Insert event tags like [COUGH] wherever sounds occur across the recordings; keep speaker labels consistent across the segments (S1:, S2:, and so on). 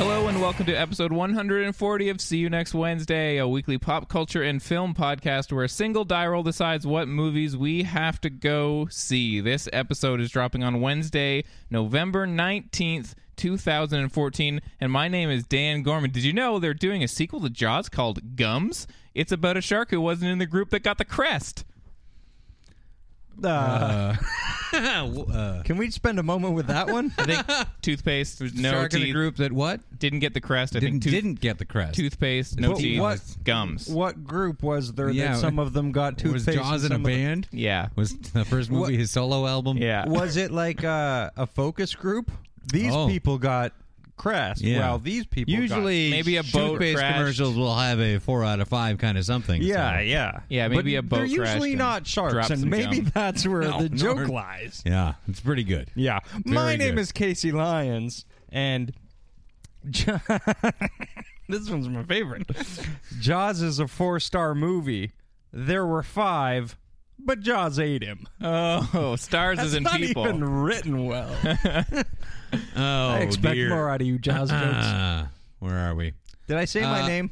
S1: Hello and welcome to episode 140 of See You Next Wednesday, a weekly pop culture and film podcast where a single die roll decides what movies we have to go see. This episode is dropping on Wednesday, November 19th, 2014, and my name is Dan Gorman. Did you know they're doing a sequel to Jaws called Gums? It's about a shark who wasn't in the group that got the crest.
S2: Uh,
S3: Uh, [LAUGHS]
S2: Can we spend a moment with that one? I think
S1: Toothpaste, no
S3: shark in
S1: teeth,
S3: the group that what
S1: didn't get the crest. I
S3: didn't
S1: think tooth-
S3: didn't get the crest.
S1: toothpaste, no
S2: But
S1: teeth,
S2: what-
S1: gums.
S2: what group was there
S3: Yeah,
S2: that some of them got
S3: was
S2: toothpaste?
S3: Jaws in
S2: and some
S3: a
S2: of them-
S3: band?
S1: Yeah.
S3: Was the first movie
S2: What-
S3: his solo album?
S1: Yeah.
S2: Was it like uh, a focus group? These
S3: Oh.
S2: people got crest.
S3: Yeah.
S2: Well, these people got-
S3: Usually,
S1: Maybe a boat
S3: toothpaste
S1: crashed.
S3: commercials will have a four out of five kind of something.
S2: yeah,
S3: so-
S2: yeah,
S1: Yeah,
S2: But
S1: maybe a boat
S2: They're
S1: crashed
S2: usually
S1: and
S2: not sharks,
S1: dropped
S2: and
S1: some
S2: maybe
S1: gum. [LAUGHS]
S2: that's where
S3: No,
S2: the
S3: no.
S2: joke lies.
S3: yeah, it's pretty good.
S2: Yeah, my
S3: Very
S2: name
S3: good.
S2: is Casey Lyons, and [LAUGHS] Ja- this one's my favorite. Jaws is a four-star movie. There were five, but Jaws ate him.
S1: Oh, stars
S2: That's
S1: is in
S2: not
S1: people.
S2: even written well.
S3: Oh,
S2: I expect
S3: dear.
S2: more out of you, Jaws jokes.
S3: Uh, where are we?
S2: Did I say my
S3: uh,
S2: name?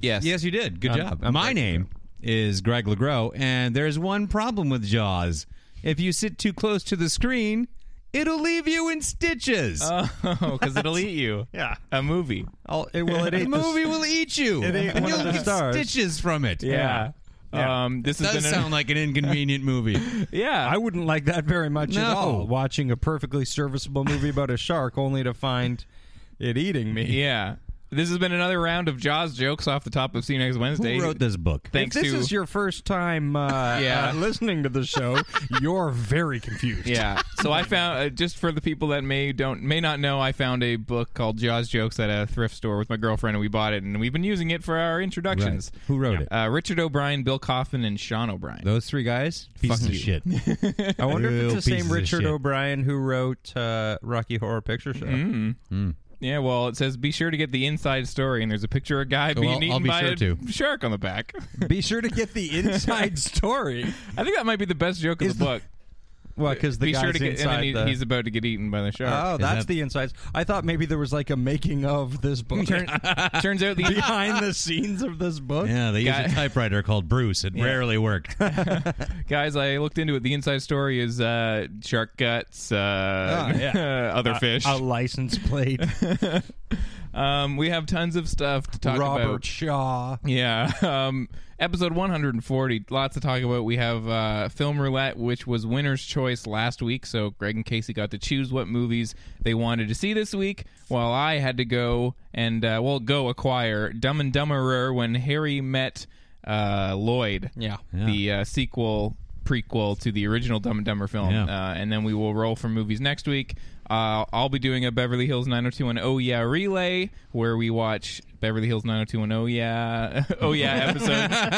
S1: Yes.
S3: Yes, you did. Good
S2: I'm-
S3: job.
S2: I'm
S3: My
S2: Greg
S3: name is Greg LeGros, and there's one problem with Jaws. If you sit too close to the screen, it'll leave you in stitches.
S1: [LAUGHS] Oh, because it'll eat you.
S2: Yeah.
S1: A movie.
S2: Oh, it, well,
S3: [LAUGHS]
S2: it
S3: the
S2: ate the s-
S3: movie will eat you,
S2: It ate
S3: and
S2: one
S3: you'll
S2: of the
S3: get
S2: stars.
S3: stitches from it.
S2: Yeah.
S1: Um, this has
S3: Does
S1: been
S3: sound
S1: an,
S3: like an inconvenient movie.
S1: yeah.
S2: I wouldn't like that very much
S3: No.
S2: at all. Watching a perfectly serviceable movie about a shark only to find it eating me.
S1: [LAUGHS] [LAUGHS] yeah. This has been another round of Jaws jokes off the top of See You Next Wednesday.
S3: Who wrote this book?
S1: Thanks
S2: if this
S1: to
S2: is your first
S1: [LAUGHS]
S2: time uh,
S1: Yeah.
S2: uh, listening to the show,
S1: [LAUGHS]
S2: you're very
S1: [LAUGHS]
S2: confused.
S1: yeah. So I found uh, just for the people that may don't may not know, I found a book called Jaws jokes at a thrift store with my girlfriend, and we bought it, and we've been using it for our
S3: Right.
S1: introductions.
S3: Who wrote it?
S1: Uh, Richard O'Brien, Bill Coffin, and Sean O'Brien.
S3: Those three guys? Pieces
S1: Fuck
S3: of
S1: you.
S3: shit.
S2: [LAUGHS] I wonder if
S3: Real
S2: it's the
S3: pieces
S2: same
S3: of
S2: Richard
S3: shit.
S2: O'Brien who wrote uh, Rocky Horror Picture Show.
S1: Mm. yeah. Well, it says be sure to get the inside story, and there's a picture of a guy being
S3: Oh, I'll- I'll
S1: eaten
S3: be
S1: by
S3: sure
S1: a
S3: to.
S1: shark on the back. [LAUGHS]
S2: Be sure to get [LAUGHS] the inside story.
S1: I think that might be the best joke
S2: Is
S1: of the
S2: the-
S3: [LAUGHS]
S1: book.
S2: Well, because the
S1: be
S2: guy's
S1: sure to get, and
S2: inside
S1: then he,
S2: the-
S1: he's about to get eaten by the shark.
S2: Oh, that's
S3: that-
S2: the insides. I thought maybe there was like a making of this
S1: [LAUGHS]
S2: book,
S3: Oh.
S1: Turns
S3: [LAUGHS]
S1: out the
S2: [LAUGHS] behind the scenes of this book.
S3: Yeah, they
S1: Guy-
S3: use a typewriter called Bruce. It
S2: [LAUGHS]
S3: rarely worked.
S1: guys I looked into it. The inside story is uh, shark guts, uh,
S2: Oh, yeah.
S1: [LAUGHS] other
S2: A-
S1: fish.
S2: A license plate.
S1: um, we have tons of stuff to [LAUGHS] talk
S2: Robert
S1: about.
S2: Shaw.
S1: Yeah. [LAUGHS] Um, episode 140. Lots to talk about. We have uh, Film Roulette, which was winner's choice last week. So Greg and Casey got to choose what movies they wanted to see this week, while I had to go and, uh, well, go acquire Dumb and Dumberer when Harry met uh, Lloyd.
S2: Yeah.
S1: The uh, sequel. Prequel to the original Dumb and Dumber film,
S3: Yeah.
S1: uh, and then we will roll for movies next week. Uh, I'll be doing a Beverly Hills 90210 Oh Yeah Relay, where we watch Beverly Hills 90210 Oh Yeah [LAUGHS] Oh Yeah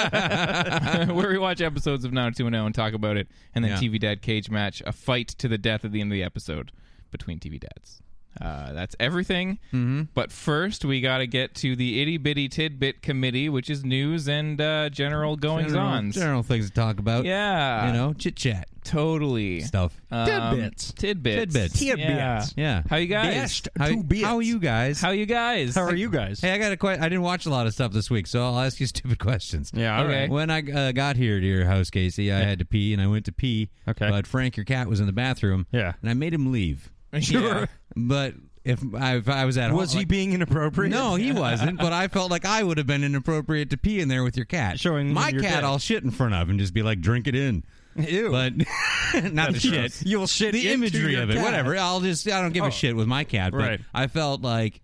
S1: episodes, [LAUGHS] where we watch episodes of 90210 and talk about it, and then
S3: Yeah.
S1: TV Dad Cage Match, a fight to the death at the end of the episode between TV Dads. Uh, that's everything.
S3: Mm-hmm.
S1: But first, we got to get to the itty bitty tidbit committee, which is news and uh, general goings
S3: General,
S1: ons.
S3: general things to talk about.
S1: Yeah.
S3: You know, chit chat
S1: Totally.
S3: stuff.
S1: Um,
S2: Tidbits.
S1: Tidbits.
S3: Tidbits.
S1: Yeah.
S2: Tidbits.
S3: yeah.
S1: How you guys?
S2: Dashed
S3: How,
S2: two bits.
S3: how are you guys?
S1: How you guys?
S2: How are you guys?
S3: hey, I got a question. I didn't watch a lot of stuff this week, so I'll ask you [LAUGHS] stupid questions.
S2: Yeah, all
S1: Okay.
S2: right.
S3: When I uh, got here to your house, Casey, I had to pee, and I went to pee.
S2: Okay.
S3: But Frank, your cat, was in the bathroom.
S2: Yeah.
S3: And I made him leave.
S1: Sure.
S3: But if I, if I was at home,
S2: Was he
S3: like-
S2: being inappropriate?
S3: No, he wasn't. But I felt like I would have been inappropriate to pee in there with your cat.
S2: Showing him
S3: my
S2: your
S3: cat,
S2: dick.
S3: I'll shit in front of and just be like, drink it in.
S2: Ew.
S3: But [LAUGHS] not the shit.
S2: gross. [LAUGHS] You'll shit
S3: the
S2: into
S3: imagery
S2: your
S3: of it.
S2: cat. Oh.
S3: Whatever. I'll just. I don't give a shit with my cat. But
S2: Right.
S3: I felt like.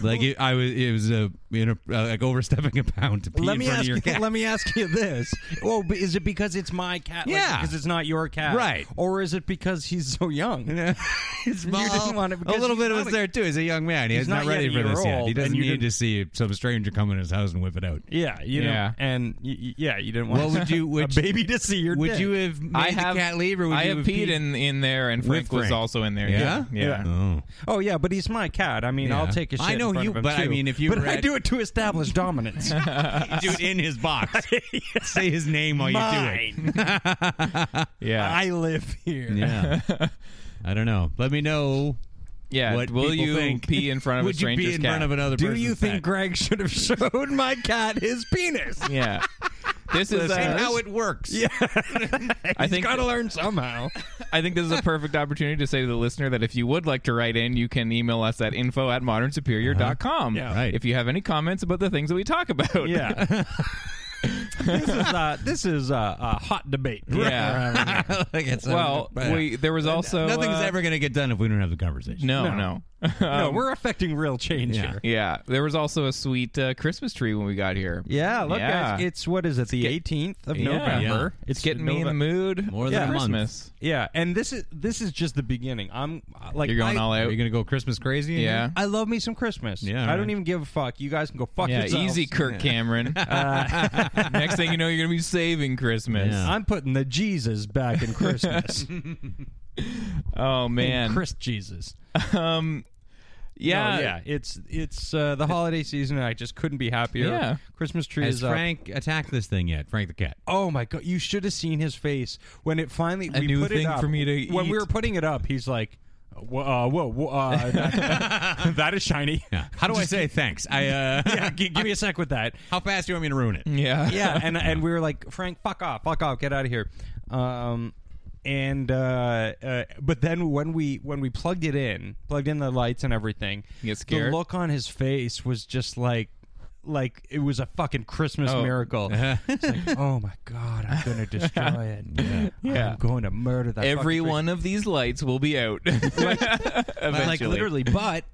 S3: Like it, I was, it was a you know uh, like overstepping a pound to pee
S2: let
S3: in
S2: me
S3: front
S2: ask
S3: of your
S2: you, [LAUGHS]
S3: cat.
S2: let
S3: [LAUGHS]
S2: me ask you this. Oh, but is it because it's my cat? Like,
S3: Yeah.
S2: because it's not your cat,
S3: Right.
S2: Or is it because he's so young?
S3: [LAUGHS] It's
S2: You didn't want it
S3: a
S2: because
S3: little
S2: he's
S3: bit of
S2: not
S3: us
S2: a-
S3: there too. He's a young man. He's,
S2: He's not
S3: not,
S2: yet
S3: ready
S2: a
S3: for
S2: year
S3: this yet.
S2: old,
S3: He
S2: and
S3: doesn't
S2: you
S3: need
S2: didn't-
S3: to see some stranger come in his house and whip it out.
S2: Yeah, you know,
S1: Yeah.
S2: and y- y- yeah, you didn't want
S3: What would you? Would
S2: [LAUGHS] a baby to see your
S3: Would
S2: dick.
S3: you have made
S1: I have
S3: the cat leave, or would
S1: I
S3: you
S1: have
S3: have
S1: peed in in there, and Frank, was
S3: Frank.
S1: also in there.
S3: Yeah?
S1: yeah.
S3: Oh.
S2: Oh yeah, but he's my cat. I mean, I'll
S3: Yeah.
S2: take a shit.
S3: I
S2: in
S3: know
S2: front
S3: you,
S2: of him,
S3: but I
S2: too.
S3: mean, if you
S2: but
S3: were
S2: I
S3: at-
S2: do it to establish
S3: [LAUGHS]
S2: dominance.
S3: do it in
S1: [LAUGHS]
S3: his box. Say his name while you do it.
S1: yeah.
S2: I live here.
S3: Yeah. I don't know. Let me know.
S1: Yeah,
S3: What
S1: will
S3: people
S1: you
S3: think.
S1: pee in front of a
S3: Would you
S1: stranger's
S3: pee in
S1: cat?
S3: front of another
S2: Do
S3: person's
S2: you
S3: [LAUGHS]
S2: think
S3: cat?
S2: Greg should have [LAUGHS] showed my cat his penis?
S1: yeah, this is uh,
S3: And how it works? [LAUGHS] Yeah.
S1: I think
S2: Gotta learn
S1: [LAUGHS]
S2: somehow.
S1: I think this is a perfect opportunity to say to the listener that if you would like to write in, you can email us at info at modernsuperior.com.
S2: Yeah.
S3: Uh-huh. Right.
S1: If you have any comments about the things that we talk about.
S2: Yeah. [LAUGHS] this is uh, this is uh, a hot debate.
S1: Yeah.
S3: like it's
S1: well,
S3: uh,
S1: we, there was also.
S3: nothing's
S1: uh,
S3: ever going to get done if we don't have the conversation.
S1: [LAUGHS] No, no. Um,
S2: No.
S1: [LAUGHS]
S2: no, we're affecting real change
S3: Yeah.
S2: here.
S1: yeah. There was also a sweet uh, Christmas tree when we got here.
S2: Yeah, look,
S1: Yeah.
S2: guys, it's what is it? The eighteenth of
S1: Yeah.
S2: November.
S1: It's getting me in the
S2: Nove-
S1: mood
S3: More
S1: for
S3: than a month.
S1: Christmas.
S2: Yeah, and this is this is just the beginning. I'm uh, like
S1: You're going
S2: I,
S1: all
S3: Are
S1: out.
S3: you going to go Christmas crazy? in here?
S1: Yeah.
S2: I love me some Christmas.
S3: Yeah,
S2: I
S3: right.
S2: don't even give a fuck. You guys can go fuck
S1: yeah,
S2: yourselves.
S1: easy, Kirk [LAUGHS] Cameron. Uh, Next thing you know, you're going to be saving Christmas.
S3: Yeah.
S2: I'm putting the Jesus back in Christmas.
S1: Oh, [LAUGHS] man. Um,
S2: in Christ Jesus.
S1: [LAUGHS] Oh, yeah.
S2: No, yeah. It's it's uh, the holiday season, and I just couldn't be happier.
S1: Yeah.
S2: Christmas tree
S1: uh,
S3: Has
S2: is up.
S3: Frank attacked this thing yet? Frank the cat.
S2: Oh my god! You should have seen his face when it finally we
S1: new
S2: put it
S1: thing
S2: up.
S1: for me to
S2: When
S1: eat.
S2: we were putting it up, he's like, "Whoa, uh, whoa, whoa uh,
S1: [LAUGHS]
S2: that, [LAUGHS] that is shiny."
S3: Yeah. How do I say thanks? I
S1: [LAUGHS]
S3: uh,
S2: G- give me a sec with that.
S3: How fast do you want me to ruin it?
S1: Yeah.
S2: [LAUGHS] yeah, and and we were like, Frank, fuck off, fuck off, get out of here. Um, and uh, uh, but then when we when we plugged it in, plugged in the lights and everything,
S1: You get scared?
S2: the look on his face was just like. Like it was a fucking Christmas
S1: Oh. [LAUGHS]
S2: miracle. It's like, oh my god, I'm gonna destroy it. Yeah. I'm going to murder that. fucking
S1: [LAUGHS] Every
S2: thing."
S1: one of these lights will be [LAUGHS] out.
S2: But,
S1: Eventually.
S2: like
S3: [LAUGHS]
S2: literally but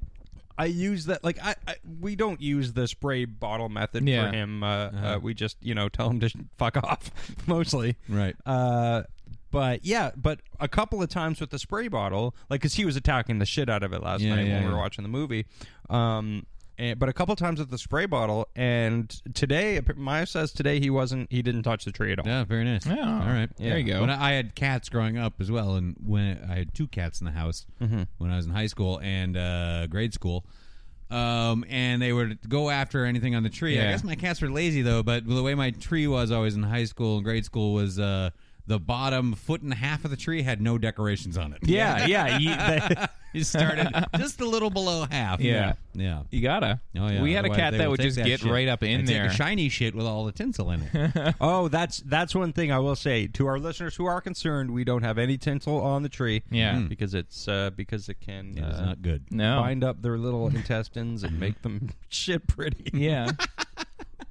S2: i use that like I, I we don't use the spray bottle method
S1: Yeah.
S2: for him uh,
S3: Uh-huh.
S2: uh, we just you know tell him to [LAUGHS] sh- fuck off mostly
S3: Right.
S2: uh but yeah, but a couple of times with the spray bottle, like because he was attacking the shit out of it last
S3: Yeah,
S2: night
S3: yeah,
S2: when we were
S3: yeah.
S2: watching the movie. Um, and, but a couple of times with the spray bottle, and today Maya says today he wasn't, he didn't touch the tree at all.
S3: Yeah, very nice.
S1: Yeah.
S3: All right.
S1: There you go.
S3: When I, I had cats growing up as well, and when I had two cats in the house
S1: Mm-hmm.
S3: when I was in high school and uh, grade school, um, and they would go after anything on the tree. I
S1: Yeah.
S3: guess my cats were lazy though, but the way my tree was always in high school and grade school was uh, the bottom foot and a half of the tree had no decorations on it. [LAUGHS]
S2: Yeah, yeah,
S1: [LAUGHS]
S2: ye- they-
S3: you started just a little below half.
S1: Yeah.
S3: Yeah.
S1: You gotta.
S3: Oh, yeah.
S1: We had a
S3: Otherwise
S1: cat
S3: they
S1: that
S3: will
S1: would
S3: take
S1: just
S3: that
S1: get
S3: shit
S1: right up in
S3: and take
S1: there.
S3: a shiny shit with all the tinsel in it.
S2: Oh, that's that's one thing I will say to our listeners who are concerned. We don't have any tinsel on the tree,
S1: Yeah. Mm.
S2: because it's uh, because it can
S3: It
S1: [LAUGHS]
S3: is
S2: uh,
S3: not good.
S1: no.
S2: bind up their little intestines and make them [LAUGHS] shit pretty.
S1: Yeah.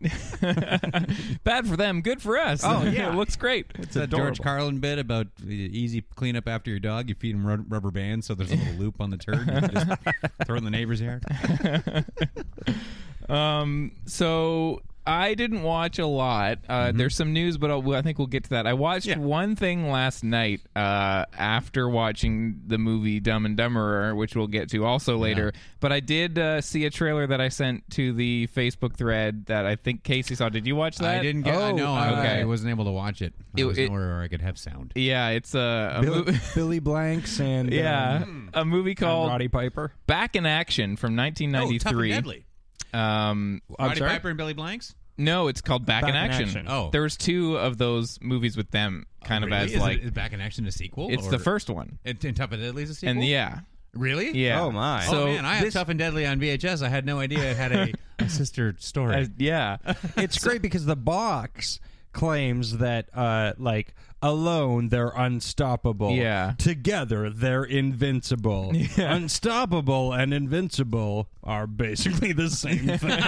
S1: Bad for them, good for us.
S2: Oh, yeah.
S1: it looks great.
S3: It's a George Carlin bit about uh, easy cleanup after your dog. You feed him rub- rubber bands, so there's a little loop on the turd. You can
S1: [LAUGHS]
S3: just throw it in the neighbor's yard.
S1: Um, so I didn't watch a lot. Uh, There's some news, but I'll, I think we'll get to that. I watched one thing last night uh, after watching the movie Dumb and Dumberer, which we'll get to also later. But I did uh, see a trailer that I sent to the Facebook thread that I think Casey saw. Did you watch that?
S3: I didn't get. I
S2: Oh,
S3: know. I,
S1: okay.
S3: I wasn't able to watch it. I
S1: It-
S3: was
S1: it-
S3: nowhere where I could have sound.
S1: Yeah, it's a, a [LAUGHS]
S2: Billy,
S1: movie.
S2: Billy Blanks and
S1: Yeah,
S2: um,
S1: a movie called
S2: Roddy Piper.
S1: Back in Action from 1993. um,
S2: I'm
S3: Roddy
S2: sorry?
S3: Piper and Billy Blanks.
S1: no, it's called Back, in, action.
S3: Oh.
S1: there was two of those movies with them, kind of
S3: Really?
S1: as
S3: Is it-
S1: like
S3: is Back in Action a sequel?
S1: it's
S3: or-
S1: the first one,
S3: And, and Tough and Deadly is a sequel.
S1: and yeah,
S3: really?
S1: yeah.
S2: Oh, my.
S1: So
S3: oh man, I
S2: this-
S3: have Tough and Deadly on VHS. I had no idea it had a, a sister story.
S1: uh, yeah,
S2: It's great because the box claims that uh like alone they're unstoppable.
S1: Yeah.
S2: Together
S1: [LAUGHS]
S2: they're invincible. Unstoppable and invincible are basically the same
S1: [LAUGHS]
S2: thing.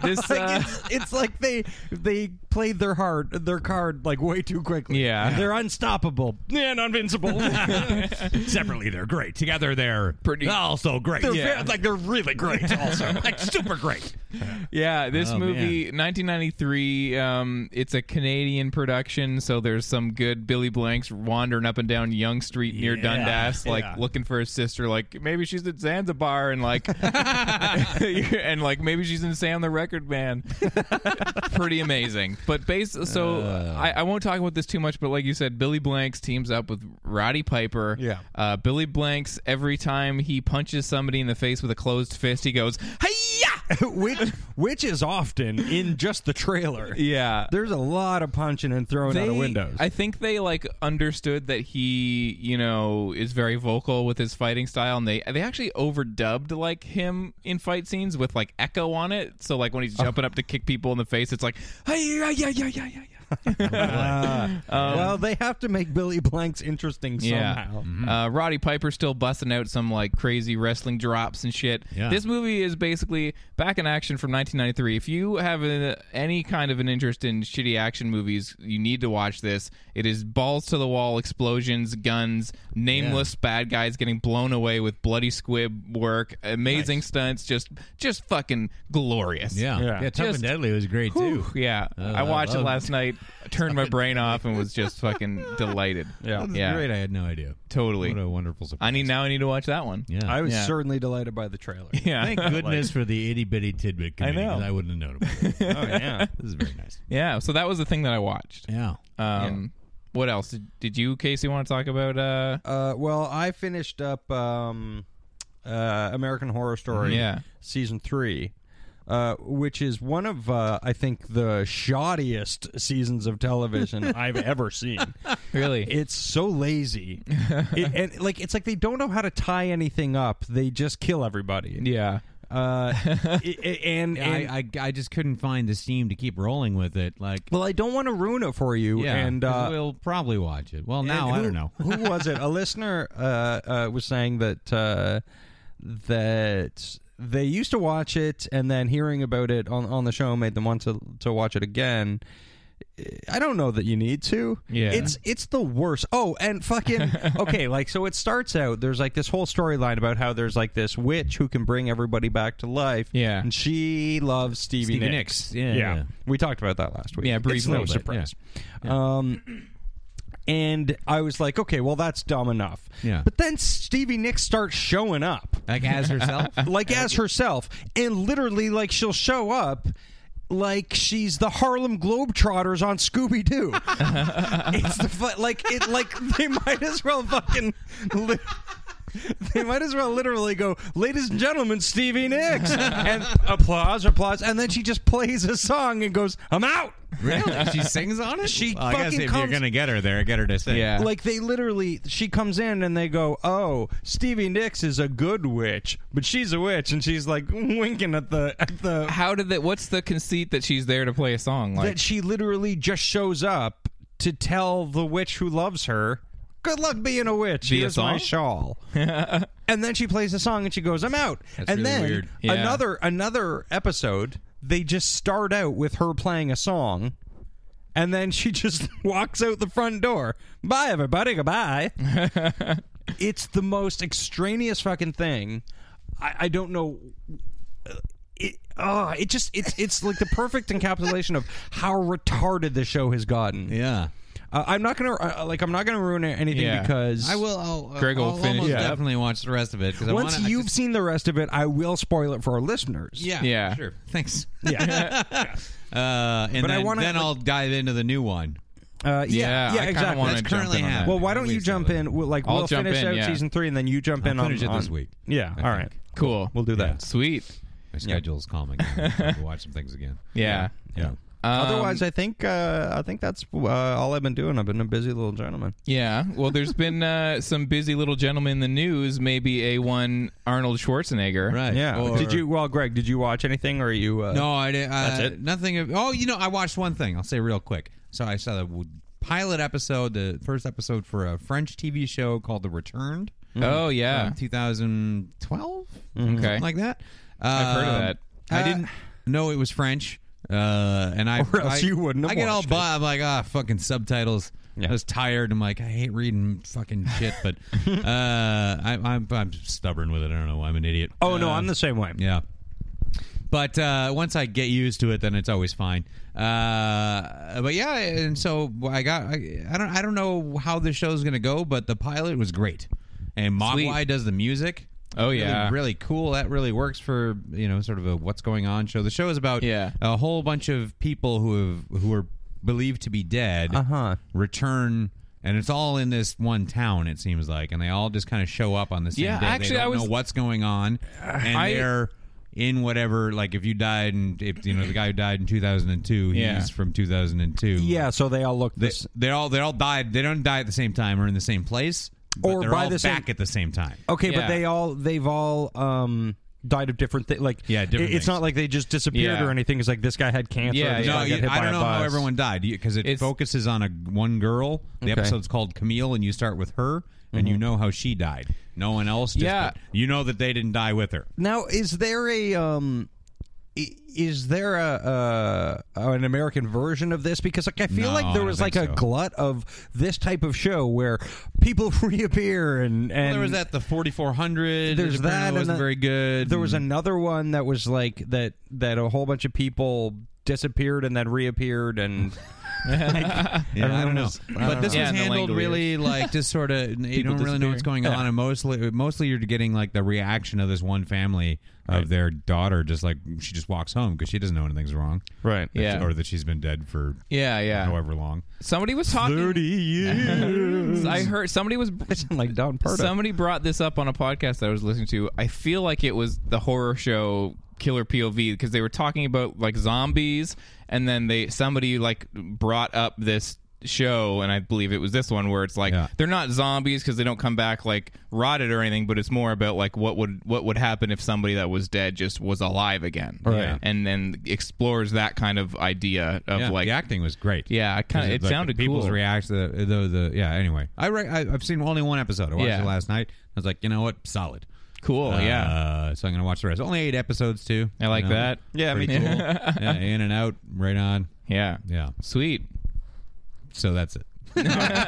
S3: [LAUGHS]
S1: this.
S2: Like,
S1: Uh,
S2: it's, it's like they they played their heart their card like way too quickly.
S1: Yeah.
S2: they're unstoppable and [LAUGHS] invincible.
S3: Separately, they're great. Together, they're
S1: Pretty-
S3: Also great.
S2: They're
S1: Yeah.
S2: ve- like they're really great. Also, like super great.
S1: yeah, this
S3: Oh,
S1: movie, 1993. Um, it's a Canadian production, so there's some good Billy Blanks wandering up and down Young Street near Dundas, like
S2: yeah.
S1: looking for his sister. Like maybe she's at Zanzibar, and like, [LAUGHS] and like maybe she's in Sam the Record Man. [LAUGHS] Pretty amazing. But base, so I, I won't talk about this too much. But like you said, Billy Blanks teams up with Roddy Piper.
S2: Yeah.
S1: Uh, Billy Blanks every time he punches somebody in the face with a closed fist, he goes, "Hiya!"
S2: [LAUGHS] which which is often in just the trailer.
S1: Yeah.
S2: There's a lot of punching and throwing out of
S1: They-
S2: windows.
S1: I think they like understood that he, you know, is very vocal with his fighting style, and they they actually overdubbed like him in fight scenes with like echo on it. So like when
S2: Oh.
S1: he's jumping up to kick people in the face, it's like, hey, yeah, yeah, yeah, yeah, yeah. yeah." [LAUGHS] Um,
S2: Ah. well, they have to make Billy Blanks interesting somehow.
S3: Mm-hmm.
S1: Uh, Roddy Piper still busting out some like crazy wrestling drops and shit.
S3: Yeah.
S1: This movie is basically back in action from 1993. If you have a, any kind of an interest in shitty action movies, you need to watch this. It is balls to the wall explosions, guns, nameless bad guys getting blown away with bloody squib work, amazing stunts, just just fucking glorious.
S3: Yeah. Uh,
S2: Yeah.
S3: yeah. Tough
S1: Just-
S3: and Deadly was great
S1: Whew,
S3: too.
S1: yeah. I
S3: I
S1: watched it
S3: loved-
S1: last night, turned my brain off, and was just fucking
S3: [LAUGHS]
S1: delighted.
S2: Yeah.
S3: That was
S1: yeah,
S3: Great. I had no idea.
S1: totally.
S3: What a wonderful surprise.
S1: I need now. I need to watch that one.
S3: Yeah.
S2: I was
S1: Yeah.
S2: certainly delighted by the trailer.
S1: Yeah. [LAUGHS]
S2: [LAUGHS]
S3: [LAUGHS] Thank goodness for the itty bitty tidbit community.
S1: know.
S3: 'cause I wouldn't have known about
S2: [LAUGHS]
S3: it.
S2: Oh yeah.
S3: [LAUGHS] This is very nice.
S1: yeah. So that was the thing that I watched.
S3: Yeah.
S1: Um, What else did, did you, Casey, want to talk about? Uh,
S2: Uh, well, I finished up um, uh, American Horror Story
S1: Yeah.
S2: season three, uh, which is one of uh, I think the shoddiest seasons of television I've ever seen.
S1: really?
S2: It's so lazy, It- and like it's like they don't know how to tie anything up. They just kill everybody.
S1: yeah.
S2: Uh, i- i- and,
S3: [LAUGHS]
S2: and
S3: I, I I just couldn't find the steam to keep rolling with it. Like,
S2: well, I don't want to ruin it for you.
S3: yeah,
S2: and
S3: 'cause
S2: uh,
S3: we'll probably watch it. Well,
S2: And
S3: now I
S2: who-
S3: don't know.
S2: who was it? A listener uh, uh, was saying that uh, that they used to watch it, and then hearing about it on on the show made them want to to watch it again. I don't know that you need to.
S1: Yeah.
S2: It's it's the worst. Oh, and
S3: [LAUGHS]
S2: fucking okay, like so it starts out there's like this whole storyline about how there's like this witch who can bring everybody back to life.
S1: Yeah.
S2: And she loves Stevie,
S3: Stevie
S2: Nicks.
S3: Nicks. Yeah, yeah.
S2: We talked about that last week.
S1: Yeah, briefly.
S2: It's no
S1: A little bit, yeah.
S2: surprise. Um and I was like, okay, well that's dumb enough.
S3: Yeah.
S2: But then Stevie Nicks starts showing up
S3: Like as
S2: [LAUGHS]
S3: herself. [LAUGHS]
S2: like as herself and literally like she'll show up like she's the Harlem Globetrotters on Scooby
S3: [LAUGHS]
S2: Doo. it's the fu- like it like they might as well fucking li- they might as well literally go, ladies and gentlemen, Stevie
S3: [LAUGHS]
S2: Nicks, and applause, applause, and then she just plays a song and goes, "I'm out."
S3: really? She sings on it.
S2: She
S3: Well, I guess
S2: fucking
S3: if
S2: comes-
S3: you're gonna get her there, get her to sing.
S1: Yeah.
S2: Like they literally, she comes in and they go, "Oh, Stevie Nicks is a good witch, but she's a witch," and she's like [LAUGHS] winking at the at the
S1: How did that? What's the conceit that she's there to play a song? Like,
S2: that she literally just shows up to tell the witch who loves her, "Good luck being a witch.
S1: Via
S2: Here's
S1: song?
S2: my shawl." [LAUGHS] and then she plays a song and she goes, "I'm out." and
S3: really
S2: then
S3: weird.
S1: Yeah.
S2: another another episode, they just start out with her playing a song. And then she [LAUGHS] just walks out the front door. Bye, everybody. Goodbye. it's the most extraneous fucking thing. I, I don't know uh, it, oh, it just it's it's like the perfect encapsulation of how retarded the show has gotten.
S3: Yeah.
S2: Uh, I'm not gonna uh, like I'm not gonna ruin anything
S1: Yeah.
S2: because
S3: I will. I'll,
S1: Greg will
S3: I'll
S1: finish
S3: almost
S1: it up.
S3: definitely watch the rest of it because
S2: Once
S3: I wanna,
S2: you've
S3: I just-
S2: seen the rest of it, I will spoil it for our listeners.
S3: yeah,
S1: Yeah.
S3: sure, thanks.
S2: [LAUGHS] yeah,
S3: [LAUGHS] Uh, and
S2: But I
S3: then,
S2: wanna,
S3: then
S2: like-
S3: I'll dive into the new one.
S2: uh, yeah, yeah,
S1: Yeah, I kinda
S2: exactly.
S1: wanna
S3: That's
S1: jump
S3: currently
S1: in on that.
S3: happening.
S2: well, why don't
S3: At
S2: you
S3: least
S2: jump
S3: that-
S2: in? We'll, like,
S1: I'll
S2: we'll
S1: jump
S2: finish
S1: in,
S2: out
S1: yeah.
S2: season three, and then you jump in
S3: I'll
S2: on
S3: finish it this
S2: on-
S3: week.
S2: Yeah,
S3: I
S2: all right,
S3: think.
S1: Cool.
S2: we'll do that.
S1: Sweet.
S3: My schedule's calming. I'm trying to watch some things again.
S1: Yeah.
S3: Yeah. Um,
S2: Otherwise, I think uh, I think that's uh, all I've been doing. I've been a busy little gentleman.
S1: Yeah. Well,
S2: [LAUGHS]
S1: there's been uh, some busy little gentlemen in the news. Maybe a one Arnold Schwarzenegger.
S3: Right.
S2: Yeah.
S3: Or-
S2: did you? Well, Greg, did you watch anything, or are you? Uh,
S3: No, I didn't. Uh,
S2: That's it?
S3: Nothing. Of, oh, you know, I watched one thing. I'll say real quick. So I saw the w- pilot episode, the first episode for a French TV show called The Returned.
S1: Oh yeah. Mm-hmm.
S3: from 2012,
S1: Okay.
S2: Mm.
S3: something like that.
S1: I've heard of
S3: Um,
S1: that.
S3: I
S1: Uh,
S3: didn't know it was French, uh, and I
S2: [LAUGHS] Or else
S3: I-
S2: you wouldn't have
S3: I get all
S2: watched
S3: bu- I'm like, ah, fucking subtitles.
S2: Yeah.
S3: I was tired. I'm like, I hate reading fucking shit,
S2: [LAUGHS]
S3: but uh, I, I'm I'm stubborn with it. I don't know. I'm an idiot.
S2: Oh no, I'm the same way.
S3: Yeah. But uh, once I get used to it, then it's always fine. Uh, but yeah, and so I got I, I don't I don't know how the show's gonna go, but the pilot was great, and Mogwai
S1: Sweet.
S3: does the music.
S1: Oh,
S3: Really-
S1: yeah.
S3: really, cool. That really works for you know sort of a what's going on show. The show is about
S1: Yeah.
S3: a whole bunch of people who have who are believed to be dead
S2: Uh-huh.
S3: return. And it's all in this one town, it seems like, and they all just kind of show up on the same
S1: Yeah,
S3: day. They
S1: actually,
S3: don't
S1: I was-
S3: know what's going on, and
S1: I-
S3: they're in whatever. Like if you died, and if you know the guy who died in two thousand and two, he's
S1: Yeah.
S3: from two thousand and two.
S2: Yeah, so they all look
S3: they,
S2: this.
S3: they all they all died. They don't die at the same time or in the same place, but
S2: Or
S3: they're
S2: by
S3: all
S2: the same-
S3: back at the same time.
S2: Okay,
S1: Yeah.
S2: but they all they've all um died of different things. Like
S3: Yeah, different
S2: it- it's
S3: things.
S2: not like they just disappeared
S1: Yeah.
S2: or anything. It's like this guy had cancer.
S1: Yeah,
S2: this
S1: yeah.
S2: guy
S3: No,
S2: got
S3: you,
S2: hit
S3: I
S2: by
S3: don't
S2: a
S3: know how
S2: bus.
S3: everyone died because it
S1: It's-
S3: focuses on a one girl. The episode's called Camille, and you start with her, and
S2: Mm-hmm.
S3: you know how she died. No one else. Just
S1: Yeah.
S3: you know that they didn't die with her.
S2: Now, is there a um, i- is there a uh, an American version of this? Because like I feel
S3: No, I
S2: like there
S3: don't
S2: was like
S3: think
S2: a
S3: so.
S2: glut of this type of show where people [LAUGHS] reappear and and
S3: there was that the 4400
S2: There's
S3: which
S2: that
S3: apparently
S2: and
S3: wasn't
S2: the-
S3: very good
S2: There was another one that was like that that a whole bunch of people disappeared and then reappeared and
S3: Yeah, I don't know
S2: was- I
S3: but
S2: don't
S3: this
S1: know. Yeah,
S3: was
S1: and the
S3: handled
S1: language.
S3: really like just sort of you don't really know what's going on and mostly mostly you're getting like the reaction of this one family of their daughter just like she just walks home because she doesn't know anything's wrong
S2: right.
S3: That she-
S1: Yeah.
S3: or that she's been dead for
S1: Yeah. Yeah.
S3: however long
S1: Somebody was talking.
S2: [LAUGHS] years.
S1: I heard somebody was
S2: like Don Pardo.
S1: Somebody brought this up on a podcast that I was listening to. I feel like it was the horror show Killer POV because they were talking about like zombies, and then they somebody like brought up this show, and I believe it was this one where it's like
S3: Yeah.
S1: they're not zombies because they don't come back like rotted or anything, but it's more about like what would what would happen if somebody that was dead just was alive again,
S3: Right.
S1: And then explores that kind of idea of
S3: yeah,
S1: like
S3: the acting was great
S1: yeah, I kind of it
S3: like,
S1: sounded
S3: people's
S1: cool.
S3: reaction the, the the yeah anyway I, re- I I've seen only one episode I watched
S1: Yeah.
S3: it last night I was like you know what solid
S1: cool, yeah,
S3: Uh, so I'm gonna watch the rest. Only eight episodes too.
S1: I like
S3: You know?
S1: that.
S2: Yeah, me
S3: Pretty
S1: [LAUGHS]
S2: too.
S3: cool. yeah, in and out, right on.
S1: yeah,
S3: Yeah.
S1: sweet.
S3: So that's it.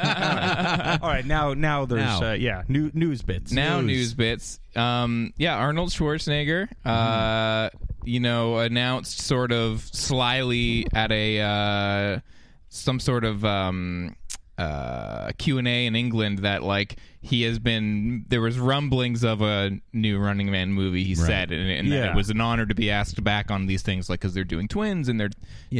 S2: All right, now now there's
S3: Now.
S2: Uh, yeah new, news bits.
S1: Now news bits. Um, yeah, Arnold Schwarzenegger, uh,
S3: Mm-hmm.
S1: you know, announced sort of slyly at a uh, some sort of um, uh, Q and A in England that like he has been there was rumblings of a new Running Man movie. He said, and, and that
S2: Yeah.
S1: it was an honor to be asked back on these things, like because they're doing twins and they're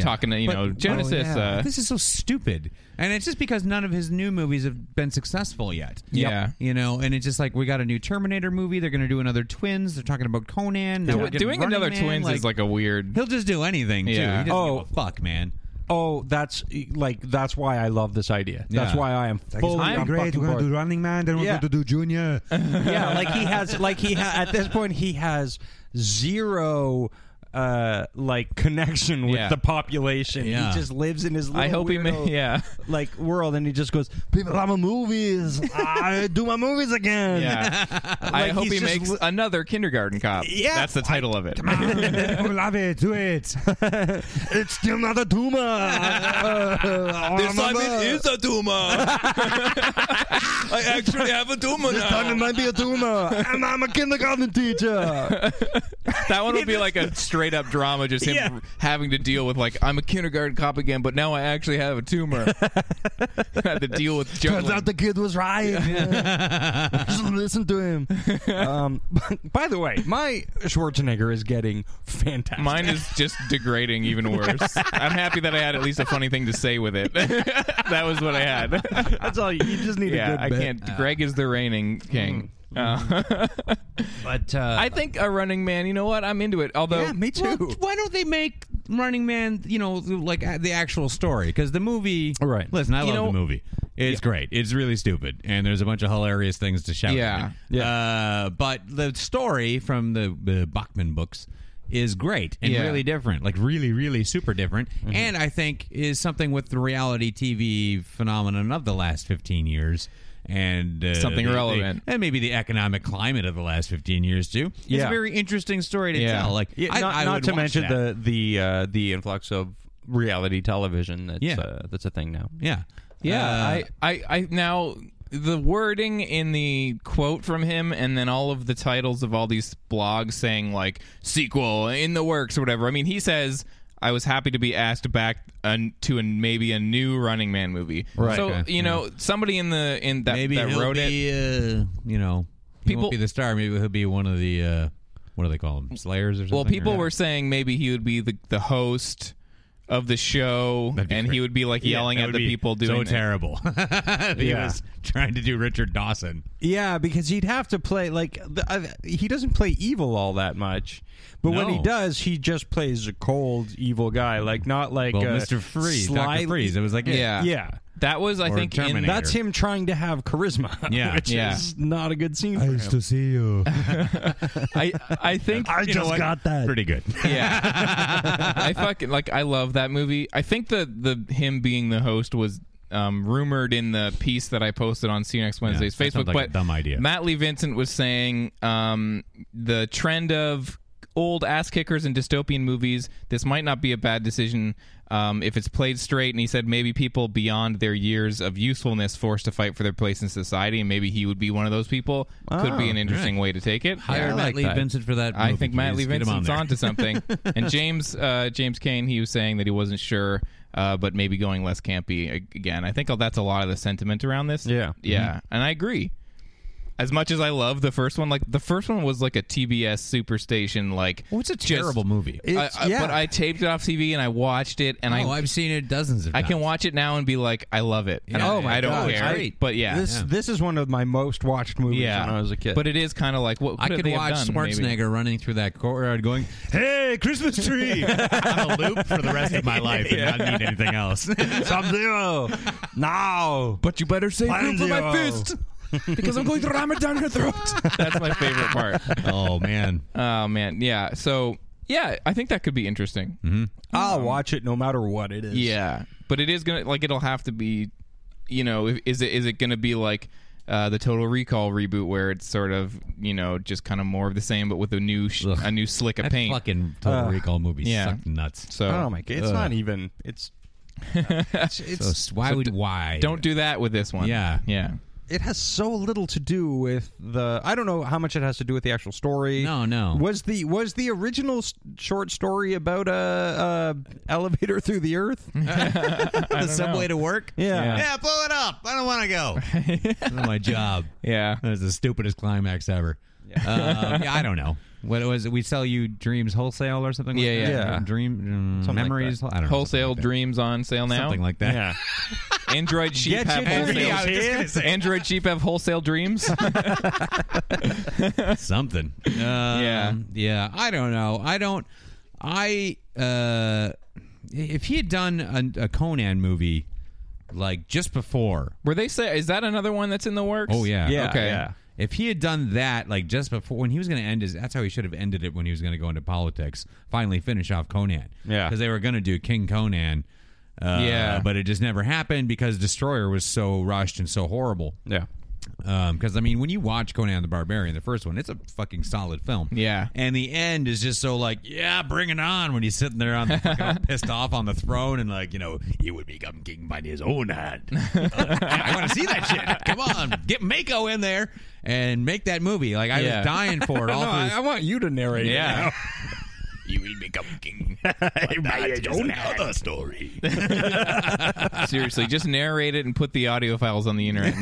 S1: talking to you know Genesis. uh,
S3: oh, this is so stupid, and it's just because none of his new movies have been successful yet.
S1: Yeah.
S3: you know, and it's just like we got a new Terminator movie. They're going to do another Twins. They're talking about Conan. Now we're getting
S1: doing
S3: Running
S1: another
S3: Man,
S1: twins is like a weird.
S3: he'll just do anything too. He
S1: Yeah.
S3: doesn't give
S2: Oh.
S3: a fuck, man.
S2: Oh, that's like that's why I love this idea. That's
S3: Yeah.
S2: why I am fully on fucking board.
S3: Running Man. Then
S2: we're Yeah. going to
S3: do Junior.
S2: [LAUGHS] yeah, like he has, like he ha- at this point he has zero uh like connection with
S1: Yeah.
S2: the population.
S3: Yeah.
S2: He just lives in his. Little
S1: I hope he
S2: weirdo,
S1: ma- yeah.
S2: [LAUGHS] like world, and he just goes, "People, I'm a movies. I do my movies
S1: [LAUGHS]
S2: again." [LAUGHS]
S1: Yeah. I
S2: Like,
S1: hope
S2: he's
S1: he
S2: just
S1: makes
S2: li-
S1: another kindergarten cop.
S2: Yeah.
S1: That's the title of it. [LAUGHS]
S3: love it. Do
S2: [LAUGHS]
S3: it.
S2: it's still not a [LAUGHS] tumor. Uh,
S1: This time it is a [LAUGHS] tumor. I actually have a tumor now.
S2: might be a tumor, and I'm a kindergarten teacher.
S1: [LAUGHS] That one would be like a straight up drama, just him
S3: Yeah.
S1: having to deal with like I'm a kindergarten cop again, but now I actually have a [LAUGHS] tumor. Had to deal with juggling.
S2: the kid was right. [LAUGHS] Just listen to him. Um, [LAUGHS] by the way, my Schwarzenegger is getting fantastic.
S1: Mine
S2: [LAUGHS]
S1: is just degrading even worse. I'm happy that I had at least a funny thing to say with it. [LAUGHS] that was what I had.
S2: That's all. You, you just need
S1: yeah,
S2: a good
S1: I
S2: bit.
S1: can't. Greg is the reigning king. Uh, [LAUGHS]
S2: But uh,
S1: I think a running man. You know what? I'm into it. Although,
S2: yeah, me too.
S3: Well, why don't they make Running Man, you know, like uh, the actual story? Because the movie.
S2: Right.
S3: Listen, I
S1: You
S3: love
S1: know-
S3: the movie. It's great. It's really stupid. And there's a bunch of hilarious things to shout
S1: Yeah.
S3: at. Uh, but the story from the uh, Bachman books is great and
S1: Yeah. Mm-hmm.
S3: really different. Like, really, really super different. And I think is something with the reality TV phenomenon of the last 15 years. And uh,
S1: Something
S3: the- the-
S1: relevant.
S3: and maybe the economic climate of the last 15 years, too. It's
S2: Yeah.
S3: a very interesting story to
S1: Yeah.
S3: tell. Like,
S2: Yeah,
S3: I-
S2: not
S3: I
S2: not
S3: would
S2: to
S3: watch
S2: mention
S3: that.
S2: the the uh, the influx of reality television. That's
S3: Yeah.
S2: uh, that's a thing now.
S3: Yeah.
S1: yeah,
S3: Uh,
S1: I, I, I now the wording in the quote from him, and then all of the titles of all these blogs saying like sequel in the works or whatever. I mean, he says. I was happy to be asked back uh, to a, maybe a new Running Man movie.
S3: Right.
S1: So
S3: Okay.
S1: you know, somebody in the in that,
S3: maybe
S1: that
S3: he'll
S1: wrote it.
S3: be, Uh, you know, people
S1: People-
S3: won't be the star. Maybe he'll be one of the uh, what do they call them? Slayers or something.
S1: Well, people
S3: or-
S1: were saying maybe he would be the, the host of the show, and
S3: That'd be
S1: he
S3: great.
S1: would be like
S3: Yeah,
S1: yelling
S3: that
S1: at
S3: would
S1: the
S3: be
S1: people
S3: so
S1: doing it.
S3: terrible. [LAUGHS] he
S2: Yeah.
S3: was trying to do Richard Dawson.
S2: Yeah, because he'd have to play like the, uh, he doesn't play evil all that much, but when he
S3: No.
S2: does, he just plays a cold evil guy, like not like
S3: Well,
S2: uh,
S3: Mr. Freeze,
S2: sly-
S3: Doctor Freeze. It was like
S1: Yeah.
S2: Yeah,
S1: That was, I
S3: Or
S1: think, in
S3: Terminator.
S1: that.
S2: that's him trying to have charisma. [LAUGHS]
S3: Yeah.
S2: which
S1: Yeah.
S2: is not a good scene. For him.
S3: to see [LAUGHS] you.
S1: I, I think
S2: I
S3: You know what?
S1: [LAUGHS]
S3: Pretty good. [LAUGHS]
S1: yeah. I fucking like. I love that movie. I think the the him being the host was um, rumored in the piece that I posted on See You Next Wednesday's
S3: that
S1: Facebook.
S3: sounds like
S1: but
S3: a dumb idea.
S1: Matt Lee Vincent was saying um, the trend of old ass kickers in dystopian movies. This might not be a bad decision. Um, if it's played straight, and he said maybe people beyond their years of usefulness forced to fight for their place in society, and maybe he would be one of those people. Could be an interesting way to take it.
S2: I
S3: Hire Matt
S2: like
S3: Lee
S2: that.
S3: Vincent for that.
S1: I
S3: movie,
S1: think Matt
S3: please.
S1: Lee
S3: Get him
S1: Vincent's
S3: on there.
S1: onto
S3: [LAUGHS]
S1: something. and James uh, James Kane, he was saying that he wasn't sure, uh, but maybe going less campy a- again. I think that's a lot of the sentiment around this.
S2: Yeah.
S3: Mm-hmm.
S1: yeah, and I agree. As much as I love the first one, like the first one was like a TBS superstation, like
S3: Well, [LAUGHS] it's a
S1: just-
S3: terrible movie.
S1: I,
S2: It's-
S1: I-
S2: yeah.
S1: But I taped it off TV and I watched it, and
S3: oh,
S1: I
S3: I've seen it dozens of
S1: I
S3: times.
S1: can watch it now and be like, I love it. And
S3: Yeah.
S1: I,
S3: Oh my
S1: I don't
S3: God, it's
S1: care.
S3: great.
S1: But yeah,
S2: this this is one of my most watched movies
S1: yeah.
S2: when I was a kid.
S1: But it is kind of like what
S3: I
S1: could
S3: could
S1: they have
S3: watch
S1: done, maybe?
S3: Schwarzenegger running through that courtyard going, "Hey, Christmas [LAUGHS] tree!" on a loop for the rest of my life and not need anything [LAUGHS] else.
S2: Sub Zero, [LAUGHS] now
S1: But you better save room for my
S2: Plan
S1: fist
S2: [LAUGHS]
S1: because I'm going to ram it down your throat. That's my favorite
S3: [LAUGHS]
S1: part.
S3: oh man,
S1: Oh man, yeah. So yeah, I think that could be interesting.
S3: Mm-hmm.
S2: I'll watch it no matter what it is.
S1: Yeah, but it is gonna like it'll have to be, you know, if- is it is it gonna be like uh, the Total Recall reboot where it's sort of you know just kind of more of the same but with a new sh- a new slick of
S3: that
S1: paint.
S3: fucking Total
S2: Uh,
S3: Recall movie
S1: yeah.
S3: sucked nuts.
S1: so
S2: Oh my god, it's
S3: Ugh.
S2: not even. It's
S3: so why would why
S1: don't do that with this one.
S3: Yeah.
S1: yeah.
S2: it has so little to do with the I don't know how much it has to do with the actual story.
S3: No, no.
S2: Was the was the original s- short story about a, uh elevator through the earth?
S3: [LAUGHS]
S2: [LAUGHS]
S3: the subway to work?
S2: Yeah.
S3: yeah, blow it up. I don't want to [LAUGHS] go. It's not
S2: [LAUGHS]
S3: my job.
S1: Yeah.
S3: That was the stupidest climax ever. Yeah, yeah I don't know. What was it? We sell you dreams wholesale or something?
S1: Yeah,
S3: like that?
S2: yeah.
S3: Dream mm,
S2: Something like
S3: memories. I don't know.
S1: Wholesale
S3: something like
S1: dreams on sale
S3: that.
S1: now.
S3: Something like that.
S1: Android sheep
S2: Get
S1: have
S2: your
S1: wholesale.
S2: dreams here.
S1: [LAUGHS] Android sheep have wholesale
S3: [LAUGHS]
S1: dreams.
S3: something. Um, yeah, yeah. I don't know. I don't. I uh, if he had done a, a Conan movie like just before.
S1: Were they say is that another one that's in the works?
S3: Oh yeah.
S2: Yeah,
S1: Okay.
S2: yeah.
S3: If he had done that like just before when he was going to end his, that's how he should have ended it when he was going to go into politics. Finally, finish off Conan.
S2: Yeah.
S3: because they were going to do King Conan. Uh,
S1: Yeah.
S3: but it just never happened because Destroyer was so rushed and so horrible.
S2: Yeah.
S3: Because Um, I mean, when you watch Conan the Barbarian, the first one, it's a fucking solid film.
S1: Yeah.
S3: and the end is just so like, yeah, bring it on. When he's sitting there on the
S1: [LAUGHS]
S3: fucking all pissed off on the throne, and like, you know, he would become king by his
S1: [LAUGHS]
S3: own hand. I want to see that shit. Come on, get Mako in there and make that movie. Like I
S1: Yeah. [LAUGHS]
S3: was dying for it all
S2: No,
S3: through.
S2: I, I want you to narrate. it now.
S4: You will become king. But that is another story.
S1: Seriously, just narrate it and put the audio files on the
S2: [LAUGHS]
S1: internet.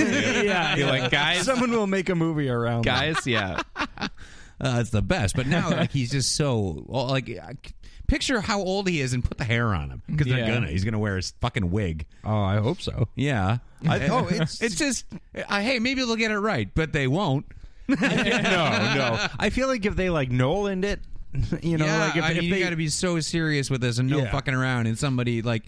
S1: yeah, be like, guys,
S2: Someone will make a movie around. that.
S1: guys, yeah.
S3: Uh, it's the best. But now, like, he's just so well, like. I c- Picture how old he is and put the hair on him because
S1: Yeah.
S3: they're gonna. He's gonna wear his fucking wig.
S2: Oh, I hope so. [LAUGHS]
S3: Yeah. [LAUGHS]
S2: I- oh, [LAUGHS] it's- uh,
S3: it's just. I, hey, maybe they'll get it right, but they won't.
S2: no, no. I feel like if they like Nolan it, [LAUGHS] you know,
S3: yeah,
S2: like if,
S3: I
S2: if
S3: mean,
S2: they
S3: you got to be so serious with this and no
S2: Yeah.
S3: fucking around. And somebody like,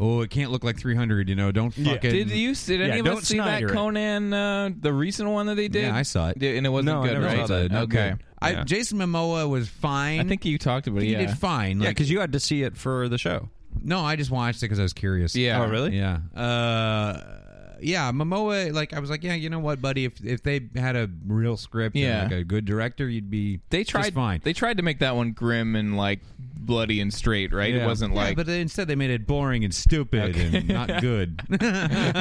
S3: oh, it can't look like 300. You know, don't fucking.
S1: Did you? Did any
S2: Yeah,
S1: of
S2: don't
S1: us see that
S2: Snyder it.
S1: Conan, uh, the recent one that they did?
S3: Yeah, I saw it.
S1: Did- and it wasn't
S2: No, I
S1: good,
S2: never
S1: right?
S2: saw that. No
S1: okay,
S2: good.
S3: I,
S2: Yeah.
S3: Jason Momoa was fine.
S1: I think you talked about it.
S3: he
S1: yeah.
S3: did fine.
S2: yeah,
S3: Like,
S2: because you had to see it for the show.
S3: no, I just watched it because I was curious.
S1: Yeah.
S2: Oh, really?
S3: Yeah. Uh, yeah. Momoa, like I was like, yeah, you know what, buddy? If if they had a real script, and,
S1: Yeah.
S3: like a good director, you'd be
S1: They
S3: just
S1: tried.
S3: fine.
S1: They tried to make that one grim and like bloody and straight, right? It
S2: Yeah.
S1: wasn't
S3: Yeah,
S1: like
S3: but instead they made it boring and stupid
S1: [LAUGHS]
S3: and not good. [LAUGHS]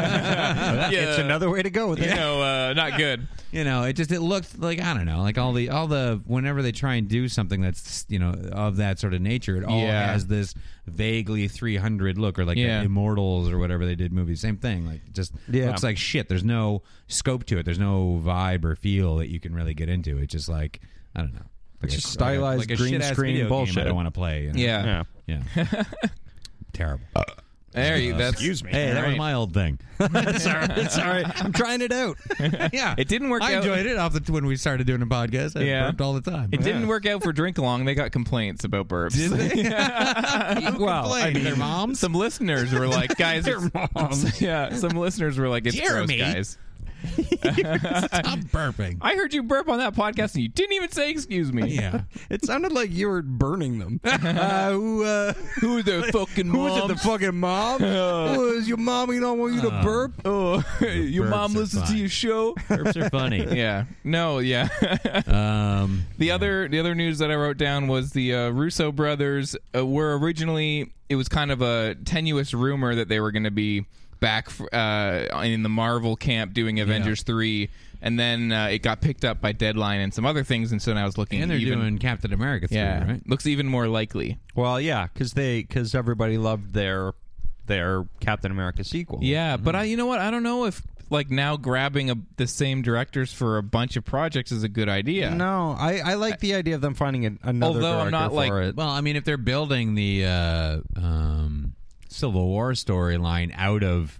S2: It's another way to go with it.
S1: you know, uh, not good.
S3: you know it just it looked like i don't know like all the all the whenever they try and do something that's you know of that sort of nature it all
S1: Yeah.
S3: has this vaguely 300 look or like
S1: Yeah.
S3: the immortals or whatever they did movies same thing like it just
S2: Yeah.
S3: looks like shit there's no scope to it there's no vibe or feel that you can really get into it's just like i don't know like
S2: It's just stylized green
S3: shit-ass
S2: screen
S3: video game
S2: bullshit.
S3: i don't want to play you know?
S1: Yeah.
S2: Yeah.
S3: yeah [LAUGHS] terrible
S1: There you. That's
S5: Excuse me.
S3: hey that
S1: Right.
S3: was my old [LAUGHS] thing
S2: sorry, sorry. I'm trying it out.
S3: [LAUGHS] yeah
S1: It didn't work
S3: i
S1: out-
S3: enjoyed it off the when we started doing a podcast i
S1: Yeah.
S3: burped all the time
S1: It didn't work out for drink along. They got complaints about burps.
S3: [LAUGHS] well, I mean, their moms.
S1: Some listeners were
S2: [LAUGHS]
S1: like, "Guys,
S2: Their moms.
S1: [LAUGHS] yeah." Some listeners were like, "It's
S3: Jeremy.
S1: gross, guys."
S3: Stop burping.
S1: I heard you burp on that podcast, and you didn't even say excuse me.
S3: yeah.
S2: It sounded like you were burning
S3: [LAUGHS]
S2: them. uh, who, [LAUGHS] uh,
S1: Who the fucking
S2: who was it? The
S1: moms?
S2: fucking [LAUGHS] mom? was your mom? You don't want you to burp?
S1: Oh, [LAUGHS] your
S3: burps
S1: mom
S3: are
S1: listens to
S3: fine.
S1: your
S3: [LAUGHS]
S1: show.
S3: Burps are funny.
S1: yeah. No. Yeah. [LAUGHS]
S3: Um,
S1: The other the other news that I wrote down was the uh, Russo brothers uh, were originally it was kind of a tenuous rumor that they were going to be back f- uh, in the Marvel camp doing Avengers three, and then uh, it got picked up by Deadline and some other things, and so now it's looking
S3: and they're
S1: even
S3: doing Captain America 3,
S1: yeah
S3: right?
S1: looks even more likely.
S2: Well, yeah, because they because everybody loved their their Captain America sequel.
S1: Yeah, but I you know what I don't know if like now grabbing a, the same directors for a bunch of projects is a good idea.
S2: No, I, I like the idea of them finding an, another
S1: Although I'm
S2: director
S1: not,
S2: for
S1: like-
S2: it.
S3: Well, I mean, if they're building the uh, um, Civil War storyline out of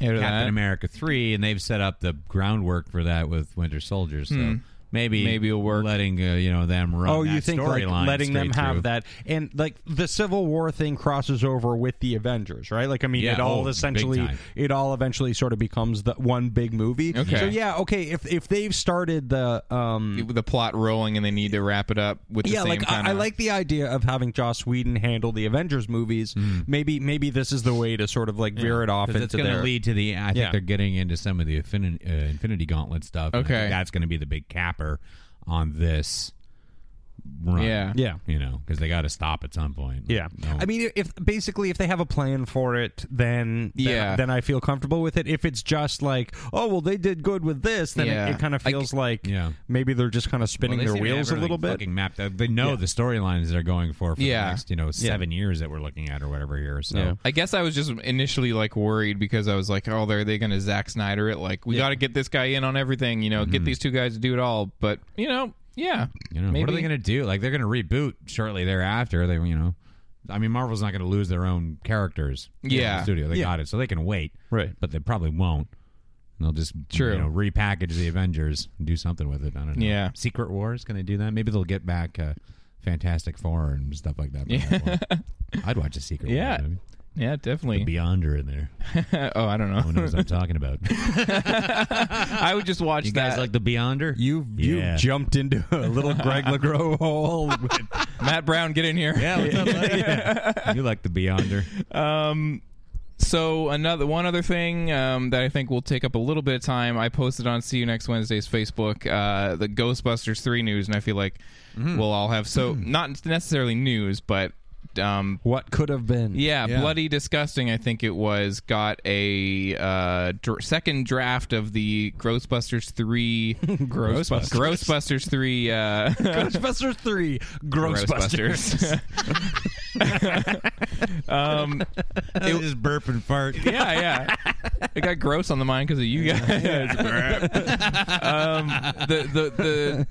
S1: Out of
S3: Captain
S1: that.
S3: America 3, and they've set up the groundwork for that with Winter Soldier, so
S2: Hmm.
S3: maybe
S1: Maybe it'll work.
S3: letting uh, you know them run
S2: Oh,
S3: that
S2: you think like
S3: storyline
S2: letting them
S3: straight
S2: have
S3: through.
S2: that, and like the Civil War thing crosses over with the Avengers, right? Like, I mean,
S3: Yeah,
S2: it all
S3: oh, big
S2: essentially,
S3: time.
S2: it all eventually sort of becomes the one big movie.
S1: Okay.
S2: So yeah, okay, if if they've started the um,
S1: With the plot rolling and they need to wrap it up with the
S2: yeah,
S1: same
S2: like
S1: kind
S2: I, I like the idea of having Joss Whedon handle the Avengers movies. Maybe maybe this is the way to sort of like veer it off
S3: Because
S2: into
S3: Hmm. it's going to
S2: their
S3: lead to the. I think
S2: Yeah.
S3: they're getting into some of the Infinity, uh, Infinity Gauntlet stuff. and I think
S1: Okay.
S3: that's going to be the big capper on this. Run.
S1: Yeah.
S2: Yeah.
S3: you know, because they got to stop at some point.
S2: Yeah,
S3: No.
S2: I mean, if basically if they have a plan for it, then, then
S1: Yeah.
S2: then I feel comfortable with it. If it's just like, oh well, they did good with this, then
S1: Yeah.
S2: it, it kind of
S1: I
S2: feels like
S3: Yeah.
S2: maybe they're just kind of
S3: Well,
S2: spinning
S3: they
S2: their
S3: seem to
S2: wheels
S3: have
S2: a little
S3: everything
S2: bit.
S3: Fucking mapped out. They know the storylines they're going for for
S1: Yeah.
S3: the next, you know, seven years that we're looking at or whatever here. So
S2: Yeah.
S1: I guess I was just initially like worried because I was like, oh, are they going to Zack Snyder it? Like, we got to get this guy in on everything, you know, get these two guys to do it all. But, you know, yeah.
S3: you know, what are they going to do? Like they're going to reboot shortly thereafter. They, you know, I mean, Marvel's not going to lose their own characters. you know,
S1: Yeah.
S3: in the studio they
S2: Yeah.
S3: got it, so they can wait.
S2: Right.
S3: but they probably won't. And They'll just
S1: True.
S3: you know, repackage the Avengers and do something with it. I don't know.
S1: Yeah.
S3: Secret Wars, can they do that? Maybe they'll get back uh, Fantastic Four and stuff like that. by
S2: [LAUGHS]
S3: that point. I'd watch a Secret
S1: Yeah.
S3: Wars movie.
S1: Yeah,
S3: The
S1: definitely.
S3: Beyonder in there.
S1: oh, I don't
S3: Who [LAUGHS]
S1: know.
S3: knows what I'm
S2: [LAUGHS]
S3: talking about?
S1: I would just watch
S3: You guys
S1: that.
S3: like the Beyonder?
S2: You've
S3: Yeah.
S2: you've jumped into
S3: [LAUGHS]
S2: a little Greg LeGros hole.
S1: Matt Brown, get in
S3: [LAUGHS]
S1: here.
S3: Yeah, what's up, buddy? You like the Beyonder?
S1: So another one other thing um, that I think will take up a little bit of time. I posted on See You Next Wednesday's Facebook uh, the Mm-hmm. Ghostbusters three news, and I feel like we'll all have so not necessarily news, but um,
S2: What could have been?
S1: yeah,
S3: Yeah.
S1: bloody disgusting. I think it was got a uh, dr- second draft of the Ghostbusters three. [LAUGHS]
S2: Grossbusters.
S1: Ghostbusters three. Uh,
S2: [LAUGHS] Ghostbusters
S1: [LAUGHS]
S2: 3. [LAUGHS]
S1: Ghostbusters. [LAUGHS] um,
S3: It was burp and fart.
S1: yeah, yeah. It got gross on the mind because of you guys.
S2: [LAUGHS]
S1: um, the the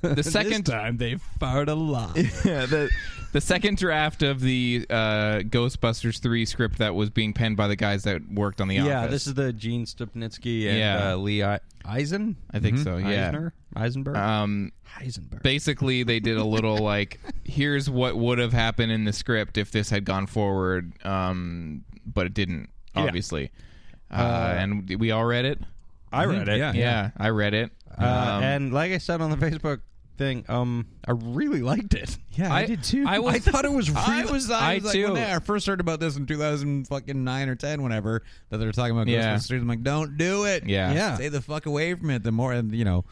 S1: the the second
S2: time they fired a
S3: [LAUGHS]
S2: lot.
S1: yeah, the the second draft of the uh, Ghostbusters three script that was being penned by the guys that worked on the
S2: yeah,
S1: office.
S2: this is the Gene Stupnitsky and
S1: Yeah.
S2: uh, Lee I- Eisen. Mm-hmm.
S1: I think so. Yeah.
S2: Eisner? Eisenberg.
S1: Um,
S2: Heisenberg.
S1: basically, they did a little like, here's what would have happened in the script if this had gone forward, um, but it didn't, obviously. Uh, and we all read it.
S2: I read it.
S3: Yeah.
S1: Yeah, Um, I read it.
S2: Uh, and like I said on the Facebook thing, um, I really liked it. [LAUGHS]
S3: Yeah, I,
S1: I-
S3: did too.
S1: I was-
S3: I thought it was. Really,
S1: I was- I
S3: like,
S1: too.
S3: When I first heard about this in 2000 fucking nine or 10, whenever that they were talking about
S1: Yeah.
S3: Ghostbusters, I'm like, don't do it.
S1: Yeah.
S2: Yeah.
S3: stay the fuck away from it. The more, and you know.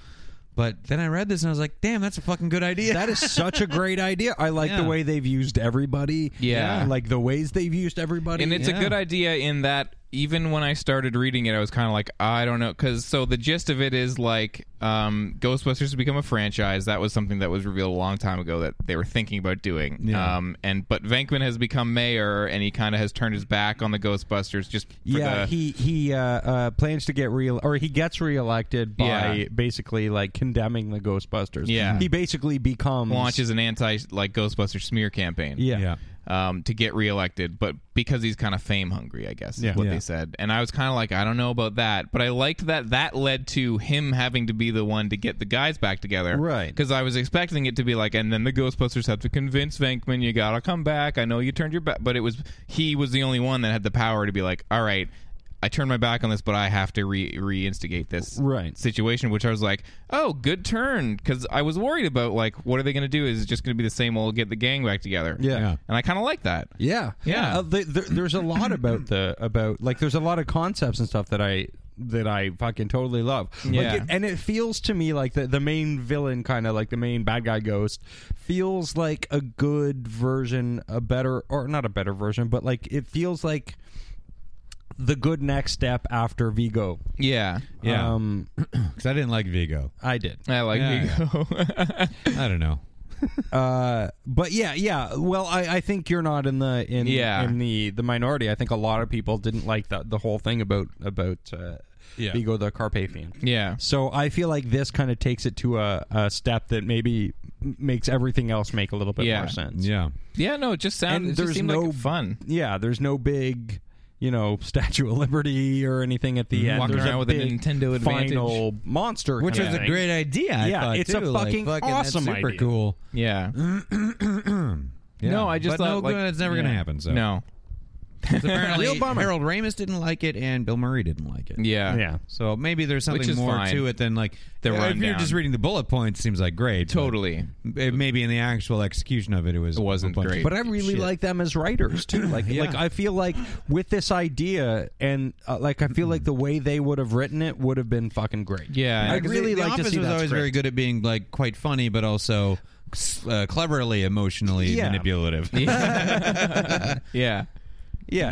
S3: But then I read this and I was like, damn, that's a fucking good idea.
S2: That
S3: [LAUGHS]
S2: is such a great idea. I like
S3: Yeah.
S2: the way they've used everybody.
S1: Yeah.
S2: Like the ways they've used everybody.
S1: and it's
S2: Yeah.
S1: a good idea in that even when I started reading it, I was kind of like, I don't know, because so the gist of it is like um, Ghostbusters has become a franchise. That was something that was revealed a long time ago that they were thinking about doing. Um, and but Venkman has become mayor, and he kind of has turned his back on the Ghostbusters just for
S2: yeah,
S1: the,
S2: he he uh, uh, plans to get real, or he gets reelected by
S1: Yeah.
S2: basically like condemning the Ghostbusters.
S1: Yeah.
S2: he basically becomes
S1: launches an anti like Ghostbuster smear campaign.
S2: Yeah,
S3: Yeah.
S1: um, to get reelected, but because he's kind of fame hungry, I guess is
S2: Yeah.
S1: what
S2: Yeah.
S1: they said. And I was kind of like, I don't know about that, but I liked that that led to him having to be the one to get the guys back together,
S2: Right.
S1: Because I was expecting it to be like, and then the Ghostbusters have to convince Venkman, you gotta come back. I know you turned your back, but it was he was the only one that had the power to be like, all right. I turned my back on this, but I have to re reinstigate this
S2: Right.
S1: situation, which I was like, oh, good turn, because I was worried about like, what are they going to do? Is it just going to be the same old get the gang back together?
S2: Yeah. Yeah.
S1: and I kind of like that.
S2: yeah,
S1: Yeah.
S2: Uh, the, the, there's a lot about the about like there's a lot of concepts and stuff that I that I fucking totally love. Like,
S1: Yeah.
S2: it- and it feels to me like the the main villain, kind of like the main bad guy ghost, feels like a good version, a better or not a better version, but like it feels like the good next step after Vigo.
S1: Yeah,
S3: yeah,
S2: Um,
S3: because I didn't like Vigo.
S2: I did.
S1: I like
S3: Yeah.
S1: Vigo. [LAUGHS]
S3: I don't know.
S2: Uh, but yeah, yeah. Well, I, I think you're not in the in
S1: Yeah.
S2: in the the minority. I think a lot of people didn't like the the whole thing about about uh,
S3: Yeah.
S2: Vigo the Carpathian.
S1: yeah,
S2: So I feel like this kind of takes it to a, a step that maybe m- makes everything else make a little bit
S1: Yeah.
S2: more sense.
S3: Yeah,
S1: yeah. No, it just
S2: And
S1: sounds. It
S2: there's
S1: just seemed
S2: no-
S1: like fun.
S2: Yeah, there's no big, you know, [LAUGHS] Statue of Liberty or anything at the end.
S1: Mm-hmm. Walking
S2: There's
S1: around with a
S2: big
S1: Nintendo
S2: final monster,
S3: which
S2: kind of
S3: was a
S2: thing.
S3: great idea. I
S2: Yeah,
S3: thought,
S2: it's a
S3: too. Like,
S2: fucking
S3: that's
S2: awesome
S3: super
S2: idea.
S3: cool.
S1: Yeah.
S3: Mm-hmm. Yeah.
S1: No, I just
S3: but no,
S1: thought, like-
S3: good, it's never gonna happen. So
S1: No.
S3: It's apparently Harold Ramis didn't like it and Bill Murray didn't like it.
S1: Yeah.
S2: Yeah.
S3: So maybe there's
S1: Which
S3: something
S1: is
S3: more
S1: fine.
S3: to it than like
S1: The
S3: If you're
S1: rundown.
S3: just reading the bullet points, seems like great. but
S1: Totally.
S3: it- Maybe in the actual execution of it, it was
S1: It wasn't
S3: a bunch of-
S1: great.
S2: But I really
S3: Shit.
S2: like them as writers
S1: [CLEARS THROAT]
S2: too. Like, like I feel like with this idea, and uh, like I feel like the way they would have written it would have been fucking great.
S1: Yeah.
S2: I
S1: Yeah,
S2: would
S3: 'cause
S2: really
S3: the,
S2: like
S3: the
S2: to
S3: Office
S2: see
S3: was
S2: that
S3: always
S2: script.
S3: very good at being like quite funny, but also uh, cleverly emotionally
S2: Yeah.
S3: manipulative. [LAUGHS]
S1: Yeah.
S2: Yeah,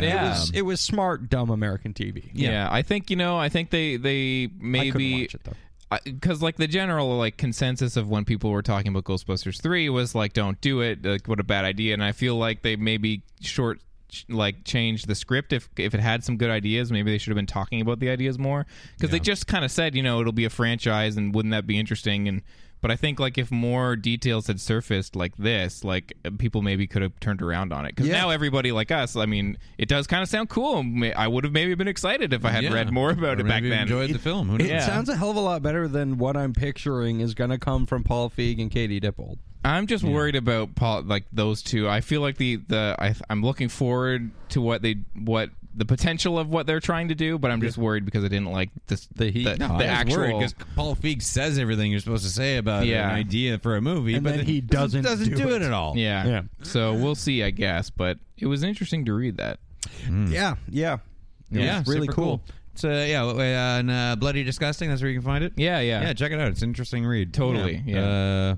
S1: Yeah.
S2: It, was, it was smart, dumb American TV.
S1: Yeah. I think you know. I think they they
S2: I couldn't
S1: maybe
S2: watch it, though.
S1: because like the general like consensus of when people were talking about Ghostbusters three was like don't do it like what a bad idea and I feel like they maybe short like changed the script if if it had some good ideas maybe they should have been talking about the ideas more because they just kind of said you know it'll be a franchise and wouldn't that be interesting and but I think like if more details had surfaced like this like uh, people maybe could have turned around on it because now everybody like us I mean it does kind of sound cool Ma- I would have maybe been excited if I had
S3: Yeah.
S1: read more about
S3: Or
S1: it back
S3: maybe
S1: then
S3: Enjoyed the film. Who
S2: It
S3: knows?
S2: sounds a hell of a lot better than what I'm picturing is going to come from Paul Feig and Katie Dippold.
S1: I'm just worried about Paul, like those two. I feel like the the I, I'm looking forward to what they what the potential of what they're trying to do, but I'm just worried because I didn't like this, the
S2: heat.
S1: the,
S2: No,
S1: the
S3: I was
S1: actual.
S3: because Paul Feig says everything you're supposed to say about
S1: Yeah.
S3: an idea for a movie,
S2: And
S3: but
S2: then he doesn't
S3: doesn't
S2: do
S3: do it.
S2: it.
S3: at all.
S1: yeah.
S2: Yeah.
S1: So we'll see, I guess. But it was interesting to read that. Hmm.
S2: Yeah, yeah, It
S3: yeah,
S2: was really
S3: super
S2: cool.
S3: It's uh, yeah, uh, and uh, bloody disgusting. That's where you can find it.
S1: Yeah, yeah,
S3: yeah. Check it out. It's an interesting read.
S1: Totally,
S2: Hmm.
S3: Yeah.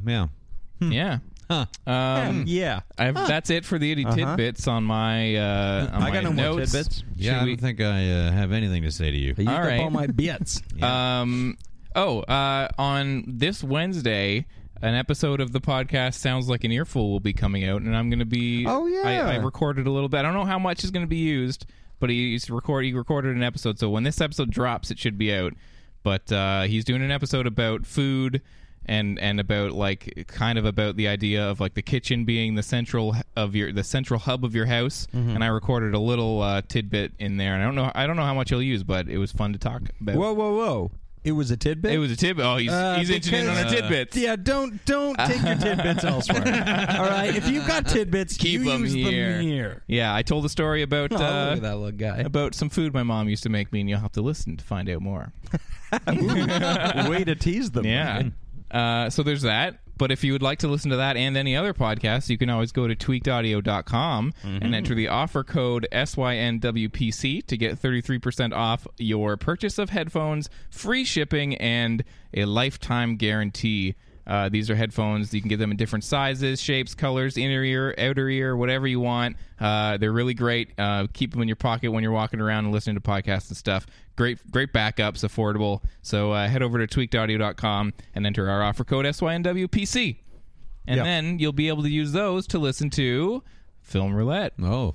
S3: Uh, yeah.
S1: yeah. Um,
S2: yeah.
S1: I've, That's it for the itty tidbits on my. Uh, on
S2: Uh-huh. I got
S1: my
S2: no more
S1: notes.
S2: tidbits.
S3: Yeah, I
S1: Should
S3: don't
S1: we-
S3: think I uh, have anything to say to you.
S2: You
S1: All
S2: got
S1: right.
S2: all
S1: [LAUGHS]
S2: my bits.
S1: Um, oh, uh, on this Wednesday, an episode of the podcast Sounds Like an Earful will be coming out, and I'm going to be.
S2: Oh, yeah.
S1: I, I recorded a little bit. I don't know how much is going to be used, but he's record he recorded an episode. So when this episode drops, it should be out. But uh, he's doing an episode about food. And, and about like kind of about the idea of like the kitchen being the central h- of your the central hub of your house
S2: Mm-hmm.
S1: and I recorded a little uh, tidbit in there and I don't know I don't know how much he'll use but it was fun to talk about.
S2: Whoa, whoa, whoa! It was a tidbit.
S1: It was a tidbit. Oh, he's,
S2: Uh,
S1: he's itching in on a
S2: because-
S1: tidbit.
S2: Yeah, don't
S1: [LAUGHS]
S2: don't take your tidbits elsewhere. All right, if you've got tidbits,
S1: Keep
S2: you
S1: them
S2: use
S1: here.
S2: them here.
S1: Yeah, I told a story about
S2: Oh, look
S1: uh,
S2: at that little guy.
S1: about some food my mom used to make me, and you'll have to listen to find out
S2: [LAUGHS]
S1: more. [LAUGHS]
S2: Way to tease them.
S1: Yeah. Uh, so there's that. But if you would like to listen to that and any other podcast, you can always go to tweakedaudio.com
S2: Mm-hmm.
S1: and enter the offer code SYNWPC to get 33% off your purchase of headphones, free shipping, and a lifetime guarantee. Uh, these are headphones. You can get them in different sizes, shapes, colors, inner ear, outer ear, whatever you want. Uh, they're really great. Uh, keep them in your pocket when you're walking around and listening to podcasts and stuff. Great, great backups, affordable. So uh, head over to tweakedaudio.com and enter our offer code SYNWPC. And
S2: Yeah.
S1: then you'll be able to use those to listen to Film Roulette.
S3: Oh.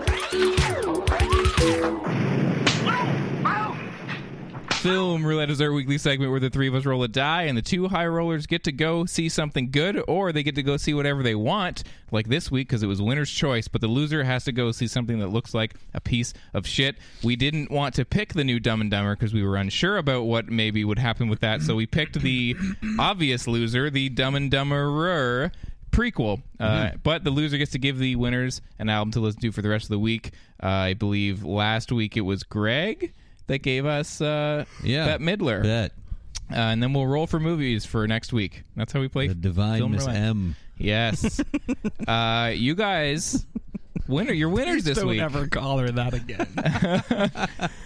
S1: Film Roulette is our weekly segment where the three of us roll a die, and the two high rollers get to go see something good, or they get to go see whatever they want, like this week because it was winner's choice. But the loser has to go see something that looks like a piece of shit. We didn't want to pick the new Dumb and Dumber because we were unsure about what maybe would happen with that, so we picked the obvious loser, the Dumb and Dumberer prequel. Uh,
S3: Mm-hmm.
S1: But the loser gets to give the winners an album to listen to for the rest of the week. Uh, I believe last week it was Greg that gave us uh,
S3: Yeah.
S1: Bette Midler.
S3: Bet.
S1: Uh, and then we'll roll for movies for next week. That's how we play
S3: The divine
S1: film
S3: Miss
S1: roulette.
S3: M. [LAUGHS]
S1: Yes. uh, you guys, winner, you're winners this
S2: Don't
S1: week.
S2: ever call her that again.
S1: [LAUGHS]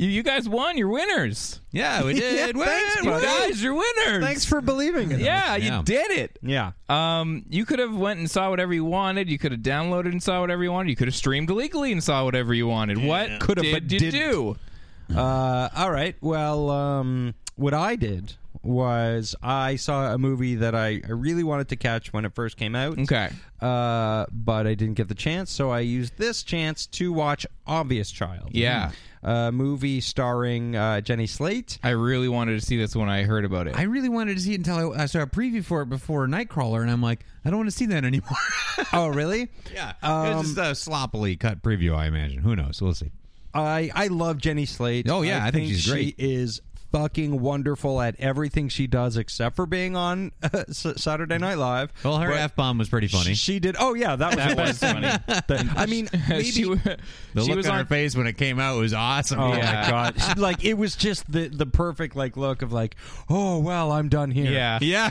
S1: You, you guys won. You're winners.
S3: Yeah, we
S2: [LAUGHS] Yeah,
S3: did. Well,
S2: thanks,
S1: You
S2: buddy.
S1: guys, you're winners.
S2: Thanks for believing in us.
S1: Yeah,
S3: Yeah.
S1: you did it.
S2: Yeah.
S1: Um, you could have went and saw whatever you wanted. You could have downloaded and saw whatever you wanted. You could have streamed illegally and saw whatever you wanted. What
S2: Could have,
S1: did
S2: but
S1: you
S2: didn't.
S1: do?
S2: Uh, all right. Well, um, what I did was I saw a movie that I, I really wanted to catch when it first came out.
S1: Okay.
S2: Uh, but I didn't get the chance, so I used this chance to watch Obvious Child.
S1: Yeah.
S2: A movie starring uh, Jenny Slate.
S1: I really wanted to see this when I heard about it.
S3: I really wanted to see it until I, I saw a preview for it before Nightcrawler, and I'm like, I don't want to see that anymore. [LAUGHS]
S2: [LAUGHS] Oh, really?
S3: yeah, it was
S1: Um,
S3: just a sloppily cut preview, I imagine. Who knows? We'll see.
S2: I I love Jenny Slate.
S3: Oh, yeah, I think she's
S2: She
S3: great.
S2: is fucking wonderful at everything she does, except for being on [LAUGHS] S- Saturday Night Live.
S3: Well, her
S2: But
S3: f bomb was pretty funny.
S2: She did. Oh yeah, that was
S1: that
S2: the
S1: [LAUGHS] was
S2: [LAUGHS]
S1: funny.
S2: one. I [LAUGHS] mean,
S1: [LAUGHS]
S2: maybe.
S1: she, wa-
S3: the
S1: she
S3: look
S1: was
S3: on,
S1: on
S3: her face when it came out was awesome.
S2: Oh
S1: Yeah.
S2: my god! She- like it was just the the perfect like look of like, oh well, I'm done
S1: [LAUGHS]
S2: here.
S1: Yeah.
S3: [LAUGHS] yeah.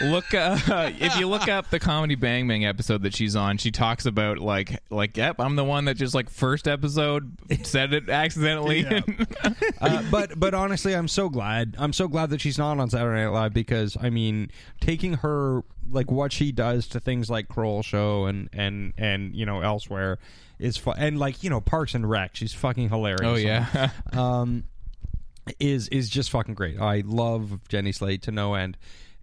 S1: Look, uh, if you look up the comedy Bang Bang episode that she's on, she talks about like, like, yep, I'm the one that just like first episode said it accidentally.
S3: [LAUGHS]
S2: [LAUGHS] Uh, but but honestly, I'm so glad. I'm so glad that she's not on Saturday Night Live because I mean, taking her like what she does to things like Kroll Show and and and you know elsewhere is fun. And like you know Parks and Rec, she's fucking hilarious.
S1: oh yeah.
S2: [LAUGHS] um, is is just fucking great. I love Jenny Slate to no end,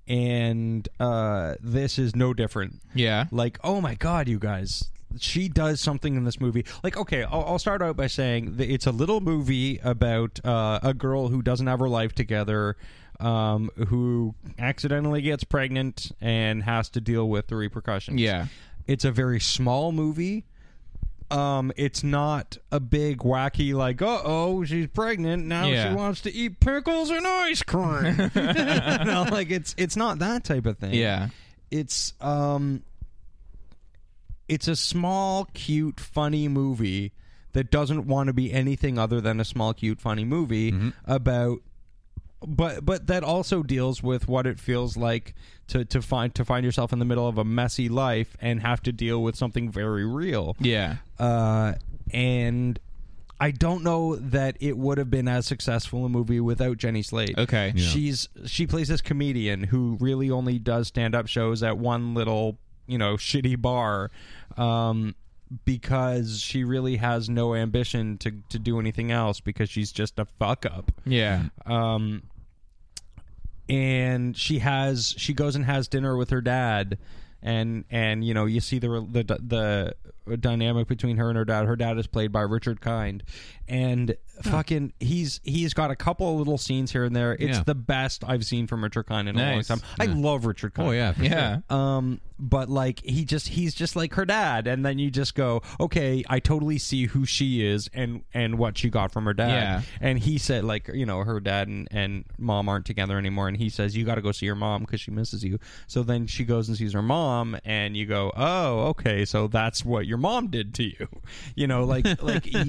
S2: and uh, this is no different.
S1: Yeah.
S2: like oh my god, you guys. She does something in this movie. Like, okay, I'll, I'll start out by saying that it's a little movie about uh, a girl who doesn't have her life together, um, who accidentally gets pregnant and has to deal with the repercussions.
S1: Yeah.
S2: It's a very small movie. Um, it's not a big wacky like, uh oh, she's pregnant now.
S1: Yeah.
S2: She wants to eat pickles and ice cream. [LAUGHS]
S1: [LAUGHS]
S2: you know, like it's it's not that type of
S1: [LAUGHS]
S2: thing.
S1: yeah.
S2: it's um, it's a small, cute, funny movie that doesn't want to be anything other than a small, cute, funny movie about but but that also deals with what it feels like to to find to find yourself in the middle of a messy life and have to deal with something very real.
S1: Yeah.
S2: Uh, and I don't know that it would have been as successful a movie without Jenny Slate.
S1: Okay. Yeah.
S2: she's she plays this comedian who really only does stand up shows at one little you know shitty bar, um, because she really has no ambition to to do anything else because she's just a fuck up
S1: Yeah.
S2: um and she has she goes and has dinner with her dad and and you know you see the the the dynamic between her and her dad her dad is played by Richard Kind and fucking he's he's got a couple of little scenes here and there it's
S3: Yeah.
S2: the best i've seen from Richard Kind in
S1: Nice.
S2: a long time i love Richard Kind
S3: Oh yeah, for sure.
S1: yeah.
S2: um but like he just he's just like her dad and then you just go okay i totally see who she is and and what she got from her dad
S1: Yeah.
S2: and he said like you know her dad and, and mom aren't together anymore and he says you got to go see your mom because she misses you so then she goes and sees her mom and you go oh okay so that's what your mom did to you [LAUGHS] you know like like y-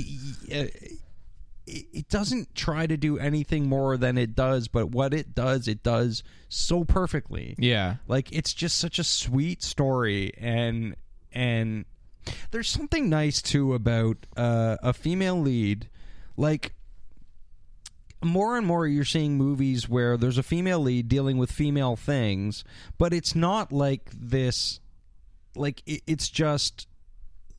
S2: y- uh, it it doesn't try to do anything more than it does but what it does it does so perfectly
S3: [LAUGHS]
S1: Yeah.
S2: like it's just such a sweet story and and there's something nice too about uh, a female lead like more and more you're seeing movies where there's a female lead dealing with female things but it's not like this like it, it's just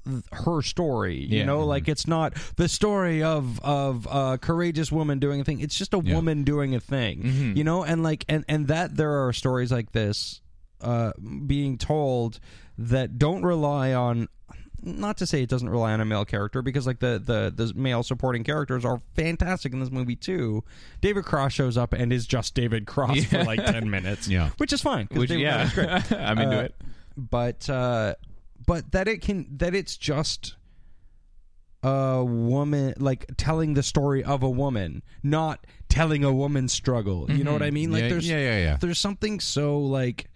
S2: th- her story you
S1: Yeah. Mm-hmm.
S2: know like it's not the story of of a courageous woman doing a thing it's just a woman doing a thing
S1: Mm-hmm.
S2: you know and like and and that there are stories like this uh being told that don't rely on not to say it doesn't rely on a male character because like the the the male supporting characters are fantastic in this movie too. David Cross shows up and is just David Cross for like
S1: [LAUGHS]
S2: 10 minutes.
S3: Yeah.
S2: Which is fine. 'cause
S1: Which
S2: David
S1: yeah.
S2: Cross is great
S1: I'm into
S2: Uh,
S1: it.
S2: but uh but that it can that it's just a woman like telling the story of a woman not telling a woman's struggle you know what i mean like
S3: Mm-hmm. Yeah,
S2: there's
S3: yeah, yeah, yeah.
S2: there's something so like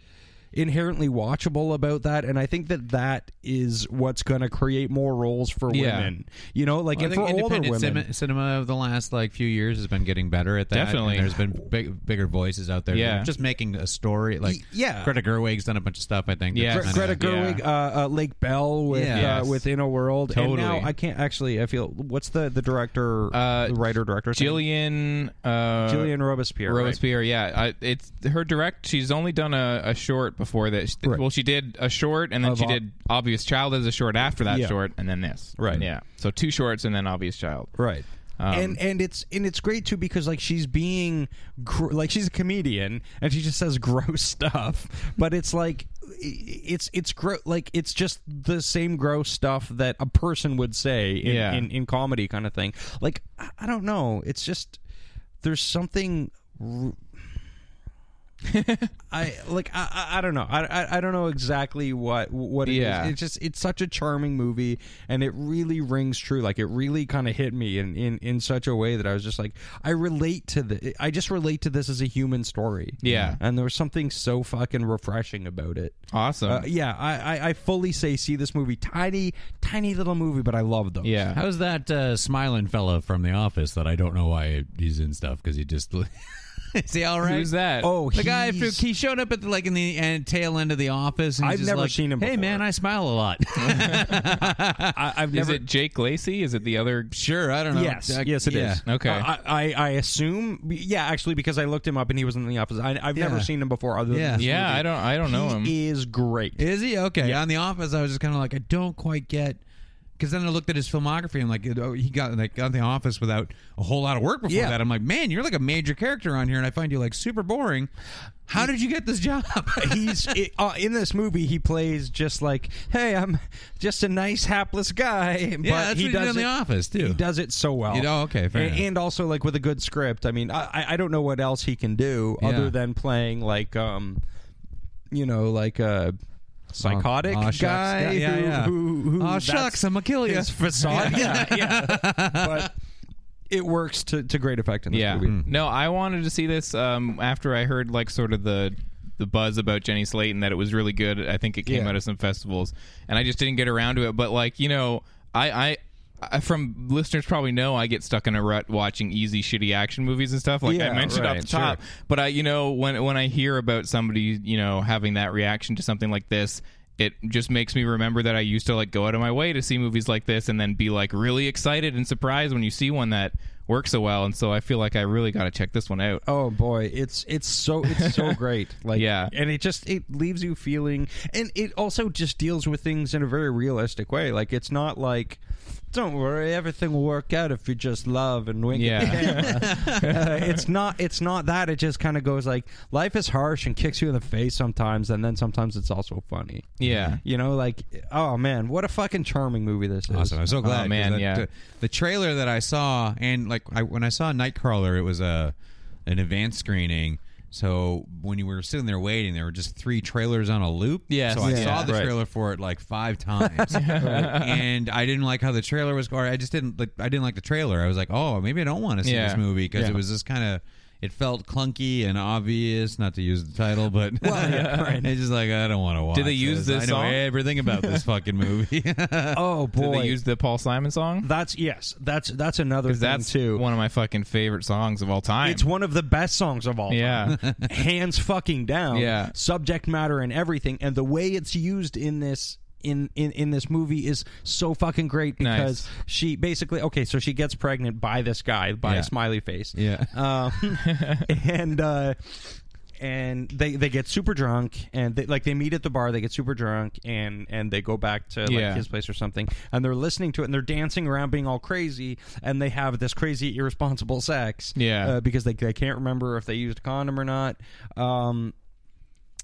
S2: inherently watchable about that and i think that that is what's going to create more roles for
S1: Yeah.
S2: women you know like
S3: Well,
S2: and
S3: I
S2: for
S3: think
S2: older
S3: independent
S2: women
S3: cin- cinema of the last like few years has been getting better at that. and
S1: Definitely.
S3: there's been big, bigger voices out there. that
S1: Yeah.
S3: are just making a story. Like,
S2: Y- yeah.
S3: Greta Gerwig's done a bunch of stuff. I think.
S1: Yeah.
S3: that's
S2: Gre-
S3: kinda-
S2: Greta Gerwig, uh, uh, Lake Bell with
S3: Yes.
S2: uh, with In a World,
S1: Totally.
S2: and now I can't actually. I feel what's the the director,
S1: Uh,
S2: the writer director,
S1: Jillian uh
S2: Jillian Robespierre. right?
S1: Robespierre, yeah. I, it's her direct. She's only done a, a short before that. She-
S2: Right.
S1: Well, she did a short, and then
S2: Of
S1: she
S2: Ob-
S1: did Obvious Child as a short after that
S2: Yeah.
S1: short, and then this.
S2: Right.
S1: Yeah. So two shorts and then Obvious Child.
S2: right
S1: Um,
S2: and and it's and it's great too because like she's being gr- like she's a comedian and she just says [LAUGHS] gross stuff but it's like i- it's it's gro- like it's just the same gross stuff that a person would say in,
S1: Yeah.
S2: in, in comedy kind of thing like I, I don't know it's just there's something
S1: [LAUGHS]
S2: r- I like I, I I don't know I, I I don't know exactly what what it is.
S1: Yeah.
S2: It's just it's such a charming movie and it really rings true. Like it really kind of hit me in, in in such a way that I was just like I relate to the I just relate to this as a human story.
S1: Yeah.
S2: and there was something so fucking refreshing about it.
S1: Awesome.
S2: Uh, yeah, I, I I fully say see this movie tiny tiny little movie, but I love them.
S1: yeah.
S3: How's that uh, smiling fella from The Office that I don't know why he's in stuff because he just [LAUGHS] is he all right?
S1: Who's that?
S2: Oh,
S3: the guy who
S2: he's-
S3: he showed up at the, like in the end, tail end of The Office. And he's
S2: I've
S3: just
S2: never
S3: like,
S2: seen him
S3: Hey
S2: before."
S3: man, I smile a lot. [LAUGHS]
S2: I, I've
S1: Is
S2: never.
S1: it Jake Lacey? Is it the other?
S3: sure, I don't know.
S2: Yes,
S3: I-
S2: yes, it is. Uh,
S3: yeah.
S1: Okay.
S2: I, I, I assume, yeah, actually, because I looked him up and he was in the office. I, I've never
S3: Yeah.
S2: seen him before. Other
S3: Yeah.
S2: than this
S1: Yeah,
S2: movie.
S1: I don't. I don't know him.
S2: He is great.
S3: Is he okay? On The Office, I was just kind of like, I don't quite get. Because then I looked at his filmography and like it- oh, he got like on The Office without a whole lot of work before
S2: Yeah.
S3: that. I'm like, man, you're like a major character on here, and I find you like super boring. How did you get this job? [LAUGHS]
S2: He's it, uh, in this movie. He plays just like, hey, I'm just a nice hapless guy. [LAUGHS] but
S3: yeah, that's
S2: he
S3: what he
S2: does
S3: did in
S2: it-
S3: The Office too.
S2: He does it so well.
S3: You know, okay, fair
S2: and,
S3: enough.
S2: and also like with a good script. I mean, I I- I don't know what else he can do
S3: Yeah.
S2: other than playing like um, you know, like a psychotic
S3: Aw, shucks.
S2: guy.
S3: Yeah, yeah,
S2: who,
S3: yeah.
S2: Who, who,
S3: Aw,
S2: that's
S3: shucks, I'ma kill ya.
S2: His facade. [LAUGHS] yeah, yeah.
S3: [LAUGHS]
S2: But it works to, to great effect in this
S1: yeah.
S2: movie.
S3: Hmm.
S1: No, I wanted to see this um, after I heard like sort of the the buzz about Jenny Slate and that it was really good. I think it came
S2: Yeah.
S1: out of some festivals, and I just didn't get around to it. But like you know, I I I- from listeners probably know I get stuck in a rut watching easy shitty action movies and stuff like I
S2: Yeah,
S1: mentioned
S2: right,
S1: off the top. But I you know when when I hear about somebody you know having that reaction to something like this. It just makes me remember that I used to like go out of my way to see movies like this and then be like really excited and surprised when you see one that works so well. And so I feel like I really got to check this one out.
S2: Oh boy, it's it's so it's
S1: [LAUGHS]
S2: so great. Like
S1: Yeah.
S2: and it just it leaves you feeling and it also just deals with things in a very realistic way. Like it's not like don't worry, everything will work out if you just love and wink. at the camera." Uh, [LAUGHS] it's not it's not that it just kind of goes like life is harsh and kicks you in the face sometimes and then sometimes it's also funny.
S1: Yeah.
S2: You know like oh man, what a fucking charming movie this is.
S3: Awesome. I'm so glad.
S1: Oh, man,
S3: 'cause that-
S1: yeah.
S3: The, the trailer that I saw, and like I, when I saw Nightcrawler, it was a an advanced screening. So when you were sitting there waiting, there were just three trailers on a loop.
S1: Yes.
S3: So I
S1: Yeah.
S3: saw the
S1: Right.
S3: trailer for it like
S1: [LAUGHS]
S3: five times, and I didn't like how the trailer was. Or I just didn't like. I didn't like the trailer. I was like, oh, maybe I don't want to see
S1: Yeah.
S3: this movie because it was just kind of. It felt clunky and obvious, not to use the title, but [LAUGHS] it's just like I don't want to watch.
S1: they use
S3: this?
S1: this
S3: I know
S1: song?
S3: everything
S1: [LAUGHS]
S3: about this fucking movie.
S2: [LAUGHS]
S1: [LAUGHS]
S2: Oh
S1: Did
S2: boy.
S1: they use the Paul Simon song?
S2: that's yes. That's that's another thing
S1: Because that's
S2: too.
S1: one of my fucking favorite songs of all time.
S2: It's one of the best songs of all [LAUGHS]
S1: Yeah.
S2: time. Hands fucking down.
S1: Yeah.
S2: Subject matter and everything. And the way it's used in this in, in, in this movie is so fucking great because
S1: Nice.
S2: she basically okay, so she gets pregnant by this guy, by
S3: Yeah.
S2: a smiley face.
S3: [LAUGHS] Yeah.
S1: [LAUGHS]
S2: Um, and uh and they they get super drunk and they like they meet at the bar they get super drunk and and they go back to like
S1: Yeah.
S2: his place or something and they're listening to it and they're dancing around being all crazy and they have this crazy irresponsible sex
S1: Yeah.
S2: uh, because they, they can't remember if they used a condom or not um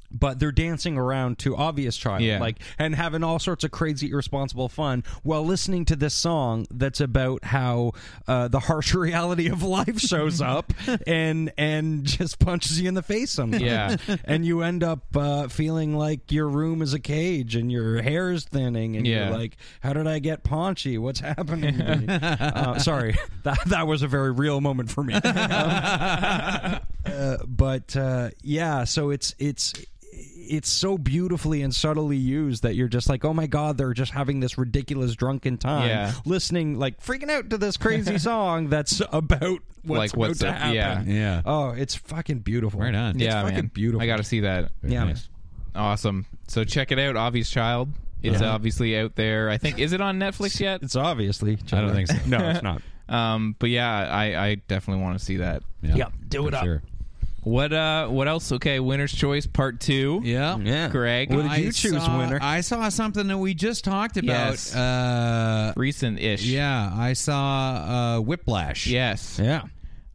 S2: but they're dancing around to obvious child
S1: Yeah.
S2: like and having all sorts of crazy irresponsible fun while listening to this song that's about how uh, the harsh [LAUGHS] reality of life shows
S1: [LAUGHS]
S2: up and and just punches you in the face sometimes
S1: Yeah.
S2: [LAUGHS] and you end up uh, feeling like your room is a cage and your hair is thinning and
S1: Yeah.
S2: you're like how did i get paunchy what's happening to
S1: [LAUGHS]
S2: me uh, sorry [LAUGHS] that, that was a very real
S1: [LAUGHS]
S2: moment for me uh, but uh, yeah, so it's it's it's so beautifully and subtly used that you're just like, oh my god, they're just having this ridiculous drunken time,
S1: Yeah.
S2: listening like freaking out to this crazy song that's about what's
S1: Like,
S2: about
S1: what's
S2: to
S1: up-
S2: happen.
S1: yeah.
S3: yeah.
S2: Oh, it's fucking beautiful.
S3: Right on.
S2: It's
S1: yeah,
S2: fucking
S1: man.
S2: beautiful.
S1: I got to see that.
S2: yeah. man.
S1: Awesome. So check it out, Obvious Child. It's obviously out there. I think is it on Netflix yet?
S2: It's obviously.
S3: I don't think so.
S2: no, [LAUGHS] it's not.
S1: Um, but yeah, I, I definitely want to see that.
S3: Yeah.
S2: Yep, do it
S3: For
S2: up.
S3: Sure.
S1: What uh what else? Okay, Winner's Choice Part Two.
S3: Yeah.
S2: Yeah.
S1: Greg,
S2: What did
S1: I
S2: you choose,
S3: saw,
S2: winner?
S3: I saw something that we just talked about.
S1: Yes.
S3: Uh,
S1: Recent ish.
S3: yeah, I saw uh, Whiplash.
S1: Yes.
S2: yeah.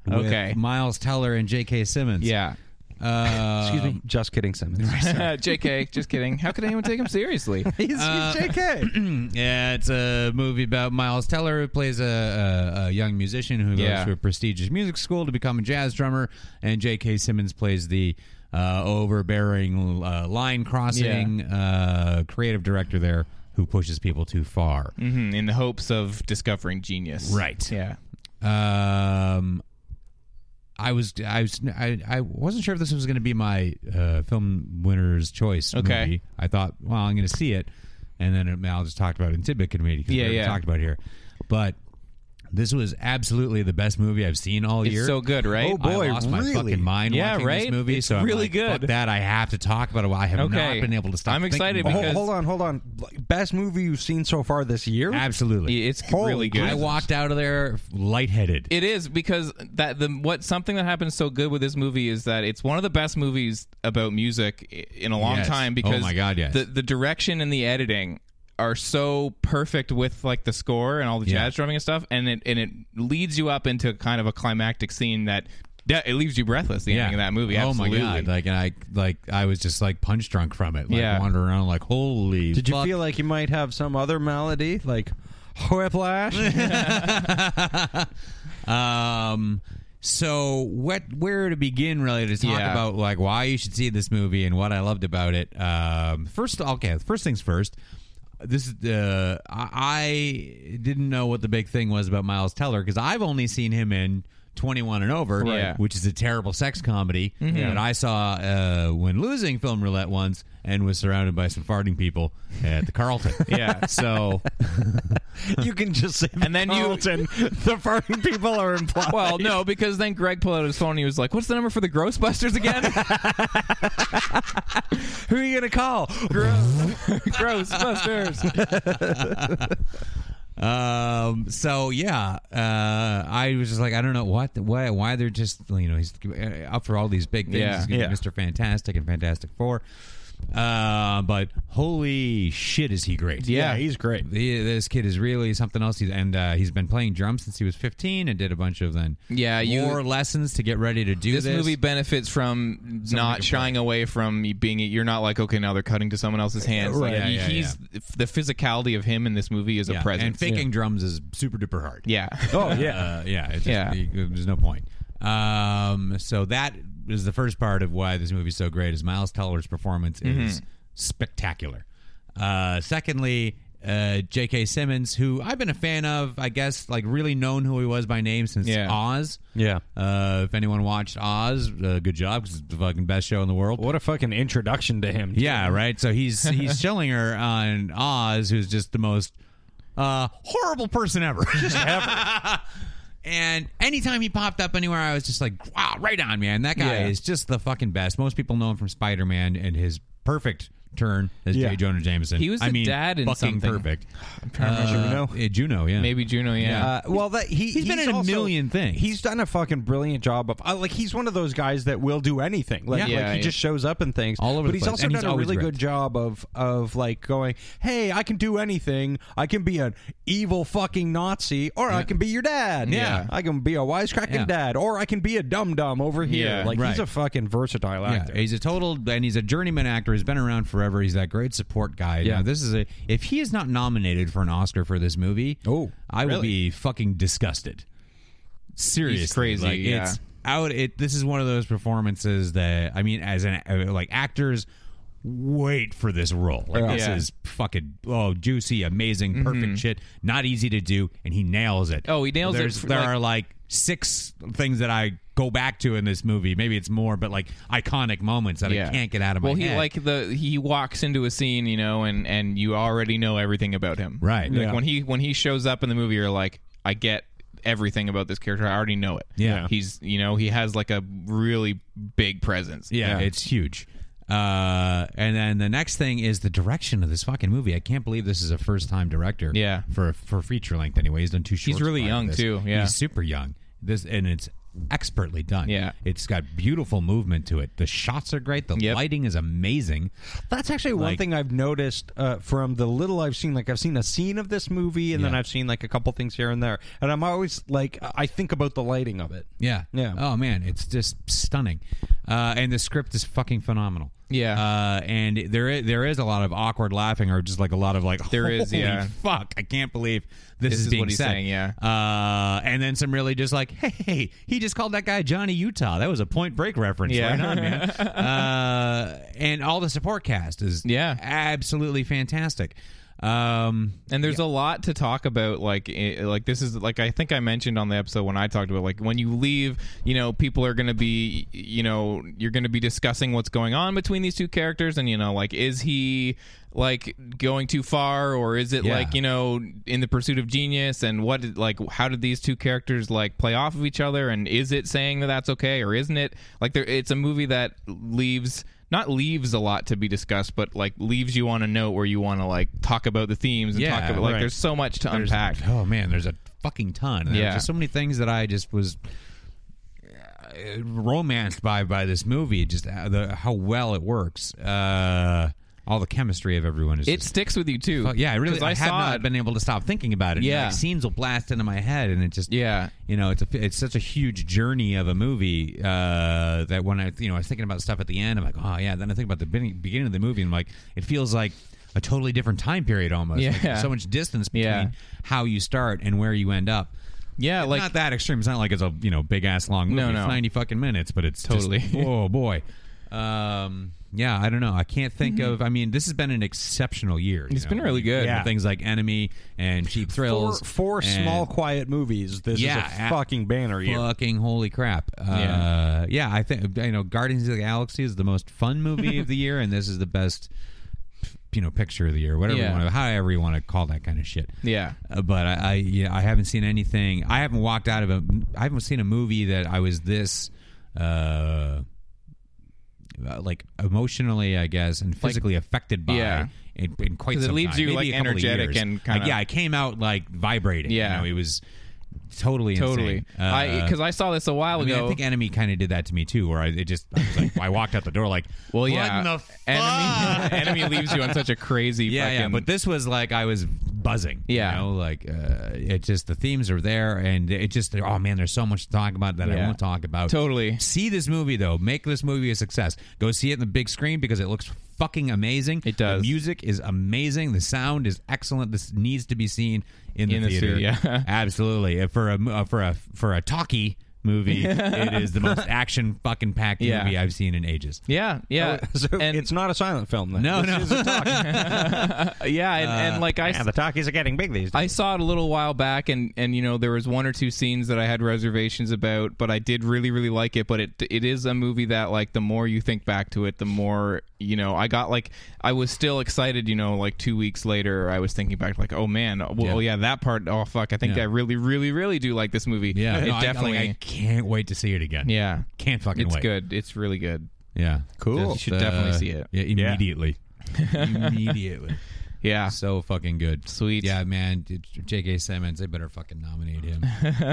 S3: with
S1: Okay.
S3: Miles Teller and J.K. Simmons.
S1: Yeah.
S3: Uh,
S2: Excuse me. Just kidding, Simmons.
S1: JK, just kidding. How could anyone take him
S2: [LAUGHS]
S1: seriously?
S2: he's, he's J.K.
S3: yeah, it's a movie about Miles Teller who plays a, a, a young musician who
S1: Yeah.
S3: goes to a prestigious music school to become a jazz drummer, and J.K. Simmons plays the uh, overbearing uh, line crossing uh, creative director there who pushes people too far.
S1: Mhm, In the hopes of discovering genius.
S3: Right.
S1: Yeah.
S3: Um, I was I was I, I wasn't sure if this was going to be my uh, film winner's choice.
S1: Okay.
S3: movie. I thought, well, I'm going to see it, and then Mal just talked about it in Tidbit Committee. 'cause we
S1: Yeah,
S3: already
S1: yeah.
S3: Talked about here, but this was absolutely the best movie I've seen all
S1: It's
S3: year.
S1: so good, right?
S3: Oh boy, I lost my
S2: really?
S3: fucking mind
S1: Yeah,
S3: watching
S1: right?
S3: this movie.
S1: It's
S3: so I'm
S1: really
S3: like, fuck
S1: good.
S3: that I have to talk about it. Well, I have
S1: Okay.
S3: not been able to stop.
S1: I'm
S3: thinking
S1: excited
S3: about
S1: because-
S3: it.
S2: hold on, hold on. Best movie you've seen so far this year?
S3: absolutely,
S1: It's
S2: Holy
S1: really good.
S3: I walked out of there lightheaded.
S1: It is because that the what something that happens so good with this movie is that it's one of the best movies about music i- in a long
S3: Yes.
S1: time
S3: Oh
S1: because
S3: my God, yes.
S1: the the direction and the editing are so perfect with like the score and all the
S3: Yeah.
S1: jazz drumming and stuff and it and it leads you up into kind of a climactic scene that that- it leaves you breathless the ending of that movie absolutely
S3: Oh my god! Like and I like I was just like punch drunk from it. Like
S1: Yeah.
S3: wandering around like holy.
S2: Did you
S3: fuck.
S2: feel like you might have some other malady, like whiplash?
S3: um. So what? Where to begin? Really to talk
S1: Yeah.
S3: about like why you should see this movie and what I loved about it. Um. First, okay. First things first. This is uh, I I didn't know what the big thing was about Miles Teller because I've only seen him in 21 and over,
S1: Right. Mm-hmm.
S3: which is a terrible sex comedy that I saw uh, when losing film roulette once and was surrounded by some farting people at the Carlton.
S1: [LAUGHS] Yeah.
S3: So
S2: you can just say
S1: And then you-
S2: Carlton. the farting people are implied.
S1: Well, no, because then Greg pulled out his phone and he was like, What's the number for the Grossbusters
S3: [LAUGHS]
S1: again?
S2: who are you gonna call? [LAUGHS]
S1: Grossbusters.
S3: Um. So yeah, uh, I was just like, I don't know what, why, why they're just you know he's uh, up for all these big things.
S1: Yeah.
S3: he's gonna
S2: Yeah.
S3: be Mr. Fantastic and Fantastic Four. Uh, but holy shit, is he great?
S1: Yeah.
S2: he's great.
S3: The- this kid is really something else. He's and uh, he's been playing drums since he was 15 and did a bunch of then
S1: Yeah, you-
S3: more lessons to get ready to do
S1: This
S3: this.
S1: movie benefits from not shying away from you being. You're not like, okay, now they're cutting to someone else's hands. Like,
S3: Right.
S1: he-
S3: Yeah, yeah,
S1: he's the physicality of him in this movie is
S3: Yeah,
S1: a presence.
S3: and faking drums is super duper hard.
S1: yeah.
S3: [LAUGHS]
S1: [LAUGHS]
S2: Oh yeah.
S3: Uh, yeah, it just,
S1: Yeah.
S3: it- there's no point. Um, so that is the first part of why this movie's so great. Is Miles Teller's performance
S1: Mm-hmm.
S3: is spectacular. Uh, secondly, uh, J.K. Simmons, who I've been a fan of, I guess, like really known who he was by name since
S1: Yeah.
S3: Oz.
S2: Yeah.
S3: Uh, if anyone watched Oz, uh, good job 'cause it's the fucking best show in the world.
S2: What a fucking introduction to him.
S3: Yeah, right. So he's he's Schillinger on Oz, who's just the most uh, horrible person ever. [LAUGHS] and anytime he popped up anywhere, I was just like, wow, right on, man. That guy
S1: Yeah.
S3: is just the fucking best. Most people know him from Spider Man and his perfect turn as
S2: Yeah.
S3: J. Jonah Jameson.
S1: He was
S3: I
S1: the
S3: mean,
S1: dad in
S3: fucking
S1: something.
S3: perfect.
S1: I'm trying to remember.
S2: Oh.
S3: Uh, eh, Juno, yeah.
S1: Maybe Juno, yeah.
S2: Uh, well, that he
S3: He's been in a
S2: also-
S3: million things.
S2: He's done a fucking brilliant job of uh, like he's one of those guys that will do anything. Like,
S1: Yeah.
S2: like,
S1: Yeah,
S2: he
S1: yeah.
S2: just shows up and things.
S3: All over
S2: but
S3: the
S2: he's
S3: place,
S2: also
S3: and
S2: done
S3: he's
S2: a
S3: always
S2: really
S3: ripped.
S2: good job of of like going, hey, I can do anything. I can be an evil fucking Nazi, or I can be your dad.
S1: Yeah.
S2: I can be a wisecracking
S3: Yeah.
S2: dad, or I can be a dum dum over here.
S1: Yeah,
S2: like
S3: right.
S2: he's a fucking versatile
S3: Yeah,
S2: actor.
S3: he's a total, and he's a journeyman actor. He's been around forever. He's that great support guy.
S2: Yeah.
S3: Now, this is a. If he is not nominated for an Oscar for this movie,
S2: Oh,
S3: I will
S2: really?
S3: be fucking disgusted. Seriously,
S1: crazy,
S3: Like,
S1: yeah.
S3: It's out. It. This is one of those performances that I mean, as an uh, like actors. Wait for this role. Like this
S1: Yeah.
S3: is fucking oh juicy, amazing, perfect
S2: Mm-hmm.
S3: shit. Not easy to do, and he nails it.
S1: Oh, he nails it
S3: There's-
S1: for,
S3: There
S1: like-
S3: are like six things that I go back to in this movie. Maybe it's more, but like iconic moments that I can't get out of my
S1: well, he
S3: head.
S1: like the he walks into a scene, you know, and and you already know everything about him.
S3: Right.
S1: Like
S3: Yeah.
S1: when he when he shows up in the movie, you're like, I get everything about this character. I already know it.
S3: Yeah.
S1: He's you know he has like a really big presence.
S3: yeah, it's huge. Uh, and then the next thing is the direction of this fucking movie. I can't believe this is a first time director.
S1: Yeah.
S3: for for feature length anyway. He's done two shorts.
S1: really
S3: prior to
S1: young,
S3: this.
S1: too, yeah.
S3: he's super young. This and it's expertly done.
S1: Yeah.
S3: it's got beautiful movement to it. The shots are great. The
S1: Yep.
S3: lighting is amazing.
S2: That's actually one
S3: Like-
S2: thing I've noticed uh, from the little I've seen. Like I've seen a scene of this movie, and then I've seen like a couple things here and there, and I'm always like, I think about the lighting of it.
S3: Yeah.
S2: Yeah.
S3: Oh man, it's just stunning, uh, and the script is fucking phenomenal.
S1: Yeah.
S3: Uh, and there is, there is a lot of awkward laughing, or just like a lot of like
S1: There is,
S3: [LAUGHS] "Holy
S1: yeah.
S3: Fuck, I can't believe this,
S1: This
S3: is,
S1: is
S3: being
S1: what he's
S3: said.
S1: saying, yeah.
S3: Uh, and then some really just like, hey, hey, he just called that guy Johnny Utah. That was a Point Break reference.
S1: Yeah.
S3: Right on,
S1: [LAUGHS]
S3: man. uh, and all the support cast is
S1: Yeah.
S3: absolutely fantastic. Um,
S1: And there's a lot to talk about. Like, eh, like this is like I think I mentioned on the episode when I talked about like when you leave, you know, people are gonna be, you know, you're gonna be discussing what's going on between these two characters, and you know, like is he like going too far, or is it
S3: Yeah.
S1: like you know in the pursuit of genius, and what did, like how did these two characters like play off of each other, and is it saying that that's okay or isn't it? Like, there, it's a movie that leaves not leaves a lot to be discussed, but like leaves you on a note where you want to like talk about the themes and
S3: Yeah,
S1: talk about like
S3: right.
S1: there's so much to unpack.
S3: Oh man, there's a fucking ton. There's
S1: Yeah.
S3: just so many things that I just was uh, romanced by by this movie. Just how, the, how well it works. Uh, all the chemistry of everyone is.
S1: It
S3: just,
S1: sticks with you too.
S3: fuck- yeah, I really.
S1: 'Cause
S3: I, have
S1: saw
S3: not
S1: it.
S3: been able to stop thinking about it.
S1: Yeah.
S3: like, scenes will blast into my head, and it just
S1: Yeah.
S3: You know, it's a, it's such a huge journey of a movie uh, that when I you know I was thinking about stuff at the end, I'm like, oh yeah. Then I think about the beginning, beginning of the movie, and I'm like, it feels like a totally different time period almost. Like,
S1: Yeah.
S3: so much distance between
S1: Yeah.
S3: how you start and where you end up.
S1: Yeah, like
S3: not that extreme. It's not like it's a you know big ass long movie.
S1: No, no.
S3: [LAUGHS] It's ninety fucking minutes, but it's
S1: Totally.
S3: Just, oh boy. Um, yeah, I don't know. I can't think of. I mean, this has been an exceptional year. It's
S1: Mm-hmm. It's been really good.
S2: Yeah.
S3: Things like Enemy and Cheap
S2: Four,
S3: Thrills.
S2: four
S3: and-
S2: small quiet movies. This is a
S3: Yeah, a-
S2: fucking banner year.
S3: Fucking holy crap! Uh,
S1: Yeah.
S3: yeah, I think you know Guardians of the Galaxy is the most fun movie of the year, and this is the best, you know, picture of the year, whatever,
S1: Yeah.
S3: you want to, however you want to call that kind of shit.
S1: Yeah.
S3: Uh, but I, I, yeah, I haven't seen anything. I haven't walked out of a. I haven't seen a movie that I was this, uh, uh, like emotionally, I guess, and physically affected by.
S1: Yeah.
S3: In, in quite
S1: 'Cause it
S3: some
S1: leaves
S3: time,
S1: you,
S3: maybe
S1: like,
S3: a couple of
S1: energetic
S3: years.
S1: and
S3: Like,
S1: kinda-
S3: yeah, I came out like vibrating.
S1: Yeah.
S3: you know, it was totally
S1: Totally.
S3: insane.
S1: I
S3: Uh,
S1: because I saw this a while
S3: I mean,
S1: ago.
S3: I think Enemy kind of did that to me too, where I it just I, was like, I walked out the door like,
S1: [LAUGHS] well,
S3: what
S1: yeah.
S3: in the fuck?
S1: Enemy, [LAUGHS] enemy leaves you on such a crazy.
S3: [LAUGHS] yeah,
S1: fucking,
S3: yeah. But this was like I was buzzing.
S1: Yeah.
S3: you know, like uh, it just the themes are there, and it just oh man, there's so much to talk about that
S1: Yeah.
S3: I won't talk about.
S1: Totally.
S3: see this movie though. Make this movie a success. Go see it in the big screen because it looks fucking amazing.
S1: It does.
S3: The music is amazing. The sound is excellent. This needs to be seen in the
S1: In the
S3: theater.
S1: studio, yeah.
S3: [LAUGHS] absolutely. Uh, For a mo- uh, for a for a talkie
S1: [LAUGHS]
S3: movie, it is the most action fucking packed
S1: Yeah.
S3: movie I've seen in ages.
S1: yeah, yeah.
S2: [LAUGHS] so
S1: and
S2: it's not a silent film. Then.
S3: No, no.
S1: yeah, and,
S2: uh,
S1: and like I
S2: Yeah, the talkies are getting big these days.
S1: I saw it a little while back, and and you know there was one or two scenes that I had reservations about, but I did really really like it. But it it is a movie that like the more you think back to it, the more you know. I got like I was still excited, you know, like two weeks later, I was thinking back like, oh man, well yeah, that part. Oh fuck, I think I really really really do like this movie.
S3: [LAUGHS]
S1: [LAUGHS]
S3: Yeah,
S1: it
S3: No, I- I,
S1: definitely.
S3: like, I, can't wait to see it again.
S1: yeah,
S3: can't fucking
S1: it's
S3: wait.
S1: good. It's really good.
S3: Yeah, Uh,
S1: Cool. You should definitely see it.
S2: [LAUGHS]
S3: Yeah, immediately. immediately.
S1: Yeah,
S3: So fucking good.
S1: Ah. Sweet.
S3: Yeah, man. J- J.K. Simmons, they better fucking
S1: [LAUGHS]
S3: nominate him.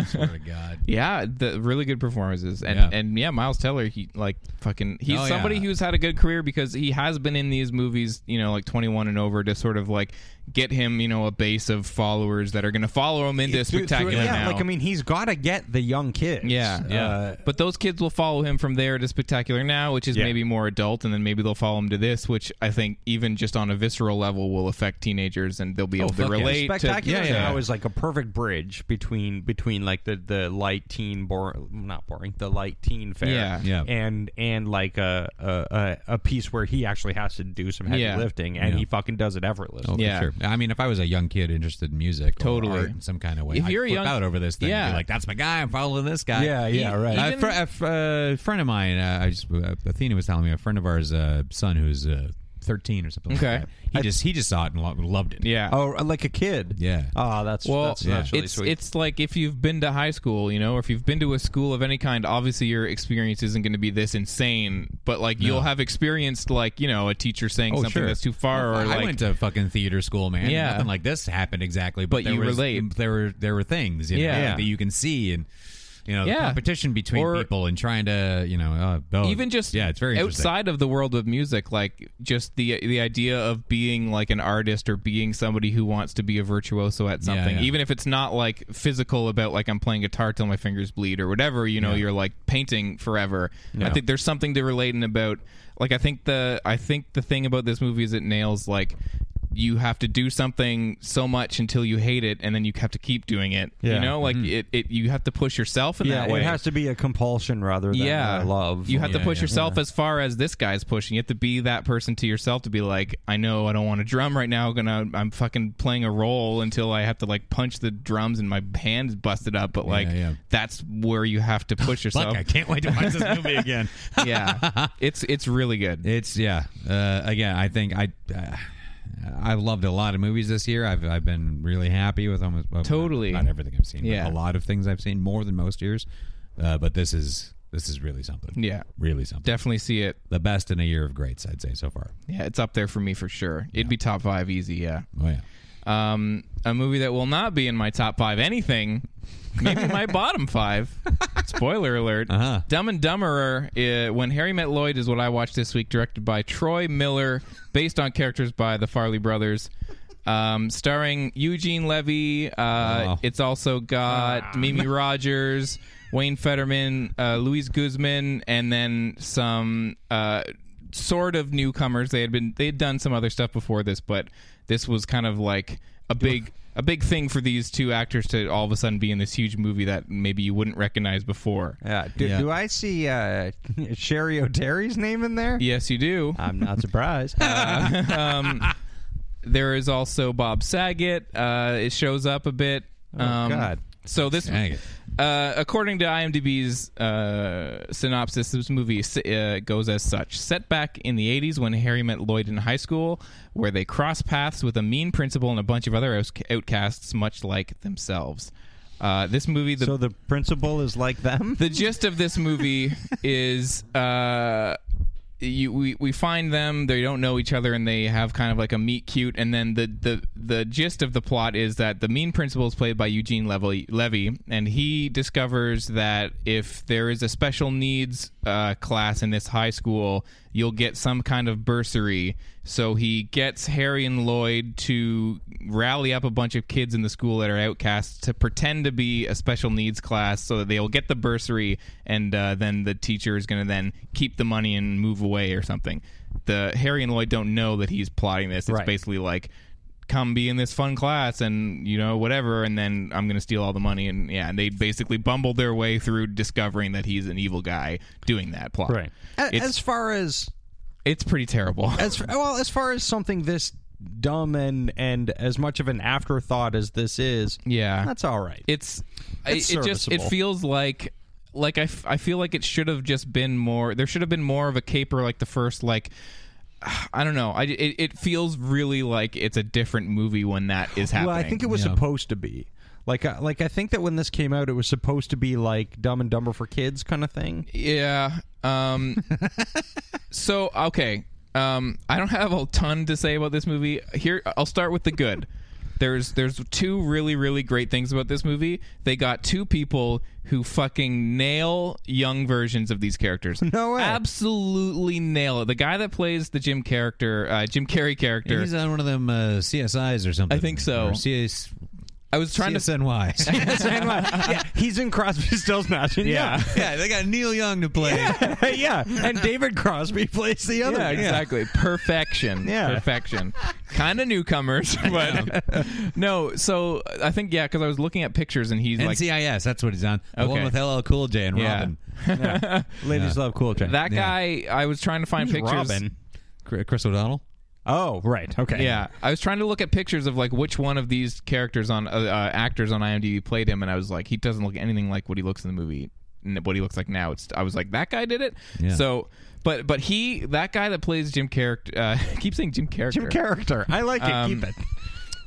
S3: swear to God.
S1: Yeah, the really good performances, and
S3: Yeah.
S1: and yeah, Miles Teller, he like fucking, he's
S3: Oh, yeah.
S1: somebody who's had a good career because he has been in these movies, you know, like twenty one and over to sort of like get him, you know, a base of followers that are going to follow him into
S2: Through- through-
S1: spectacular.
S2: yeah,
S1: now.
S2: like I mean, he's got to get the young kids.
S1: Yeah, yeah.
S2: Uh,
S1: but those kids will follow him from there to Spectacular Now, which is maybe more adult, and then maybe they'll follow him to this, which I think even just on a visceral level will affect teenagers, and they'll be able to
S3: fuck yeah.
S1: relate. to-
S2: Oh, Spectacular
S1: yeah, yeah.
S2: Now is like a perfect bridge between between like the the light teen bor not boring the light teen fair
S1: Yeah.
S3: Yeah.
S2: and and like a a, a a piece where he actually has to do some heavy
S1: Yeah.
S2: lifting and
S3: Yeah.
S2: he fucking does it effortlessly.
S3: Oh, for
S1: Yeah.
S3: sure. I mean, if I was a young kid interested in music, or
S1: Totally.
S3: art in some kind of way,
S1: If
S3: I'd
S1: you're a
S3: flip
S1: young-
S3: out over this thing. and
S1: Yeah. E-
S3: be like that's my guy. I'm following this guy.
S2: Yeah, yeah, right.
S3: A, fr- a fr- a friend of mine, uh, I just uh, Athena was telling me a friend of ours, uh, son who's uh, 13 or something.
S1: Okay.
S3: Like that. He just he just saw it and lo- loved it.
S1: yeah.
S2: Oh, like a kid.
S3: Yeah.
S2: Oh, that's
S1: Well,
S2: that's, that's really
S1: it's
S2: sweet.
S1: it's like if you've been to high school, you know, or if you've been to a school of any kind, obviously your experience isn't going to be this insane. But like you'll have experienced like you know a teacher saying
S3: Oh,
S1: something
S3: sure.
S1: that's too far,
S3: I
S1: or like
S3: went to fucking theater school, man. and
S1: Yeah.
S3: nothing like this happened exactly. But,
S1: But
S3: there
S1: you
S3: was-
S1: relate.
S3: There were there were things, you know,
S1: Yeah.
S3: like, that you can see and. You know, the
S1: Yeah.
S3: competition between
S1: Or-
S3: people and trying to, you know, uh, oh,
S1: even just
S3: yeah, it's very interesting.
S1: outside of the world of music like just the the idea of being like an artist or being somebody who wants to be a virtuoso at
S3: Yeah,
S1: something
S3: yeah.
S1: even if it's not like physical about like I'm playing guitar till my fingers bleed or whatever you know you're like painting forever I think there's something to relating about like I think the I think the thing about this movie is it nails like you have to do something so much until you hate it and then you have to keep doing it you
S2: Yeah.
S1: know
S3: Mm-hmm.
S1: like it, it you have to push yourself in
S2: yeah,
S1: that way
S2: it has to be a compulsion rather than
S1: yeah
S2: a love.
S1: you have to
S3: Yeah,
S1: push
S3: yeah.
S1: yourself as far as this guy's pushing you have to be that person to yourself to be like i know i don't want to drum right now gonna i'm fucking playing a role until i have to like punch the drums and my hand's busted up but like
S3: yeah.
S1: that's where you have to push
S3: [LAUGHS] Fuck,
S1: yourself [LAUGHS]
S3: I can't wait to watch this movie again.
S1: yeah it's it's really good
S3: It's yeah. Uh, again, I think I uh, I've loved a lot of movies this year. I've I've been really happy with almost well,
S1: Totally.
S3: not, not everything I've seen.
S1: Yeah.
S3: but a lot of things I've seen more than most years. Uh, but this is this is really something.
S1: yeah
S3: really something.
S1: definitely see it
S3: the best in a year of greats, I'd say so far.
S1: yeah it's up there for me for sure it'd be top five easy yeah
S3: Oh yeah.
S1: um a movie that will not be in my top five anything maybe
S3: [LAUGHS]
S1: my bottom five spoiler alert
S3: Uh-huh.
S1: dumb and dumberer uh, when harry met lloyd is what i watched this week directed by troy miller based on characters by the farley brothers um, starring eugene levy uh,
S3: Wow.
S1: it's also got mimi rogers wayne fetterman uh, louise guzman and then some uh, sort of newcomers they had been they had done some other stuff before this but this was kind of like a big a big thing for these two actors to all of a sudden be in this huge movie that maybe you wouldn't recognize before.
S2: Yeah. Do,
S3: Yeah.
S2: do I see uh, [LAUGHS] Sherry O'Terry's name in there?
S1: Yes, you do.
S2: I'm
S1: [LAUGHS]
S2: not surprised. Uh,
S1: There is also Bob Saget. Uh, it shows up a bit. Um,
S2: Oh, God.
S1: So this,
S3: Dang it.
S1: uh, according to IMDb's uh, synopsis, this movie uh, goes as such: Set back in the '80s when Harry met Lloyd in high school, where they cross paths with a mean principal and a bunch of other out- outcasts, much like themselves. Uh, this movie, the
S2: so the principal is like them?
S1: the gist of this movie is uh you, we, we find them they don't know each other and they have kind of like a meet cute and then the, the the gist of the plot is that the mean principal is played by Eugene Levy, Levy and he discovers that if there is a special needs uh, class in this high school you'll get some kind of bursary so he gets Harry and Lloyd to rally up a bunch of kids in the school that are outcasts to pretend to be a special needs class so that they'll get the bursary and uh, then the teacher is going to then keep the money and move away or something. The Harry and Lloyd don't know that he's plotting this. It's
S2: Right.
S1: basically like come be in this fun class and you know whatever and then I'm going to steal all the money and yeah, and they basically bumbled their way through discovering that he's an evil guy doing that plot.
S2: Right.
S1: It's-
S2: As far as
S1: It's pretty terrible.
S2: as well as far as something this dumb and and as much of an afterthought as this is,
S1: [LAUGHS] yeah.
S2: that's all right.
S1: it's,
S2: It's
S1: it, it just it
S2: serviceable.
S1: feels like like I, f- I feel like it should have just been more there should have been more of a caper like the first like [SIGHS] I don't know I it, it feels really like it's a different movie when that is happening
S2: well, I think it was supposed to be. Like, I- like I think that when this came out, it was supposed to be like Dumb and Dumber for kids kind of [LAUGHS] thing.
S1: yeah
S2: [LAUGHS]
S1: um so okay um I don't have a ton to say about this movie here I'll start with the good there's there's two really really great things about this movie they got two people who fucking nail young versions of these characters
S2: No way.
S1: absolutely nail it. The guy that plays the Jim character, uh, Jim Carrey character.
S3: He's on one of them uh, CSIs or something.
S1: I think so.
S3: Or CS,
S1: I was trying to. [LAUGHS]
S3: CSNY.
S2: yeah, he's in Crosby, Stills, Nash. and Young. [LAUGHS]
S3: yeah, they got Neil Young to play.
S2: yeah, and David Crosby plays the other.
S1: Yeah,
S2: man.
S1: exactly. Perfection.
S2: Yeah.
S1: Perfection. kind of
S2: [LAUGHS]
S1: newcomers, but no. So I think yeah, because I was looking at pictures and he's like
S3: NCIS, that's what he's on. The
S1: Okay.
S3: one with LL Cool J and
S1: Yeah.
S3: Robin.
S2: Ladies love Cool J.
S1: that guy. I was trying to find
S2: Who's
S1: pictures.
S2: Robin.
S3: Cr- Chris O'Donnell.
S2: Oh, right. Okay.
S1: Yeah, I was trying to look at pictures of like which one of these characters on uh, uh, actors on IMDb played him, and I was like, he doesn't look anything like what he looks in the movie, n- what he looks like now. It's I was like, that guy did it.
S3: Yeah.
S1: So, but but he that guy that plays Jim character, uh, [LAUGHS] I keep saying Jim character,
S2: Jim character. I like it.
S1: Um,
S2: keep it.
S1: uh,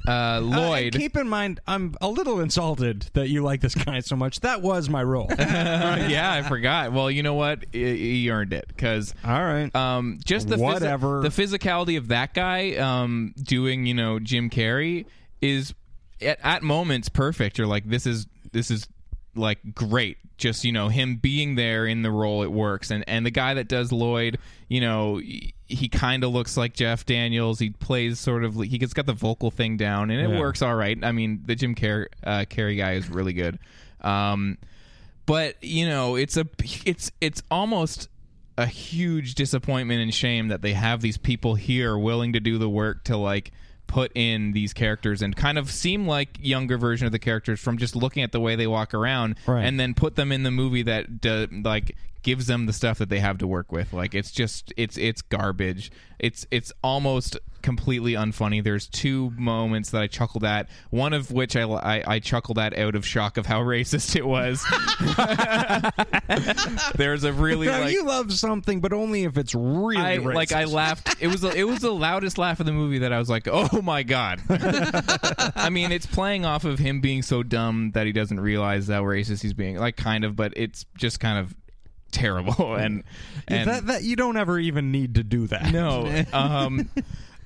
S2: Uh, and [LAUGHS]
S1: Lloyd.
S2: keep in mind, I'm a little insulted that you like this guy so much. That was my role. [LAUGHS] All
S1: [LAUGHS] yeah, I forgot. Well, you know what? I- He earned it because
S2: right.
S1: um, just the phys-
S2: Whatever.
S1: the physicality of that guy um, doing you know Jim Carrey is at, at moments perfect. You're like this is this is like great. Just you know him being there in the role it works, and and the guy that does Lloyd, you know. He, he kind of looks like Jeff Daniels. He plays sort of he gets got the vocal thing down, and it works all right. I mean, the Jim Car- uh, Carrey guy is really good. Um, but you know it's a it's it's almost a huge disappointment and shame that they have these people here willing to do the work to like put in these characters and kind of seem like younger version of the characters from just looking at the way they walk around
S2: Right.
S1: and then put them in the movie that do, like gives them the stuff that they have to work with like it's just it's it's garbage it's it's almost completely unfunny there's two moments that i chuckled at one of which i i, I chuckled at out of shock of how [LAUGHS] racist it was there's a really
S2: Now,
S1: like
S2: you love something, but only if it's really
S1: I
S2: racist.
S1: like I laughed. It was it was the loudest laugh of the movie that I was like, "Oh my god." I mean, it's playing off of him being so dumb that he doesn't realize how racist he's being. Like kind of, but it's just kind of terrible [LAUGHS] and and
S2: that, that you don't ever even need to do that. [LAUGHS]
S1: no. Um,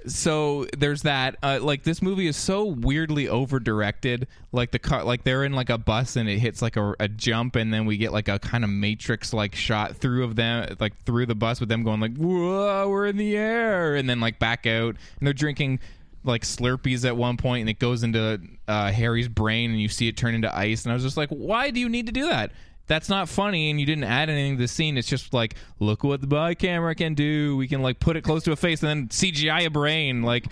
S1: so there's that. Uh, like this movie is so weirdly over directed. Like the car, like they're in like a bus and it hits like a, a jump, and then we get like a kind of matrix like shot through of them, like through the bus with them going like, "Whoa, we're in the air," and then like back out, and they're drinking. Like Slurpees at one point, and it goes into uh, Harry's brain, and you see it turn into ice. And I was just like, "Why do you need to do that?" that's not funny and you didn't add anything to the scene. It's just like, look what the body camera can do. We can like put it close to a face and then CGI a
S6: [LAUGHS]
S1: brain. Like,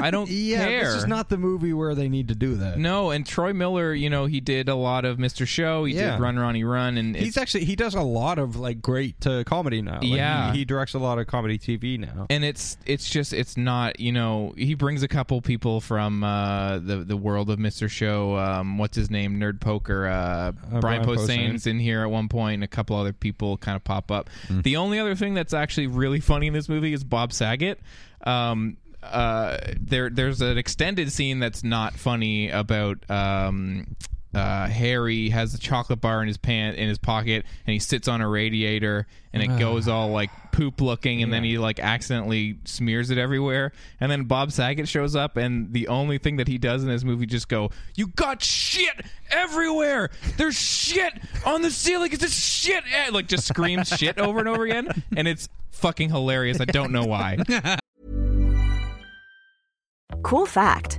S1: I don't
S6: Yeah,
S1: care.
S6: this is not the movie where they need to do that.
S1: No, and Troy Miller, you know, he did a lot of Mr. Show. He
S2: Yeah.
S1: did Run Ronnie Run, and
S2: He's
S1: it's,
S2: actually he does a lot of like great uh, comedy now. Like,
S1: Yeah.
S2: he, he directs a lot of comedy TV
S1: [LAUGHS]
S2: now.
S1: and it's it's just it's not you know he brings a couple people from uh, the the world of Mr. Show. Um, what's his name? Nerd Poker. Uh, Brian
S2: Brian
S1: Posehn's in here at one point, and a couple other people kind of pop up. The only other thing that's actually really funny in this movie is Bob Saget. Um, uh, there there's an extended scene that's not funny about um, uh, Harry has a chocolate bar in his pant in his pocket, and he sits on a radiator, and it goes
S2: Uh-huh.
S1: all like poop looking, and then he like accidentally smears it everywhere, and then Bob Saget shows up, and the only thing that he does in this movie just go, "You got shit everywhere. There's shit on the ceiling. It's just shit," eh," like just
S2: [LAUGHS]
S1: screams shit over and over again, and it's fucking hilarious. I don't know
S2: [LAUGHS]
S1: why.
S7: Cool fact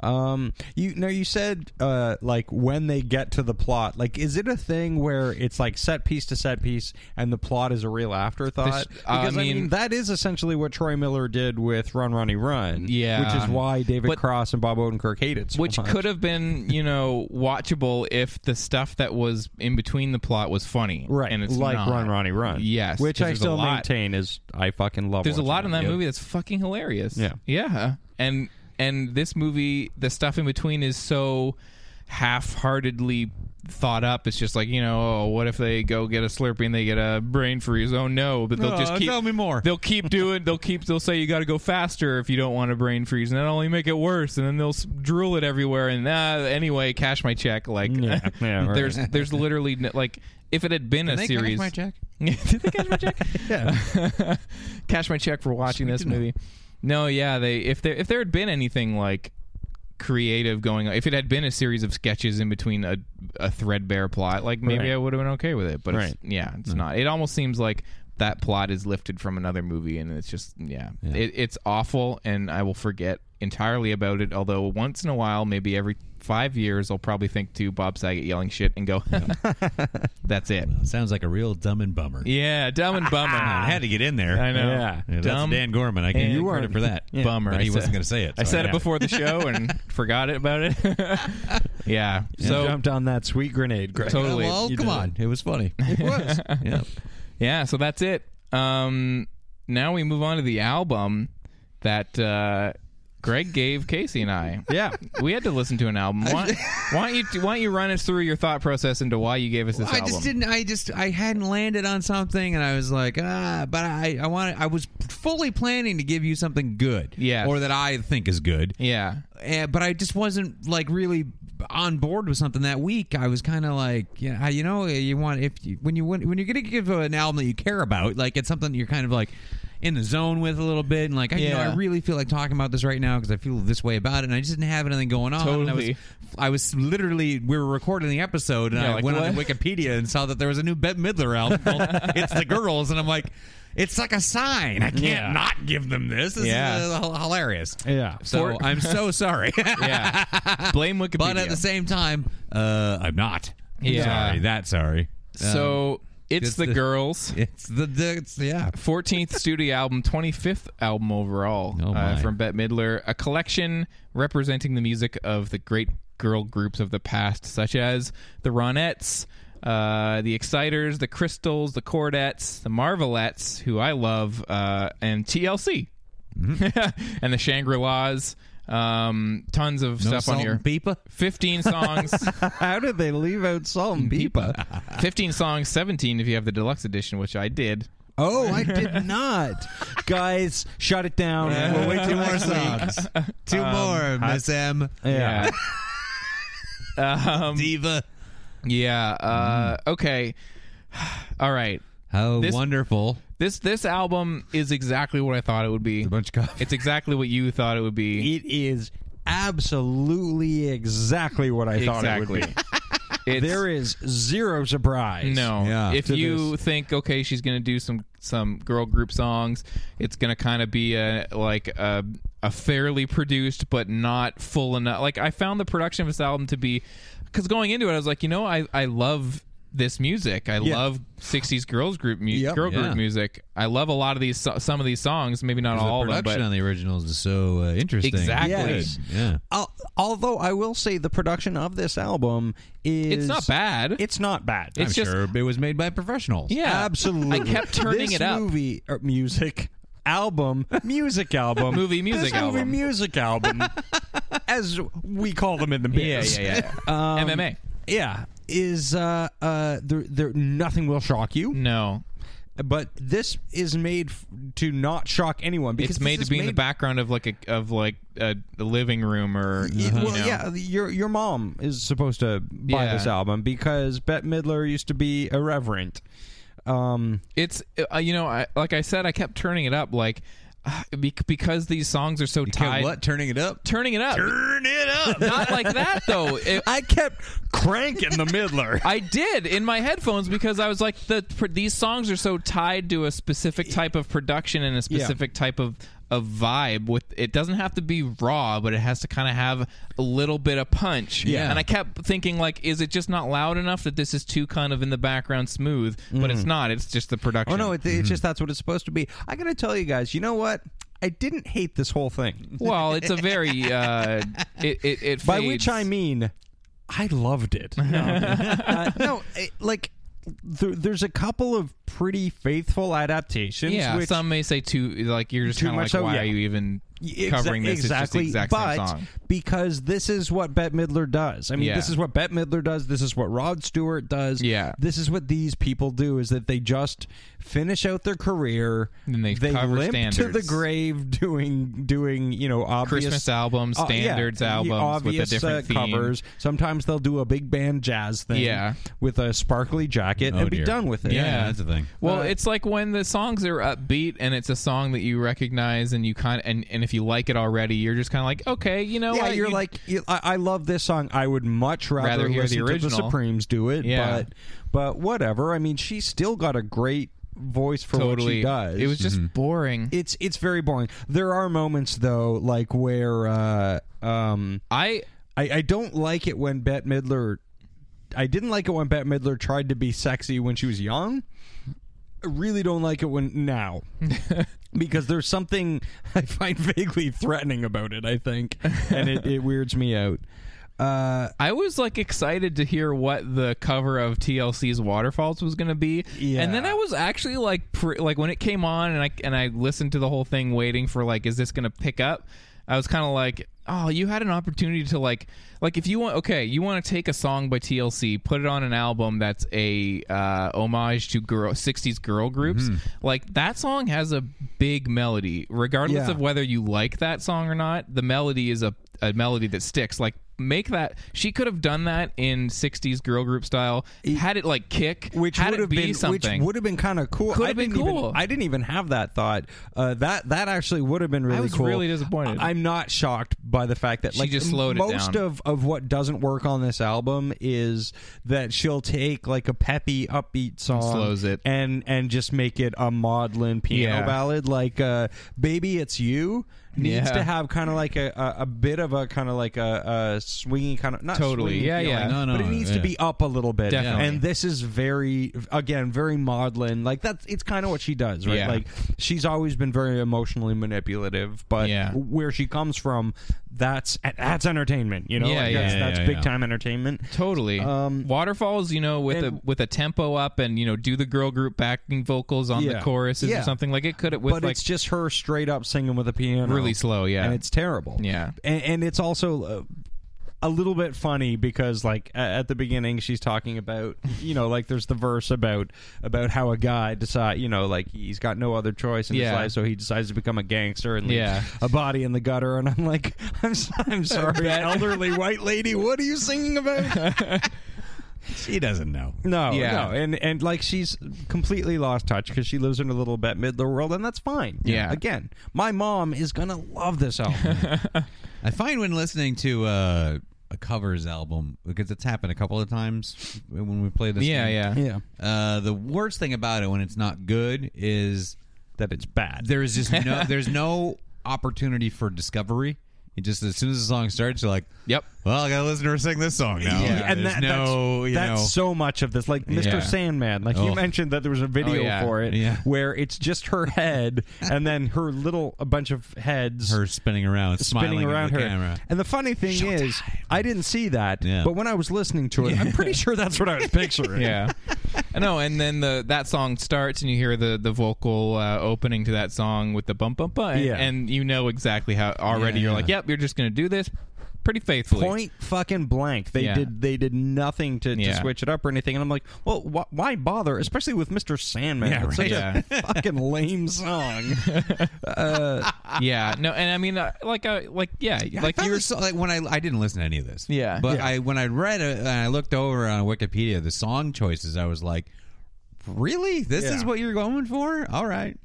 S2: Um. You know, you said uh, like when they get to the plot, like is it a thing where it's like set piece to set piece, and the plot is a real afterthought?
S1: This- uh, I
S2: because I mean,
S1: mean-
S2: that is essentially what Troy Miller did with Run, Ronnie, Run.
S1: Yeah.
S2: Which is why David
S1: But-
S2: Cross and Bob Odenkirk hated so
S1: which
S2: much.
S1: could have been you know watchable if the stuff that was in between the plot was funny
S2: right
S1: and it's
S2: like
S1: not.
S2: Run, Ronnie, Run.
S1: Yes,
S2: Which
S1: 'cause
S2: I
S1: there's a
S2: still
S1: lot.
S2: maintain is I fucking love.
S1: There's a
S2: watching
S1: lot in that
S2: Yep.
S1: movie that's fucking hilarious.
S2: Yeah.
S1: Yeah. And and this movie, the stuff in between is so half-heartedly thought up. It's just like, you know, oh, what if they go get a Slurpee and they get a brain freeze? Oh no, but they'll
S3: Oh,
S1: just keep
S3: tell me more.
S1: They'll keep doing they'll keep they'll say you got to go faster if you don't want a brain freeze and that'll only make it worse and then they'll s- drool it everywhere and uh, anyway, cash my check like
S2: Yeah, yeah,
S1: [LAUGHS]
S2: right.
S1: there's there's literally n- like if it had been a
S3: Can they cash
S1: series
S3: my check?
S1: [LAUGHS] Did they cash my
S2: [LAUGHS]
S1: check? yeah. [LAUGHS] cash my check for watching this movie. No, yeah, they if there if there had been anything like creative going on, if it had been a series of sketches in between a a threadbare plot, like maybe
S2: Right.
S1: I would have been okay with it. But it's,
S2: Right. Mm-hmm.
S1: yeah, it's not. It almost seems like that plot is lifted from another movie, and it's just yeah, It, it's awful, and I will forget entirely about it. Although once in a while, maybe every five years, I'll probably think to Bob Saget yelling shit and go, [LAUGHS] "That's it."
S3: sounds like a real dumb and bummer.
S1: Yeah, dumb and bummer.
S3: I had to get in there.
S1: I know.
S3: Yeah, that's
S1: Dumb
S3: Dan Gorman. I gave
S1: and-
S3: you credit for that.
S1: [LAUGHS] Yeah. Bummer.
S3: But
S1: I
S3: he
S1: said-
S3: wasn't going to say it.
S1: I
S3: so-
S1: said
S3: Yeah.
S1: it before the show
S3: [LAUGHS]
S1: and forgot it about it. [LAUGHS] yeah. So
S2: jumped on that sweet grenade, Greg.
S1: Totally.
S3: Well,
S1: You
S3: come
S1: did.
S3: on. It was
S1: [LAUGHS]
S3: funny. It was. yeah.
S1: Yeah, so that's it. Um, now we move on to the album that uh, Greg gave Casey and I.
S8: Yeah.
S1: we had to listen to an album. Why, why don't you Why don't you run us through your thought process into why you gave us this
S3: I
S1: album?
S3: just didn't. I just I hadn't landed on something, and I was like, ah. But I I wanted. I was fully planning to give you something good,
S1: Yes.
S3: or that I think is good.
S1: Yeah,
S3: Uh, but I just wasn't like really on board with something that week. I was kind of like, yeah, I- you know, you want if you, when you when, when you're gonna give an album that you care about, like it's something you're kind of like in the zone with a little bit, and like, I, you know,
S1: Yeah.
S3: I really feel like talking about this right now because I feel this way about it, and I just didn't have anything going on. and I was-
S1: Totally.
S3: I was literally we were recording the episode, and
S1: Yeah,
S3: I
S1: like,
S3: went on to
S1: what?
S3: Wikipedia and saw that there was a new Bette Midler album
S1: [LAUGHS]
S3: called "It's the Girls," and I'm like. It's like a sign. I can't
S1: Yeah.
S3: not give them this. This
S1: Yeah.
S3: is uh, h- hilarious.
S2: Yeah.
S3: So
S1: For-
S3: I'm [LAUGHS] so sorry.
S1: yeah. Blame Wikipedia.
S3: [LAUGHS] but at the same time, uh, I'm not.
S1: Yeah.
S3: Sorry, that sorry.
S1: so it's
S3: Um, just
S1: the,
S3: the-
S1: girls.
S3: Um, it's the, the it's, yeah.
S1: 14th studio album, 25th album overall
S3: Oh,
S1: uh,
S3: my.
S1: from Bette Midler, a collection representing the music of the great girl groups of the past, such as the Ronettes, uh, the Exciters, the Crystals, the Cordettes, the Marvelettes, who I love, uh, and TLC, [LAUGHS] and the Shangri Las. Um, tons of
S3: No
S1: stuff on
S3: salt
S1: here.
S3: and pepper?
S1: 15
S3: [LAUGHS]
S1: songs.
S2: How did they leave out salt and pepper?
S1: [LAUGHS] 15 songs, 17 if you have the deluxe edition, which I did.
S2: Oh, I did not. Guys, shut it down. We'll wait
S1: [LAUGHS]
S2: till next week.
S3: Two
S1: Um,
S3: more, Miss M.
S2: Yeah.
S1: Um,
S3: Diva.
S1: Yeah. Uh, Okay. [SIGHS] All right.
S3: How
S1: This-
S3: wonderful!
S1: This this album is exactly what I thought it would be. It's,
S3: A bunch of coffee.
S1: exactly what you thought it would
S2: [LAUGHS]
S1: be.
S2: It is absolutely exactly what I thought it
S1: exactly.
S2: would be.
S1: It's-
S2: There is zero surprise.
S1: no.
S3: Yeah.
S1: if
S2: to
S1: you think okay, she's gonna do some some girl group songs, it's gonna kind of be a like a a fairly produced but not full enough. Like I found the production of this album to be because going into it, I was like, you know, I I love this music. I love '60s girls group mu- girl
S3: Yeah.
S1: group music. I love a lot of these so- some of these songs. Maybe not all
S3: the
S1: of them,
S3: production
S1: but
S3: on the originals is so uh, interesting.
S1: Exactly.
S3: Good. Yeah.
S2: Al- although I will say the production of this album is
S1: it's not bad.
S2: It's not bad.
S1: It's
S3: I'm
S1: just-
S3: sure it was made by professionals.
S1: Yeah,
S2: Absolutely.
S1: I kept turning
S2: This
S1: it up.
S2: Movie or music album, music
S1: [LAUGHS]
S2: album,
S1: Movie, music
S2: this
S1: album.
S2: movie music
S1: [LAUGHS]
S2: album, as we call them in the
S1: Yeah,
S2: biz.
S1: yeah, yeah.
S2: Um,
S1: MMA.
S2: [LAUGHS] Yeah, is uh uh there there nothing will shock you,
S1: No,
S2: but this is made f- to not shock anyone because
S1: it's
S2: this
S1: made to
S2: is
S1: be in the background of like a of like a, a living room or
S2: Yeah,
S1: you know.
S2: well, yeah, your your mom is supposed to buy
S1: Yeah.
S2: this album because Bette Midler used to be irreverent. Um,
S1: It's uh, you know, I, like I said, I kept turning it up like [SIGHS] uh, bec- because these songs are so
S3: Kept
S1: tied.
S3: what? Turning it up.
S1: Turning it up,
S3: Turn it up.
S1: not like that
S2: [LAUGHS]
S1: though. It-
S2: I kept cranking the Midler.
S1: [LAUGHS] I did in my headphones because I was like, the pr- these songs are so tied to a specific type of production and a specific type of of vibe. With it doesn't have to be raw, but it has to kind of have a little bit of punch.
S3: Yeah.
S1: And I kept thinking like, is it just not loud enough that this is too kind of in the background smooth? But it's not. It's just the production.
S2: Mm-hmm. Oh no, it, it's just that's what it's supposed to be. I gotta tell you guys, you know what? I didn't hate this whole thing.
S1: [LAUGHS] well, it's a very uh, it it, it
S2: By which
S1: fades.
S2: I mean, I loved it. [LAUGHS] No, uh, no it- like there, there's a couple of pretty faithful adaptations.
S1: Yeah,
S2: which,
S1: some may say too like you're just
S2: Too
S1: kind of
S2: much
S1: like
S2: so,
S1: why
S2: yeah.
S1: are you even
S2: Exa-
S1: covering this?
S2: exactly,
S1: it's just the exact
S2: but
S1: same song.
S2: because this is what Bette Midler does. I mean,
S1: Yeah.
S2: this is what Bette Midler does. This is what Rod Stewart does.
S1: Yeah.
S2: this is what these people do: is that they just finish out their career,
S1: Then they cover
S2: limp to the
S1: standards.
S2: grave, doing doing you know obvious
S1: Christmas albums,
S2: uh, yeah,
S1: standards
S2: the
S1: albums with a
S2: obvious,
S1: different
S2: uh,
S1: theme.
S2: covers. Sometimes they'll do a big band jazz thing,
S1: Yeah.
S2: with a sparkly jacket
S3: Oh,
S2: and be
S3: dear.
S2: done with it.
S3: Yeah, that's the thing.
S1: Well,
S2: Uh,
S1: it's like when the songs are upbeat and it's a song that you recognize and you kind of and, and if you like it already, you're just kind of like, okay, you know,
S2: yeah,
S1: what,
S2: you're
S1: you-
S2: like, you, I, I love this song. I would much rather,
S1: Rather hear the
S2: listen to the
S1: original.
S2: Supremes do it,
S1: Yeah.
S2: but but whatever. I mean, she's still got a great voice for what
S1: Totally.
S2: she does. Mm-hmm.
S1: It was just Mhm. boring.
S2: It's it's very boring. There are moments though, like where uh, um,
S1: I,
S2: I I don't like it when Bette Midler. I didn't like it when Bette Midler tried to be sexy when she was young. I really don't like it when now because there's something [LAUGHS] I find vaguely threatening about it. I think, and it, it weirds me out. Uh,
S1: I was like excited to hear what the cover of TLC's Waterfalls was going to be, and then I was actually like, pre- like when it came on, and I and I listened to the whole thing, waiting for like, is this going to pick up? I was kind of like, oh, you had an opportunity to like, like if you want, okay, you want to take a song by TLC, put it on an album that's a uh, homage to girl '60s girl groups.
S2: Mm-hmm.
S1: Like that song has a big melody, regardless
S2: Yeah.
S1: of whether you like that song or not. The melody is a a melody that sticks. Like make that she could have done that in 60s girl group style had it like kick
S2: E which
S1: had
S2: would
S1: it
S2: have
S1: be
S2: been
S1: something
S2: which would have been kind of cool.
S1: Could
S2: I
S1: have been
S2: didn't even-
S1: cool.
S2: I didn't even have that thought. Uh, that that actually would have been really
S1: was
S2: cool.
S1: really disappointed.
S2: I, am not shocked by the fact that
S1: She
S2: like
S1: just slowed it
S2: most
S1: down.
S2: of of what doesn't work on this album is that she'll take like a peppy upbeat song
S1: slows it.
S2: and and just make it a maudlin piano
S1: Yeah.
S2: ballad like uh, "Baby It's You." Needs
S1: Yeah.
S2: to have kind of like a, a, a bit of a kind of like a, a swinging kind of not
S1: Totally.
S2: swingy
S1: Yeah,
S2: feeling,
S1: yeah.
S3: No, no,
S2: but it needs to
S3: yeah.
S2: be up a little bit
S1: Definitely.
S2: and this is very again very maudlin like that's it's kind of what she does right
S1: Yeah.
S2: like she's always been very emotionally manipulative but
S1: Yeah.
S2: where she comes from that's that's entertainment you know
S1: Yeah,
S2: Like,
S1: yeah,
S2: that's,
S1: yeah,
S2: that's
S3: yeah,
S2: big
S3: yeah.
S2: time entertainment
S1: totally
S2: Um,
S1: waterfalls you know with
S2: and-
S1: a with a tempo up and you know do the girl group backing vocals on
S2: Yeah.
S1: the choruses
S2: Yeah.
S1: or something like it could have with
S2: but
S1: like
S2: it's just her straight up singing with a piano
S1: really slow yeah
S2: and it's terrible
S1: Yeah.
S2: and, and it's also uh, a little bit funny because like a- at the beginning she's talking about you know like there's the verse about about how a guy decide you know like he's got no other choice in his
S1: Yeah.
S2: life so he decides to become a gangster and leaves
S1: Yeah.
S2: a body in the gutter and i'm like [LAUGHS] i'm, s-
S1: [LAUGHS]
S2: I'm sorry elderly white lady what are you singing about
S3: She doesn't know.
S2: no
S1: Yeah.
S2: no and and like she's completely lost touch because she lives in a little bit midler world and that's fine
S1: Yeah.
S2: again my mom is gonna love this album
S3: [LAUGHS] I find when listening to uh, a covers album because it's happened a couple of times when we play this.
S1: yeah
S3: game,
S1: yeah
S2: yeah
S3: Uh, the worst thing about it when it's not good is
S2: that it's bad
S3: there's just
S2: [LAUGHS]
S3: no there's no opportunity for discovery. It just as soon as the song starts, you're like,
S1: Yep.
S3: Well, I gotta listen to her sing this song now.
S2: Yeah, and
S3: There's
S2: that,
S3: no,
S2: that's,
S3: you
S2: that's
S3: know,
S2: so much of this. Like Mr.
S3: Yeah.
S2: Sandman, like you
S3: Oh.
S2: mentioned that there was a video
S1: Oh, yeah.
S2: for it
S3: Yeah.
S2: where it's just her
S3: [LAUGHS]
S2: head and then her little a bunch of heads
S3: her spinning around,
S2: spinning
S3: smiling at
S2: around
S3: the
S2: her.
S3: camera.
S2: And the funny thing is, I didn't see that,
S3: Yeah.
S2: but when I was listening to it, I'm pretty sure that's what I was
S3: [LAUGHS]
S2: picturing.
S1: yeah
S2: [LAUGHS]
S1: I know, and then the that song starts, and you hear the the vocal uh, opening to that song with the bump bump bump, and,
S2: Yeah.
S1: and you know exactly how already
S3: Yeah,
S1: you're
S3: yeah.
S1: like, yep, you're just gonna do this pretty faithfully.
S2: Point fucking blank. They
S1: Yeah.
S2: did. They did nothing to, to
S1: Yeah.
S2: switch it up or anything. And I'm like, well, wh- why bother? Especially with Mr. Sandman.
S3: Yeah,
S2: It's
S3: right.
S2: such a [LAUGHS] fucking lame
S1: [LAUGHS]
S2: song.
S1: yeah, no, and I mean, uh, like, uh, like, yeah, like
S3: I
S1: you
S3: you
S1: were,
S3: like when I I didn't listen to any of this.
S1: Yeah.
S3: but
S1: Yeah.
S3: I when I read it and I looked over on Wikipedia the song choices, I was like, really? This
S2: Yeah.
S3: is what you're going for? All right.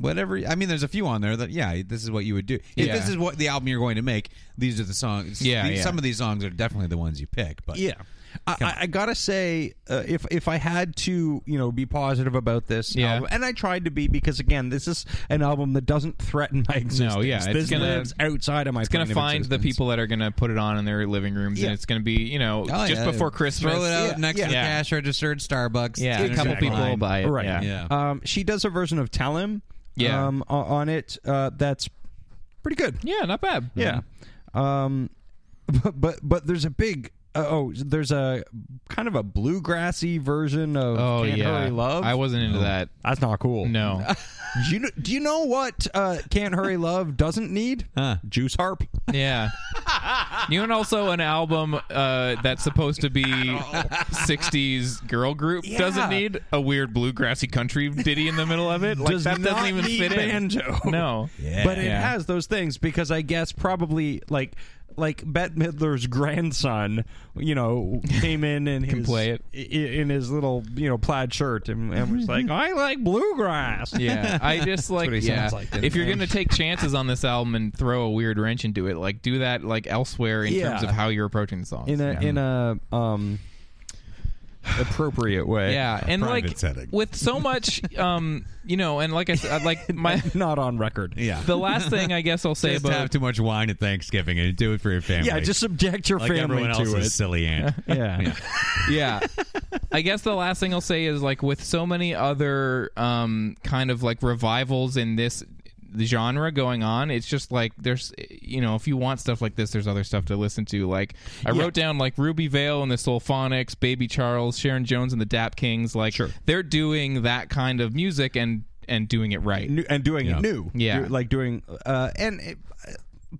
S3: Whatever. I mean, there's a few on there that yeah, this is what you would do. If
S1: Yeah.
S3: this is what the album you're going to make, these are the songs.
S1: Yeah,
S3: these-
S1: yeah.
S3: some of these songs are definitely the ones you pick. But
S2: Yeah. I, I- I gotta say, uh, if if I had to, you know, be positive about this
S1: Yeah.
S2: album, and I tried to be because again, this is an album that doesn't threaten my existence.
S1: yeah, it's
S2: this
S1: gonna-
S2: lives outside of my.
S1: it's gonna
S2: plane of
S1: find the
S2: existence.
S1: people that are gonna put it on in their living rooms,
S2: Yeah.
S1: and it's gonna be, you know,
S3: Oh,
S1: just
S3: yeah.
S1: before Christmas.
S3: throw it out
S2: Yeah,
S3: next to the
S2: yeah.
S3: cash register at Starbucks.
S1: Yeah,
S3: Dinner's
S1: a couple
S3: gonna
S1: people
S3: fine.
S1: will buy it.
S2: Right.
S1: Yeah.
S3: Yeah.
S2: Um, she does a version of "Tell Him,"
S1: Yeah.
S2: um, o- on it. Uh, that's pretty good.
S1: Yeah, not bad.
S2: Yeah. Um, [LAUGHS] but but, but there's a big. Uh, oh, there's a kind of a bluegrassy version of
S1: Oh
S2: Can't
S1: yeah.
S2: Hurry Love.
S1: I wasn't into that.
S2: That's not cool.
S1: No.
S2: you know, [LAUGHS] do you know what uh, can't hurry love doesn't need juice harp [LAUGHS]
S1: Yeah. You and also an album uh, that's supposed
S2: [LAUGHS]
S1: to be 60s girl group doesn't need a weird bluegrassy country ditty in the middle of it. [LAUGHS] Like,
S2: Does
S1: that
S2: not
S1: doesn't even
S2: need
S1: fit
S2: banjo.
S1: in. No. Yeah.
S2: [LAUGHS] but it
S1: Yeah.
S2: has those things because i guess probably like like Bette Midler's grandson, you know, came in
S1: [LAUGHS]
S2: and can
S1: play it.
S2: in his little, you know, plaid shirt and, and
S1: [LAUGHS]
S2: was like, "I like bluegrass." [LAUGHS]
S1: Yeah, I just like
S2: what he
S1: yeah.
S2: sounds like, doesn't
S1: if you're
S2: he?
S1: gonna take chances on this album and throw a weird wrench into it, like do that like elsewhere in
S2: Yeah.
S1: terms of how you're approaching the songs.
S2: in a in a um appropriate way.
S1: Yeah, and like with so much, um, you know, and like I said, like
S2: [LAUGHS]
S1: my
S2: [LAUGHS] not on record.
S3: Yeah.
S1: The last thing I guess I'll say
S3: Just
S1: about
S3: have too much wine at Thanksgiving and do it for your family.
S2: Yeah, just subject your
S3: like
S2: family
S3: everyone
S2: to
S3: else's
S2: it.
S1: [LAUGHS]
S3: silly aunt. [LAUGHS]
S2: Yeah.
S1: yeah i guess the last thing i'll say is like with so many other um kind of like revivals in this genre going on it's just like there's you know if you want stuff like this there's other stuff to listen to like i wrote down like ruby vale and the Soulphonics, baby charles sharon jones and the dap kings like they're doing that kind of music and and doing it right
S2: New- and doing it new.
S1: Yeah.
S2: Do- like doing uh, and it,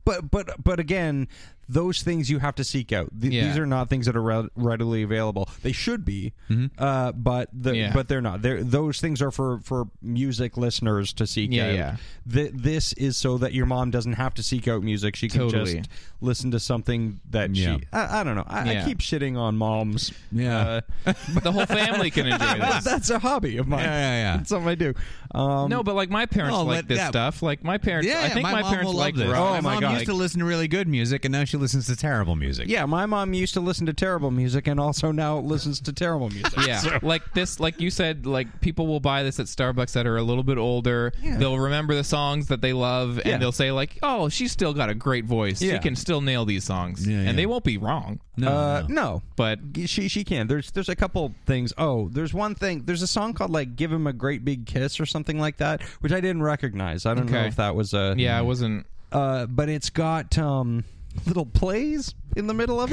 S2: but but but again, those things you have to seek out. Th-
S1: Yeah.
S2: These are not things that are re- readily available. They should be,
S3: Mm-hmm.
S2: uh, but the,
S1: Yeah.
S2: but they're not. They're, those things are for for music listeners to seek
S1: Yeah,
S2: out.
S1: yeah.
S2: Th- this is so that your mom doesn't have to seek out music. She can
S1: Totally.
S2: just listen to something that
S3: Yeah.
S2: she. I, I don't know. I,
S1: Yeah.
S2: I keep shitting on
S3: [LAUGHS]
S2: moms.
S3: Yeah.
S2: Uh,
S1: the whole family can
S3: [LAUGHS]
S1: enjoy this
S2: that's a hobby of mine.
S3: Yeah, yeah, yeah.
S2: That's something I do. Um,
S1: no but like my parents
S3: No,
S1: like
S3: let-
S1: this
S3: Oh, yeah.
S1: stuff like my parents
S3: Yeah,
S1: i think
S3: my, mom
S1: parents
S3: will
S1: like
S3: love this.
S1: rock.
S3: Oh my, mom
S1: God.
S3: used to listen to really good music, and now she listens to terrible music.
S2: Yeah, my mom used to listen to terrible music and also now listens to terrible music.
S1: [LAUGHS] Yeah, like this, like you said, like people will buy this at Starbucks that are a little bit older. They'll remember the songs that they love, and
S2: Yeah.
S1: they'll say like, "Oh, she's still got a great voice. She
S2: Yeah.
S1: can still nail these songs."
S3: Yeah,
S1: and
S3: yeah.
S1: they won't be wrong.
S3: No,
S2: Uh,
S3: no.
S2: no,
S1: But
S2: she she can. There's there's a couple things. Oh, there's one thing. There's a song called like "Give Him a Great Big Kiss" or something like that, which I didn't recognize. I don't know
S1: Okay.
S2: if that was a
S1: yeah, I wasn't.
S2: uh, but it's got um, little plays in the middle of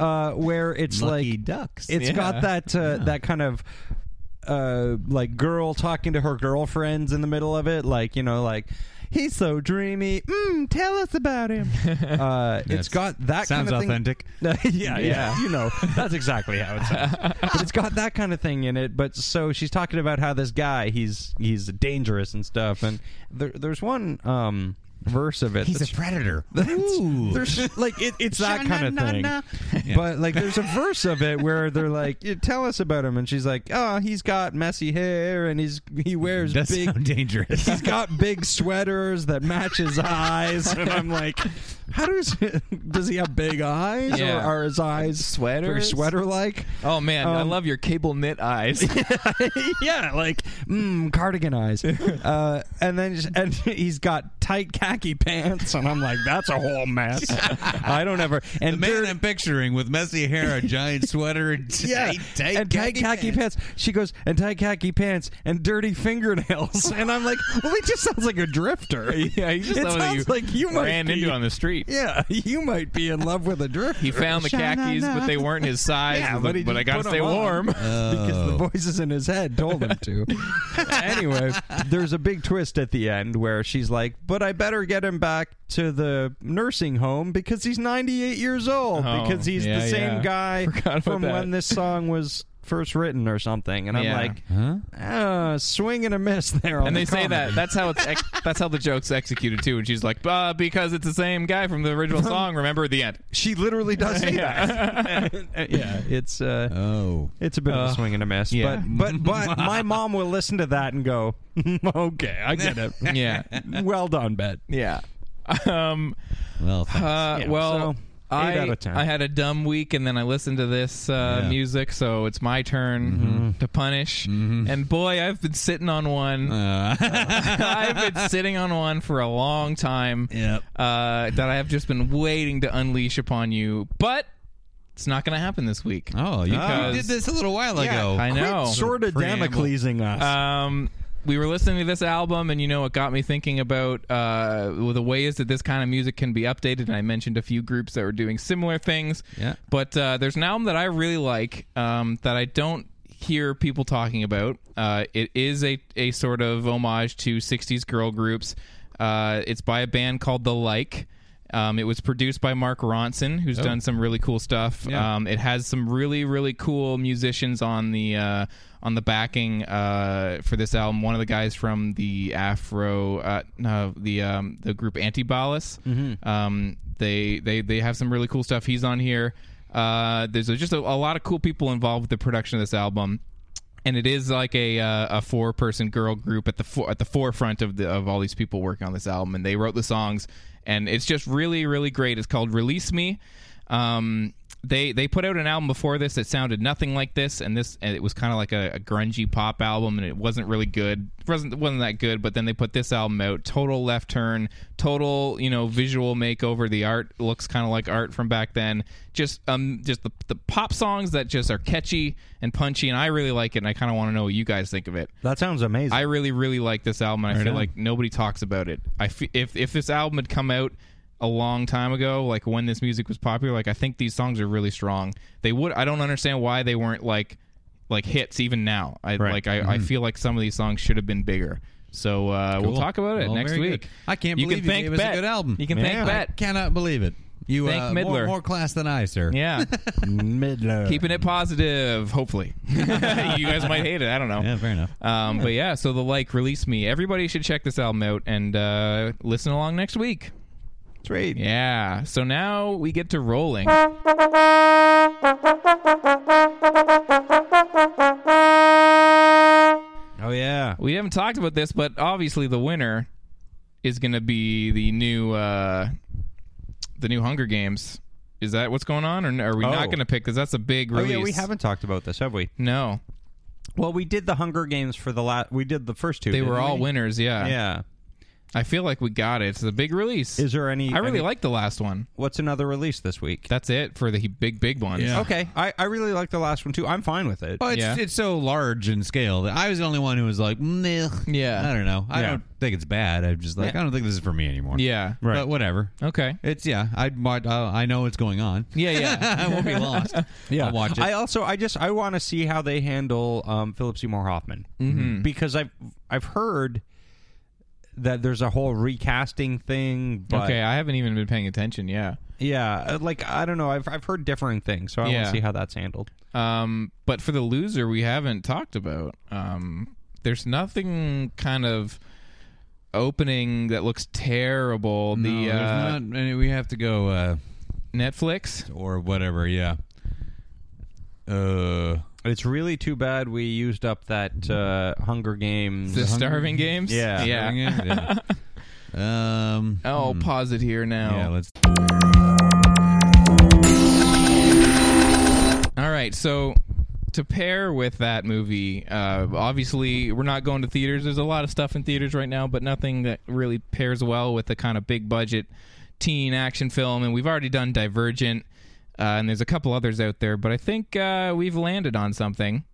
S1: [LAUGHS]
S2: uh, where it's
S3: Lucky
S2: like
S3: ducks.
S2: It's got that uh, that kind of uh, like girl talking to her girlfriends in the middle of it, like you know, like he's so dreamy. Mm, tell us about him. Uh, it's got that
S3: sounds
S2: kind of thing. [LAUGHS]
S3: authentic.
S2: yeah, yeah, you know, that's exactly how it sounds. but it's got that kind of thing in it. But so she's talking about how this guy he's he's dangerous and stuff, and there, there's one um, verse of it.
S3: He's
S2: that's-
S3: a [LAUGHS] predator.
S2: that's- [LAUGHS]
S3: Ooh.
S2: There's like it, it's that kind of thing.
S3: Sha-na-na-na.
S2: [LAUGHS] But like there's a verse of it where they're like, "Yeah, "Tell us about him," and she's like, "Oh, he's got messy hair and he's he wears
S3: Does
S2: big
S3: sound dangerous.
S2: [LAUGHS] he's got big sweaters that match his eyes." And I'm like, "How does does he have big eyes
S1: Yeah.
S2: or are his eyes sweater
S1: Sweaters?
S2: sweater like?"
S1: Oh man, I
S2: Um,
S1: love your cable knit eyes.
S2: [LAUGHS] yeah, like mm, cardigan eyes, uh, and then just, and he's got tight khaki pants, and I'm like, that's a whole mess. I don't ever and
S3: [LAUGHS] the man
S2: dirt-
S3: I'm picturing with messy hair, a giant sweater,
S2: [LAUGHS]
S3: and
S2: yeah,
S3: tight, tight
S2: and tight khaki pants. She goes and tight khaki pants and dirty fingernails, [LAUGHS] and I'm like, well, he just sounds like a
S1: [LAUGHS]
S2: drifter.
S1: yeah, he's just
S2: it
S1: someone that
S2: sounds like you might
S1: ran
S2: be,
S1: into on the street.
S2: Yeah, [LAUGHS] you might be in love with a drifter.
S1: He found the khakis, but they weren't his size.
S2: Yeah,
S1: He's
S2: but
S1: like,
S2: he
S1: I
S2: just
S1: gotta
S2: put 'em
S1: stay [LAUGHS]
S2: on." Uh,
S1: warm.
S2: because the voices in his head told him
S1: [LAUGHS]
S2: to. anyway, there's a big twist at the end where she's like, "But I better get him back to the nursing home because he's 98 years old
S1: Oh,
S2: because he's
S1: yeah,
S2: the same
S1: yeah. [LAUGHS]
S2: guy
S1: Forgot about
S2: from
S1: that.
S2: when this song was." First written or something, and I'm
S1: Yeah.
S2: like, uh, swing and a miss there. On
S1: And
S2: the
S1: they say that
S2: comedy.
S1: that's how it's
S2: [LAUGHS]
S1: ex- that's how the joke's executed too. And she's like, uh, because it's the same guy from the original song. Remember the
S2: [LAUGHS]
S1: end.
S2: she
S1: [LAUGHS]
S2: literally does say that. [LAUGHS] yeah, it's uh,
S3: Oh,
S2: It's a bit of a swing and a miss,
S1: Uh, yeah. [LAUGHS]
S2: but but but my mom will listen to that and
S6: [LAUGHS]
S2: go, "Okay, I get it.
S1: [LAUGHS] Yeah.
S2: well done, Bet."
S1: Yeah. Um,
S3: well, thanks.
S1: uh,
S2: Yeah,
S1: well,
S2: so, eight
S1: I,
S2: out of ten.
S1: I had a dumb week and then I listened to this uh,
S3: Yeah.
S1: music, so it's my turn
S2: Mm-hmm.
S1: to punish. And boy, I've been sitting on one.
S2: Uh.
S1: [LAUGHS] I've been sitting on one for a long time
S3: Yep.
S1: uh, that I have just been waiting to unleash upon you, but it's not going to happen this week.
S3: oh, you,
S2: uh,
S1: because-
S3: you did this a little while ago.
S1: I know.
S2: Sort of
S3: Preamble.
S2: Damoclesing us.
S1: Um, we were listening to this album, and you know, it got me thinking about uh, the ways that this kind of music can be updated. And I mentioned a few groups that were doing similar things.
S3: Yeah.
S1: But uh, there's an album that I really like um, that I don't hear people talking about. Uh, it is a, a sort of homage to 60s girl groups. Uh, it's by a band called The Like. Um, it was produced by Mark Ronson, who's done some really cool stuff. Um, it has some really really cool musicians on the uh, on the backing uh, for this album. One of the guys from the Afro, uh, no, the um, the group Antibalas. Um, they they they have some really cool stuff. He's on here. Uh, there's just a, a lot of cool people involved with the production of this album and it is like a uh, a four person girl group at the for, at the forefront of the of all these people working on this album, and they wrote the songs, and it's just really really great. It's called Release Me. Um, they they put out an album before this that sounded nothing like this, and this and it was kind of like a, a grungy pop album, and it wasn't really good. It wasn't wasn't that good. But then they put this album out, total left turn, total you know visual makeover. The art looks kind of like art from back then. Just um just the the pop songs that just are catchy and punchy, and I really like it. And I kind of want to know what you guys think of it.
S6: That sounds amazing. [LAUGHS]
S1: I really, really like this album, and I feel like nobody talks about it. I fe- if if this album had come out a long time ago, like when this music was popular, like I think these songs are really strong. They would. I don't understand why they weren't like like hits even now. I
S3: Right.
S1: like. I, I
S3: Mhm.
S1: feel like some of these songs should have been bigger. So uh, we'll
S3: Cool.
S1: talk about it
S3: Well,
S1: next
S3: very
S1: week.
S3: good. I can't
S1: You
S3: believe
S1: can
S3: you
S1: thank
S3: gave us
S1: Bet.
S3: a good album.
S1: You can thank Bet.
S3: I cannot believe it. You
S1: Thank
S3: uh, more,
S1: Midler.
S3: more class than I, sir.
S1: Yeah,
S3: [LAUGHS]
S6: Midler.
S1: keeping it positive. Hopefully, [LAUGHS] you guys might hate it. I don't know.
S3: Yeah, fair enough.
S1: Um, but yeah, so the like release me. Everybody should check this album out and uh, listen along next week.
S6: Great.
S1: Yeah. So now we get to rolling.
S6: Oh yeah.
S1: We haven't talked about this, but obviously the winner is going to be the new uh, the new Hunger Games. Is that what's going on, or are we
S6: Oh.
S1: not going to pick? Because that's a big
S6: Oh
S1: release.
S6: yeah. We haven't talked about this, have we?
S1: No,
S6: Well, we did the Hunger Games for the last. We did the first two.
S1: they
S6: didn't
S1: were all
S6: we?
S1: winners. Yeah.
S6: Yeah.
S1: I feel like we got it. It's a big release.
S6: Is there any?
S1: I really
S6: any-
S1: like the last one.
S6: What's another release this week?
S1: That's it for the big big ones.
S3: Yeah.
S6: okay. I, I really like the last one too. I'm fine with it.
S3: Well, it's,
S1: Yeah.
S3: it's so large in scale that I was the only one who was like, Meh.
S1: Yeah.
S3: I don't know. I
S6: Yeah.
S3: don't think it's bad. I'm just like, I don't think this is for me anymore.
S1: Yeah.
S3: right. But whatever.
S1: Okay.
S3: It's yeah. I might. Uh, I know what's going on.
S1: Yeah, yeah.
S3: [LAUGHS] I won't be lost.
S6: Yeah,
S3: I'll watch it.
S6: I also, I just, I want to see how they handle um, Philip Seymour Hoffman
S1: Mm-hmm.
S6: because I've, I've heard that there's a whole recasting thing. But
S1: okay. I haven't even been paying attention. Yeah.
S6: yeah, uh, like I don't know, I've, I've heard differing things, so I want
S1: Yeah.
S6: to see how that's handled.
S1: Um, but for the loser, we haven't talked about. Um, there's nothing kind of opening that looks terrible.
S3: No,
S1: the
S3: there's
S1: uh,
S3: not any- we have to go uh,
S1: Netflix.
S3: or whatever. Yeah. Uh.
S6: It's really too bad we used up that uh, Hunger Games.
S1: The Starving Games?
S6: Yeah.
S1: Yeah.
S3: Yeah. [LAUGHS] um.
S1: Oh, I'll pause it here now.
S3: Yeah. Let's.
S1: All right, so to pair with that movie, uh, obviously we're not going to theaters. There's a lot of stuff in theaters right now, but nothing that really pairs well with the kind of big budget teen action film. And we've already done Divergent, uh, and there's a couple others out there, but I think uh, we've landed on something.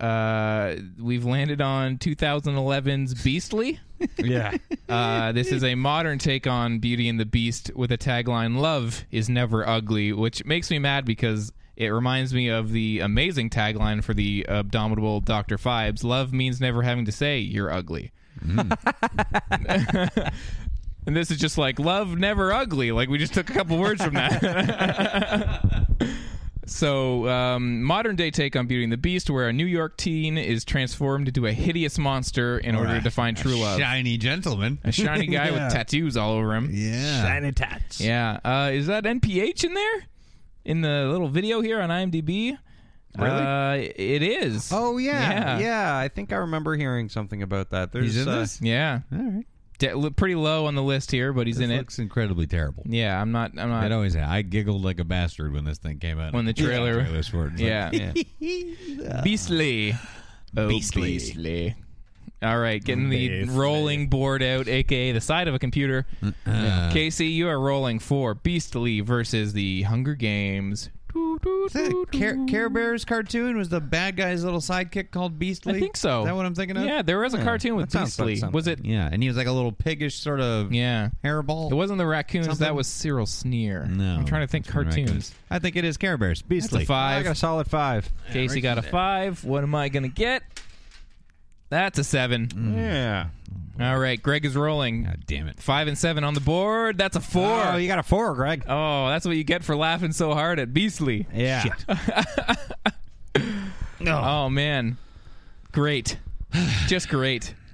S1: Uh, we've landed on 2011's Beastly.
S6: [LAUGHS] yeah,
S1: Uh, this is a modern take on Beauty and the Beast with a tagline "Love is never ugly," which makes me mad because it reminds me of the amazing tagline for the abominable Doctor Fibes: "Love means never having to say you're ugly." [LAUGHS] and this is just like "Love never ugly." Like we just took a couple words from that. [LAUGHS] So, um, modern day take on Beauty and the Beast, where a New York teen is transformed into a hideous monster in order to find true love
S3: Shiny gentleman.
S1: a shiny guy
S3: [LAUGHS]
S1: with tattoos all over him.
S3: Yeah.
S6: tats.
S1: Yeah. Uh, is that NPH in there? In the little video here on IMDb? [LAUGHS] Really? Uh, it is.
S6: Oh yeah, yeah,
S1: Yeah.
S6: I think I remember hearing something about that. There's
S3: He's in
S6: uh,
S3: this.
S1: Yeah.
S3: All right.
S1: De- li- pretty low on the list here, but he's
S3: This
S1: in
S3: looks incredibly terrible.
S1: it. Yeah, I'm not. I'm
S3: It
S1: not.
S3: always. I giggled like a bastard when this thing came out.
S1: When the trailer-
S3: trailers for it. It's like,
S1: Yeah.
S6: yeah.
S1: [LAUGHS]
S3: [LAUGHS]
S1: Beastly. Oh,
S3: Beastly.
S1: beastly. All right, getting the rolling board out, aka the side of a computer.
S3: Uh-uh.
S1: Casey, you are rolling for Beastly versus the Hunger Games. Doo, doo,
S3: [LAUGHS] Is that
S1: doo,
S3: a Care, Care Bears cartoon was the bad guy's little sidekick called Beastly.
S1: I think so.
S3: Is that what I'm thinking of?
S1: Yeah, there was a cartoon with
S6: that sounds like
S1: Beastly.
S6: something.
S1: was it?
S3: Yeah, and he was like a little piggish sort of
S1: Yeah.
S3: hairball.
S1: It wasn't the raccoons.
S3: Something?
S1: That was Cyril Sneer.
S3: No,
S1: I'm trying to think
S3: that's what I reckon.
S1: cartoons.
S3: I think it is Care Bears.
S1: That's a
S3: Beastly.
S6: I got a
S1: five.
S6: solid five.
S1: Casey got a five. What am I gonna get? That's a seven.
S3: Mm.
S6: Yeah.
S1: All right, Greg is rolling.
S3: God
S1: [LAUGHS]
S3: damn it.
S1: Five and seven on the board. That's a four.
S6: Oh, you got a four, Greg.
S1: Oh, that's what you get for laughing so hard at Beastly.
S6: Yeah.
S1: Oh man,
S3: [SIGHS]
S1: great, just great.
S6: [LAUGHS]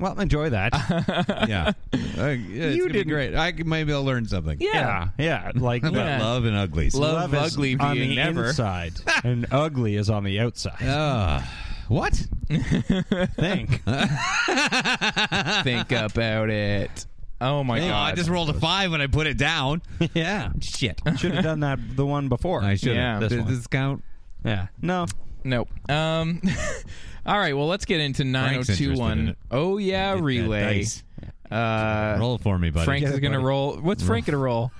S6: Well, enjoy that.
S1: [LAUGHS]
S3: yeah. Uh, yeah, it's
S6: You
S3: gonna be
S6: didn't-
S3: great. I c- maybe I'll learn something.
S6: yeah. Yeah.
S3: [LAUGHS]
S6: Like
S3: About
S1: Yeah.
S3: love and uglies.
S1: Love,
S6: is
S1: ugly
S6: on
S1: being
S6: the
S1: never.
S3: [LAUGHS]
S6: inside, and ugly is on the outside.
S3: Ugh. Uh, what? [LAUGHS]
S6: Think. [LAUGHS]
S1: Think about it. Oh my
S3: Hey,
S1: god!
S3: I just rolled a five when I put it down. yeah. Shit.
S6: Should have done that the one before.
S3: I should
S1: Yeah.
S3: have.
S1: This
S3: Does
S1: one.
S3: this count?
S6: yeah. No.
S1: Nope. Um. [LAUGHS] all right. Well, let's get into nine
S3: Frank's
S1: zero two
S3: interested in
S1: one.
S3: it.
S1: Oh yeah,
S3: that
S1: relay.
S3: dice.
S1: Uh,
S3: Roll it for me, buddy.
S1: Frank
S3: Get
S1: is
S3: it,
S1: gonna
S3: buddy. Uh,
S1: roll. What's Frank gonna roll?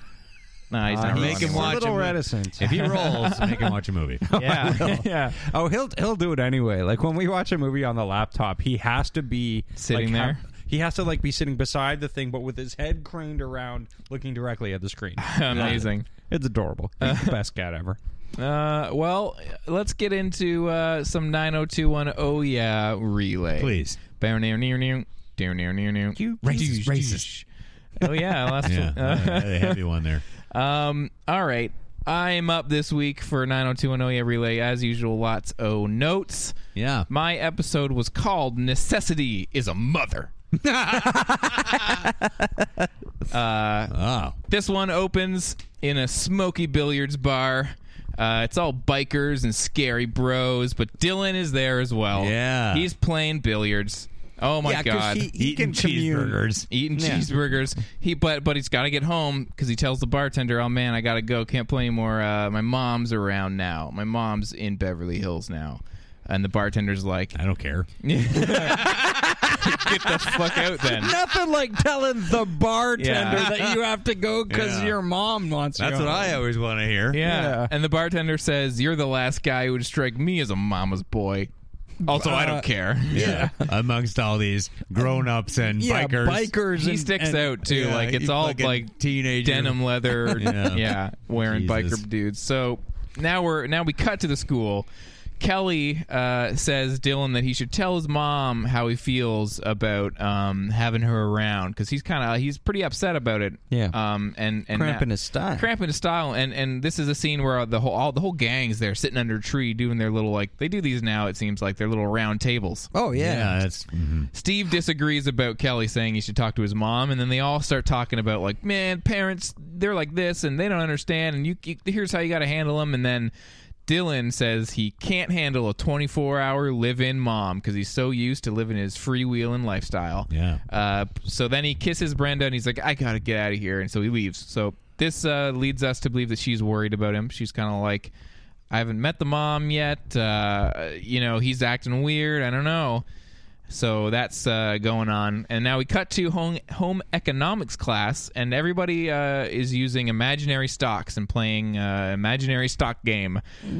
S1: Nah, he's not
S3: Make
S1: rolling
S3: him
S1: anymore.
S3: watch
S6: a little
S3: him.
S6: reticent. [LAUGHS]
S3: If he
S1: [LAUGHS]
S3: rolls, make him watch a movie.
S1: Yeah. yeah.
S6: Oh, he'll he'll do it anyway. Like when we watch a movie on the laptop, he has to be like,
S1: Sitting there?
S6: ha- he has to like be sitting beside the thing, but with his head craned around, looking directly at the
S3: [LAUGHS]
S6: screen.
S1: Amazing.
S6: It's adorable. He's the best cat ever.
S1: Uh, well, let's get into uh, some 9021 Oh Yeah relay.
S3: [LAUGHS] Please.
S1: Down near near near down near near near.
S3: Racist, racist.
S1: Oh
S3: [LAUGHS]
S1: yeah, last
S3: Yeah,
S1: [LAUGHS] one.
S3: uh, a heavy one there.
S1: Um, all right. I'm up this week for 90210 Yeah Relay. As usual, lots of notes.
S3: Yeah.
S1: My episode was called Necessity is a Mother.
S3: Oh,
S1: This one opens in a smoky billiards bar. Uh, it's all bikers and scary bros, but Dylan is there as well.
S3: Yeah.
S1: He's playing billiards. Oh my
S4: yeah, 'cause
S1: god.
S4: He, he
S3: eating
S4: can commune.
S3: cheeseburgers.
S1: eating cheeseburgers. He but but he's got to get home because he tells the bartender, "Oh man, I gotta go. Can't play anymore. Uh, my mom's around now. My mom's in Beverly Hills now." And the bartender's like,
S3: I don't care.
S1: "Get the fuck out then."
S6: Nothing like telling the bartender
S1: Yeah.
S6: that
S1: [LAUGHS]
S6: you have to go because
S3: Yeah.
S6: your mom wants you.
S3: That's what I always want to hear.
S1: Yeah. And the bartender says, "You're the last guy who would strike me as a mama's boy." Also, I don't care.
S3: Yeah. [LAUGHS] Amongst all these grown-ups and
S6: Yeah,
S3: bikers.
S6: bikers.
S1: He
S6: and-
S1: sticks
S6: and-
S1: out too.
S3: Yeah,
S1: like it's
S3: you
S1: all
S3: fucking
S1: like
S3: teenager.
S6: [LAUGHS]
S1: denim leather. yeah.
S3: Yeah.
S1: wearing
S3: Jesus.
S1: biker dudes. So now we're now we cut to the school. Kelly uh, says Dylan that he should tell his mom how he feels about um, having her around because he's kind of he's pretty upset about it.
S6: Yeah.
S1: Um. And and
S6: Cramping
S1: now-
S6: his style.
S1: Cramping his style. And and this is a scene where the whole all the whole gang's there sitting under a tree doing their little like they do these now. It seems like their little round tables.
S6: Oh yeah.
S3: Yeah, that's mhm.
S1: Steve disagrees about Kelly saying he should talk to his mom, and then they all start talking about like, man, parents, they're like this, and they don't understand, and you, you- here's how you got to handle them, and then. Dylan says he can't handle a 24 hour live in mom because he's so used to living his freewheeling lifestyle.
S3: Yeah.
S1: Uh, so then he kisses Brenda and he's like, I got to get out of here. And so he leaves. So this uh, leads us to believe that she's worried about him. She's kind of like, I haven't met the mom yet. Uh, you know, he's acting weird. I don't know. So that's uh, going on. And now we cut to home, home economics class, and everybody uh, is using imaginary stocks and playing uh, imaginary stock game.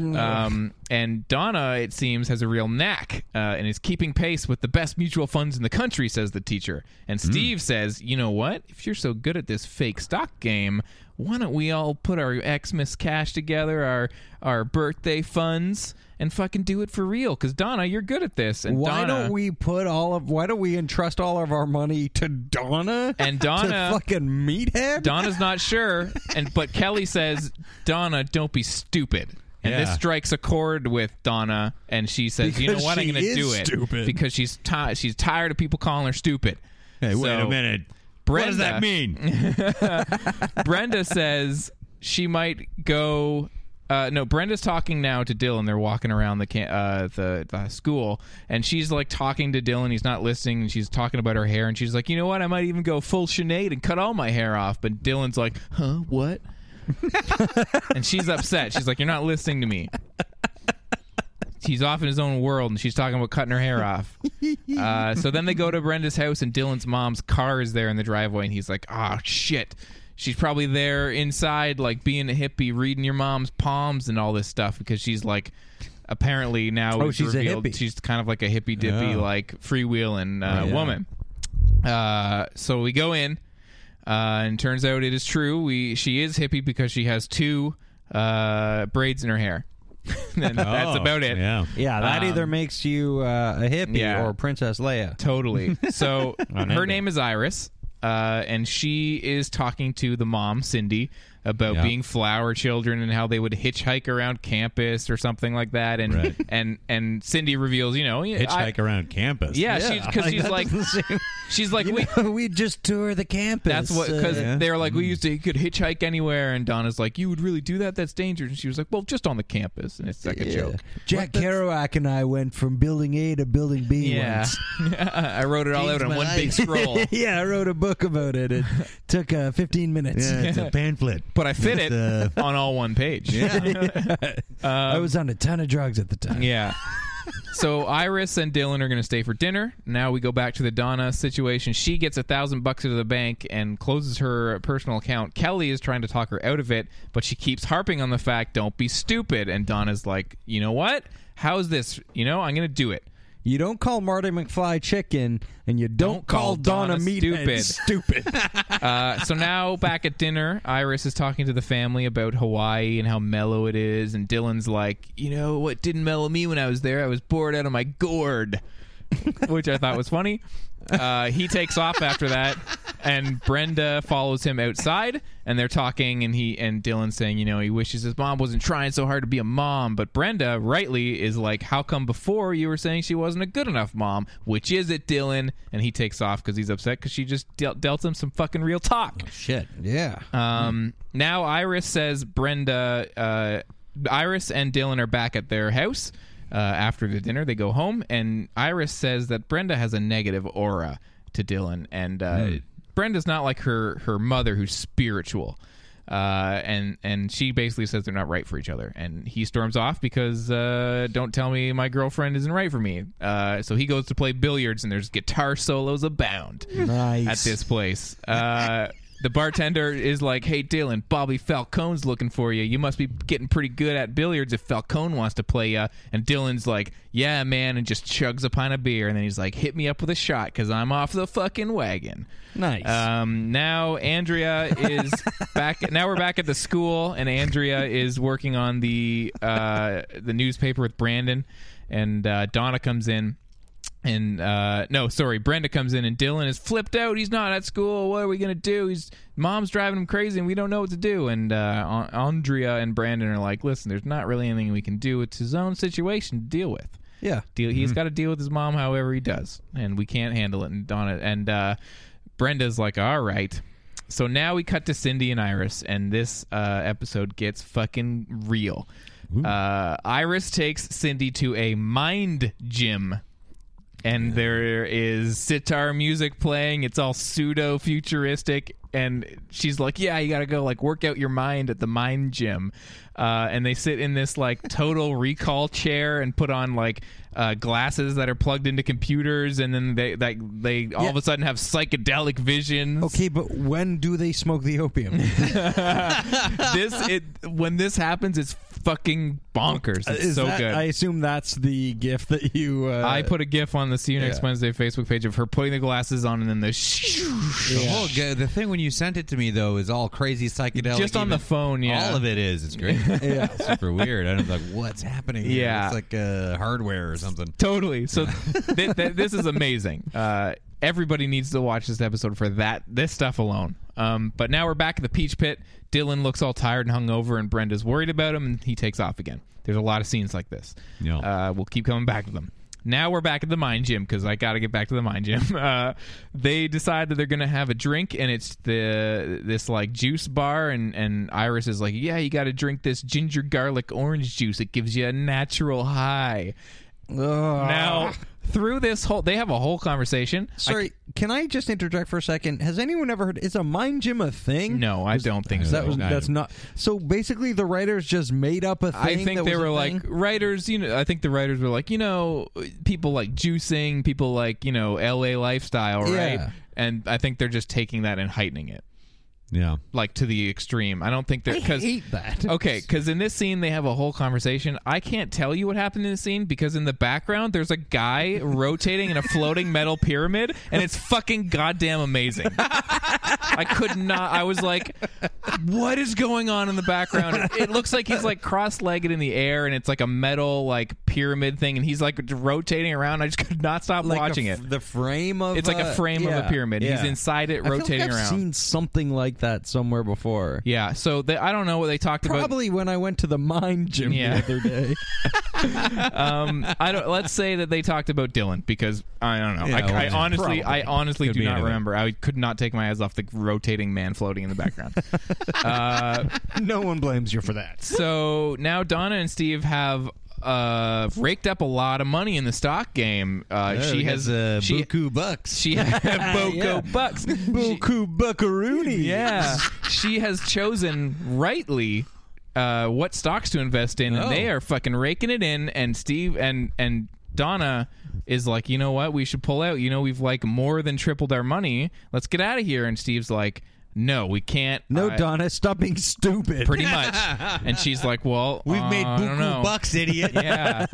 S1: Um, and Donna, it seems, has a real knack uh, and is keeping pace with the best mutual funds in the country, says the teacher. And
S6: Mm.
S1: Steve says, You know what? If you're so good at this fake stock game, why don't we all put our Xmas cash together, our our birthday funds, and fucking do it for real? Because Donna, you're good at this. And
S6: Why
S1: Donna-
S6: don't we put all of why don't we entrust all of our money to Donna
S1: And Donna-
S6: [LAUGHS] to fucking meathead?
S1: Donna's not sure, and but Kelly says, "Donna, don't be stupid." And this
S3: Yeah.
S1: strikes a chord with Donna, and she says, "You know
S6: Because
S1: what? I'm
S6: she
S1: going to
S6: is
S1: do it
S6: stupid.
S1: because she's tired. She's tired of people calling her stupid."
S3: Hey, wait
S1: So
S3: a minute. What does
S1: Brenda-
S3: that mean? [LAUGHS]
S1: Brenda says she might go. Uh, no, Brenda's talking now to Dylan. They're walking around the ca- uh, the, the school, and she's like talking to Dylan. He's not listening, and she's talking about her hair. And she's like, "You know what? I might even go full Sinead and cut all my hair off." But Dylan's like, "Huh? What?" and she's upset. She's like, "You're not listening to me." He's off in his own world, and she's talking about cutting her hair off. Uh, so then they go to Brenda's house, and Dylan's mom's car is there in the driveway, and he's like, "Ah, shit." She's probably there inside, like being a hippie, reading your mom's palms and all this stuff, because she's like, apparently now
S6: Oh,
S1: it's
S6: she's a
S1: revealed
S6: hippie. Oh,
S1: she's kind of like a hippy dippy,
S3: Oh.
S1: like freewheeling uh, woman. Uh, so we go in, uh, and turns out it is true. We she is hippie because she has two uh, braids in her hair. [LAUGHS] and [LAUGHS] that's
S3: Oh,
S1: about it.
S3: Yeah.
S6: yeah, that either makes you uh, a hippie
S1: Um, yeah.
S6: or Princess
S1: [LAUGHS]
S6: Leia. [LAUGHS]
S1: Totally.
S3: [LAUGHS]
S1: So her name is Iris, uh, and she is talking to the mom, Cindy, about
S3: Yeah.
S1: being flower children and how they would hitchhike around campus or something like that. And
S3: Right.
S1: and and Cindy reveals, you know, I-
S3: Hitchhike around campus. [LAUGHS]
S1: Yeah, she's because she's like She's like,
S9: You
S1: we.
S9: know, we just tour the campus.
S1: That's what because
S9: uh,
S1: they were like we used to you could hitchhike anywhere and Donna's like you would really do that that's dangerous and she was like well just on the campus and it's like a
S9: yeah.
S1: joke
S9: Jack Kerouac and I went from building A to building B
S1: yeah
S6: [LAUGHS]
S1: [LAUGHS]
S9: once.
S1: I wrote it all out
S9: Changed
S1: in
S9: my
S1: one big
S9: life.
S1: scroll
S9: yeah, I wrote a book about it.
S1: [LAUGHS]
S9: It took uh, 15 minutes.
S1: Yeah, it's a [LAUGHS]
S9: pamphlet.
S1: but I fit it
S3: uh,
S1: on all one page
S9: I was on a ton of drugs at the time.
S1: Um, Yeah. so Iris and Dylan are going to stay for dinner. Now we go back to the Donna situation. She gets a thousand bucks out of the bank and closes her personal account. Kelly is trying to talk her out of it, but she keeps harping on the fact, "Don't be stupid." And Donna's like, "You know what? How's this? You know, I'm going to do it."
S6: You don't call Marty McFly chicken, and you don't, call, Donna,
S1: Donna
S6: meathead [LAUGHS]
S1: stupid.
S6: stupid.
S1: [LAUGHS] Uh, so now back at dinner, Iris is talking to the family about Hawaii and how mellow it is, and Dylan's like, "You know what didn't mellow me when I was there? I was bored out of my gourd," which I thought was funny. Uh, he takes off after that, and Brenda follows him outside, and they're talking, and he and Dylan saying, "You know, he wishes his mom wasn't trying so hard to be a mom," but Brenda rightly is like, "How come before you were saying she wasn't a good enough mom? Which is it, Dylan?" And he takes off because he's upset because she just dealt, dealt him some fucking real talk.
S9: Shit. Yeah.
S1: Um, now Iris says Brenda, uh, Iris and Dylan are back at their house uh, after the dinner. They go home, and Iris says that Brenda has a negative aura to Dylan, and uh, Brenda's not like her her mother who's spiritual. Uh, and and she basically says they're not right for each other, and he storms off because uh, don't tell me my girlfriend isn't right for me. Uh, so he goes to play billiards, and there's guitar solos abound
S9: Nice.
S1: at this place. Uh, the bartender is like, "Hey, Dylan, Bobby Falcone's looking for you. You must be getting pretty good at billiards if Falcone wants to play you." And Dylan's like, "Yeah, man," and just chugs a pint of beer, and then he's like, "Hit me up with a shot because I'm off the fucking wagon."
S6: Nice.
S1: Um, now Andrea is back. Now we're back at the school, and Andrea is working on the uh, the newspaper with Brandon, and uh, Donna comes in. And uh, no, sorry, Brenda comes in and Dylan is flipped out. He's not at school. What are we gonna do? He's mom's driving him crazy, and we don't know what to do. And uh, An- Andrea and Brandon are like, "Listen, there's not really anything we can do. It's his own situation to deal with."
S6: Yeah.
S1: deal. He's got to deal with his mom, however he does, and we can't handle it. And Donna and uh, Brenda's like, all right. So now we cut to Cindy and Iris, and this uh, episode gets fucking real. Uh, Iris takes Cindy to a mind gym. And there is sitar music playing. It's all pseudo futuristic. And she's like, Yeah, you got to go like work out your mind at the mind gym. Uh, and they sit in this like
S6: [LAUGHS]
S1: total recall chair and put on like uh, glasses that are plugged into computers. And then they, like, they all of a sudden have psychedelic visions.
S6: Okay, but when do they smoke the opium?
S1: this, it, when this happens, it's fucking bonkers. [LAUGHS] It's
S6: Uh, Is
S1: so
S6: that-
S1: good.
S6: I assume that's the gift that you. Uh,
S1: I put a gif on the See You Next
S6: Yeah.
S1: Wednesday Facebook page of her putting the glasses on and then the shoo. [LAUGHS]
S3: The
S6: Oh,
S3: whole g- the thing when you sent it to me though is all crazy psychedelic.
S1: Just on
S3: even-
S1: the phone, yeah.
S3: All of it is. It's great.
S1: [LAUGHS] Yeah.
S3: It's super weird. I was like, what's happening? here?
S1: Yeah.
S3: it's like uh, hardware or something.
S1: [LAUGHS] Totally. So th- th- this is amazing. Uh, everybody needs to watch this episode for that this stuff alone. Um, but now we're back at the Peach Pit. Dylan looks all tired and hungover, and Brenda's worried about him, and he takes off again. There's a lot of scenes like this.
S3: Yeah.
S1: Uh, we'll keep coming back to them. Now we're back at the mine gym because I got to get back to the mine gym. [LAUGHS] Uh, they decide that they're going to have a drink, and it's the this like juice bar, and and Iris is like, "Yeah, you got to drink this ginger garlic orange juice. It gives you a natural high."
S6: Uh,
S1: Now through this whole, they have a whole conversation. I-
S6: Sorry, can I just interject for a second? Has anyone ever heard? Is a mind gym a thing?
S1: no, I don't think so.
S6: That was, that's not. So basically, the writers just made up a thing.
S1: I think
S6: that
S1: they
S6: was a
S1: were like
S6: thing?
S1: writers, you know. I think the writers were like, you know, people like juicing, people like you know, L.A. lifestyle, right?
S6: Yeah.
S1: And I think they're just taking that and heightening it,
S3: Yeah.
S1: like to the extreme. I don't think [LAUGHS] they're
S6: I
S1: because
S6: hate [LAUGHS] that.
S1: okay, because in this scene they have a whole conversation. I can't tell you what happened in the scene because in the background there's a guy
S6: [LAUGHS]
S1: rotating in a floating metal pyramid, and it's fucking
S6: [LAUGHS]
S1: goddamn amazing. I could not. I was like, what is going on in the background? It looks like he's like cross-legged in the air, and it's like a metal like pyramid thing, and he's like rotating around. I just could not stop
S6: Like a
S1: watching
S6: f-
S1: it.
S6: The frame of
S1: It's like a
S6: a-
S1: frame of a
S6: yeah,
S1: pyramid. He's
S6: yeah.
S1: inside it,
S6: I feel like
S1: rotating
S6: I've
S1: around.
S6: Seen something like that somewhere before.
S1: yeah. So they, I don't know what they talked about.
S6: Probably when I went to the mind gym
S1: Yeah. [LAUGHS]
S6: the other day.
S1: um, [LAUGHS] I don't. Let's say that they talked about Dylan because I don't know.
S3: Yeah,
S1: I, I
S3: well,
S1: honestly, I
S3: probably.
S1: honestly
S3: Could
S1: do
S3: be
S1: not
S3: anything.
S1: remember. I could not take my eyes off the rotating man floating in the
S3: [LAUGHS]
S1: background. uh,
S6: no one blames you for that.
S1: so now Donna and Steve have uh, raked up a lot of money in the stock game. Uh,
S3: Yeah,
S1: she
S3: we got
S1: has
S3: the
S1: she,
S3: buku bucks.
S1: [LAUGHS] She Boko
S3: Yeah.
S1: [LAUGHS] bucks.
S6: Buku buckaroonies.
S1: Yeah, [LAUGHS] she has chosen rightly uh, what stocks to invest in, and
S3: Oh.
S1: they are fucking raking it in. And Steve and and Donna is like, you know what? We should pull out. You know, we've like more than tripled our money. Let's get out of here. And Steve's like, no, we can't.
S6: No,
S1: I-
S6: Donna, stop being stupid.
S1: Pretty
S3: [LAUGHS]
S1: much, and she's like, "Well,
S3: We've
S1: uh,
S3: made
S1: I don't
S3: buku
S1: know.
S3: bucks, idiot.
S1: [LAUGHS] Yeah.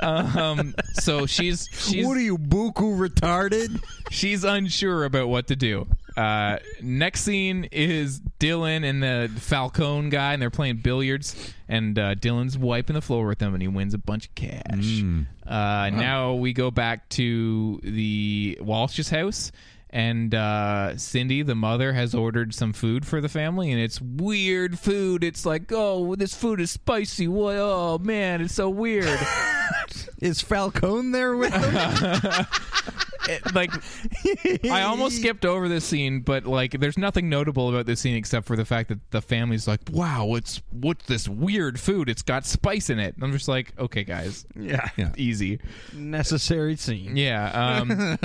S1: Um, so
S3: [LAUGHS]
S1: she's she's
S6: [LAUGHS] what are you, buku
S1: [LAUGHS]
S6: retarded?
S1: she's unsure about what to do. Uh, next scene is Dylan and the Falcone guy, and they're playing billiards. And uh, Dylan's wiping the floor with them, and he wins a bunch of cash. Uh, Now we go back to the Walsh's house, and uh, Cindy, the mother, has ordered some food for the family, and it's weird food. It's like, oh, this food is spicy. What? Oh man, it's so weird.
S6: Is Falcone there
S1: [LAUGHS]
S6: with them?
S1: it- like
S2: [LAUGHS]
S1: I almost skipped over this scene, but like there's nothing notable about this scene except for the fact that the family's like, "Wow, it's what's this weird food? It's got spice in it." And I'm just like, "Okay, guys,
S6: yeah.
S1: easy."
S6: Necessary scene.
S1: Yeah, um,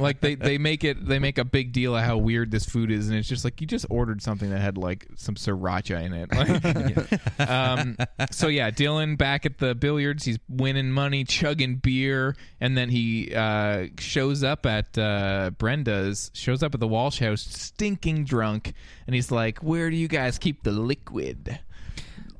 S1: like they they make it they make a big deal of how weird this food is, and it's just like you just ordered something that had like some sriracha in it. [LAUGHS] Like, um, so yeah, Dylan back at the billiards, he's winning money, chugging beer, and then he uh, shows up at uh, Brenda's, shows up at the Walsh house, stinking drunk, and he's like, "Where do you guys keep the liquid?"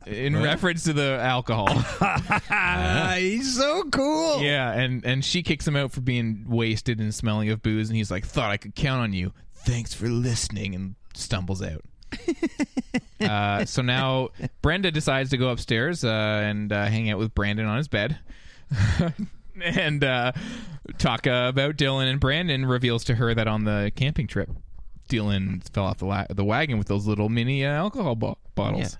S1: In reference to the alcohol.
S6: Ah, he's so cool.
S1: Yeah, and and she kicks him out for being wasted and smelling of booze, and he's like, "Thought I could count on you. Thanks for listening," and stumbles out. uh, so now Brenda decides to go upstairs uh, and uh, hang out with Brandon on his bed. [LAUGHS] and uh, talk uh, about Dylan and Brandon reveals to her that on the camping trip, Dylan fell off the la- the wagon with those little mini uh, alcohol bo- bottles.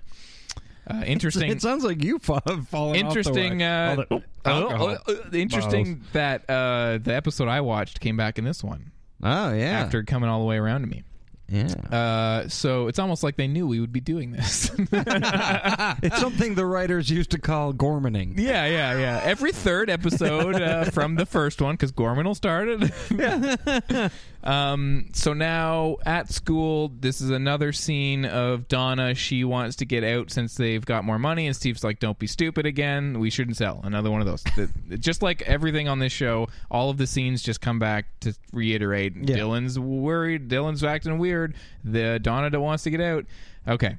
S1: Uh,
S2: [LAUGHS]
S1: interesting.
S6: It sounds like you fa- falling
S1: interesting
S6: Off
S1: uh,
S6: the wagon.
S1: oh,
S6: All the- alcohol.
S1: oh, oh, interesting that uh, the episode i watched came back in this one
S6: Oh yeah.
S1: after coming all the way around to me
S6: yeah.
S1: uh, so it's almost like they knew we would be doing this [LAUGHS] Uh,
S6: it's something the writers used to call
S2: [LAUGHS]
S6: gormaning.
S1: yeah yeah yeah every third episode uh, from the first one because gorman will start it [LAUGHS] um, so now at school this is another scene of donna she wants to get out since they've got more money and steve's like don't be stupid again we shouldn't sell another one of those The- [LAUGHS] just like everything on this show all of the scenes just come back to reiterate dylan's worried dylan's acting weird the donna that wants to get out okay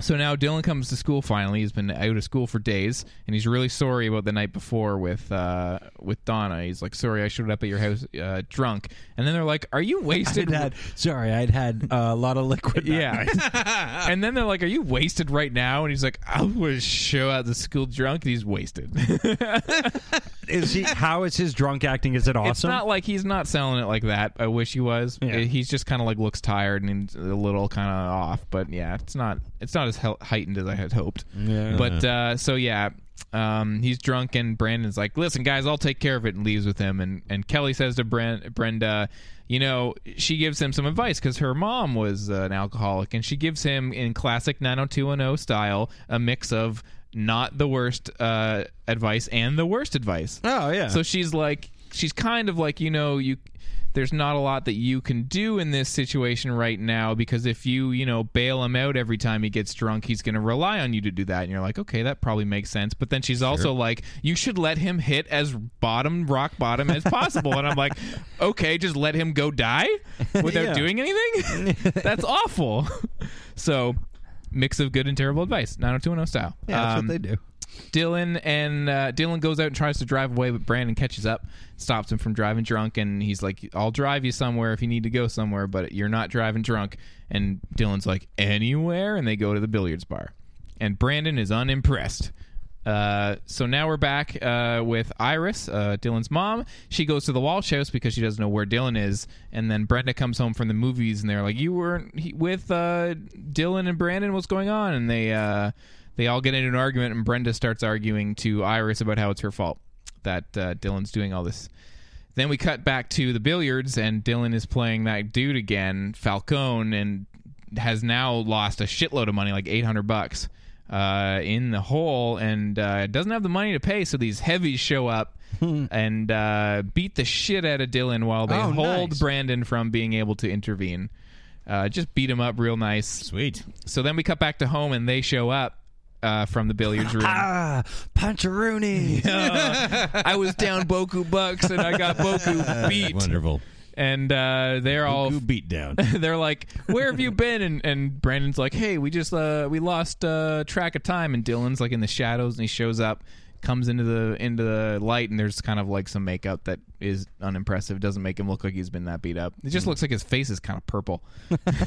S1: so now Dylan comes to school finally. He's been out of school for days, and he's really sorry about the night before with uh, with Donna. He's like, "Sorry, I showed up at your house uh, drunk." And then they're like, "Are you wasted?"
S6: I'd had, sorry, I'd had uh, a lot of liquid.
S1: yeah. [LAUGHS] and then they're like, "Are you wasted right now?" And he's like, "I was show out the school drunk." And he's wasted.
S6: [LAUGHS]
S1: [LAUGHS]
S6: Is he? How is his drunk acting? Is it awesome?
S1: It's not like he's not selling it like that. I wish he was.
S6: Yeah.
S1: He's just kind of like looks tired and he's a little kind of off. But yeah, it's not it's not as hel- heightened as I had hoped.
S6: Yeah.
S1: But uh, so yeah, um, he's drunk and Brandon's like, "Listen, guys, I'll take care of it," and leaves with him. And and Kelly says to Bren- Brenda. You know, she gives him some advice because her mom was uh, an alcoholic, and she gives him, in classic 90210 style, a mix of not the worst uh, advice and the worst advice.
S6: Oh, yeah.
S1: So she's like, she's kind of like, you know, you. There's not a lot that you can do in this situation right now because if you, you know, bail him out every time he gets drunk, he's going to rely on you to do that. And you're like, okay, that probably makes sense. But then she's also like, you should let him hit as bottom, rock bottom as possible. and
S6: [LAUGHS]
S1: I'm like, okay, just let him go die without
S6: Yeah.
S1: doing
S6: [LAUGHS]
S1: anything? that's awful. so, mix of good and terrible advice, 90210 style.
S6: Yeah, that's
S1: Um,
S6: what they do.
S1: Dylan and uh, Dylan goes out and tries to drive away, but Brandon catches up, stops him from driving drunk, and he's like, "I'll drive you somewhere if you need to go somewhere, but you're not driving drunk." And Dylan's like, "Anywhere," and they go to the billiards bar, and Brandon is unimpressed. Uh, so now we're back uh, with Iris, uh, Dylan's mom. She goes to the Walsh house because she doesn't know where Dylan is, and then Brenda comes home from the movies, and they're like, "You weren't he- with uh, Dylan and Brandon. What's going on?" And they uh, They all get into an argument, and Brenda starts arguing to Iris about how it's her fault that uh, Dylan's doing all this. Then we cut back to the billiards, and Dylan is playing that dude again, Falcone, and has now lost a shitload of money, like 800 bucks, uh, in the hole, and uh, doesn't have the money to pay. So these heavies show
S3: [LAUGHS]
S1: up and uh, beat the shit out of Dylan while they
S3: Oh,
S1: hold
S3: nice.
S1: Brandon from being able to intervene. Uh, just beat him up real nice. Sweet. So then we cut back to home, and they show up uh, from the billiards room.
S9: Ah, Puncheroony.
S1: I was down Boku bucks and I got Boku [LAUGHS] beat.
S3: Wonderful.
S1: And uh, they're all
S3: beat down.
S1: [LAUGHS] they're like, "Where have you been?" And, and Brandon's like, "Hey, we just uh, we lost uh, track of time." And Dylan's like in the shadows, and he shows up, comes into the into the light, and there's kind of like some makeup that is unimpressive. Doesn't make him look like he's been that beat up. It just looks like his face is kind of purple.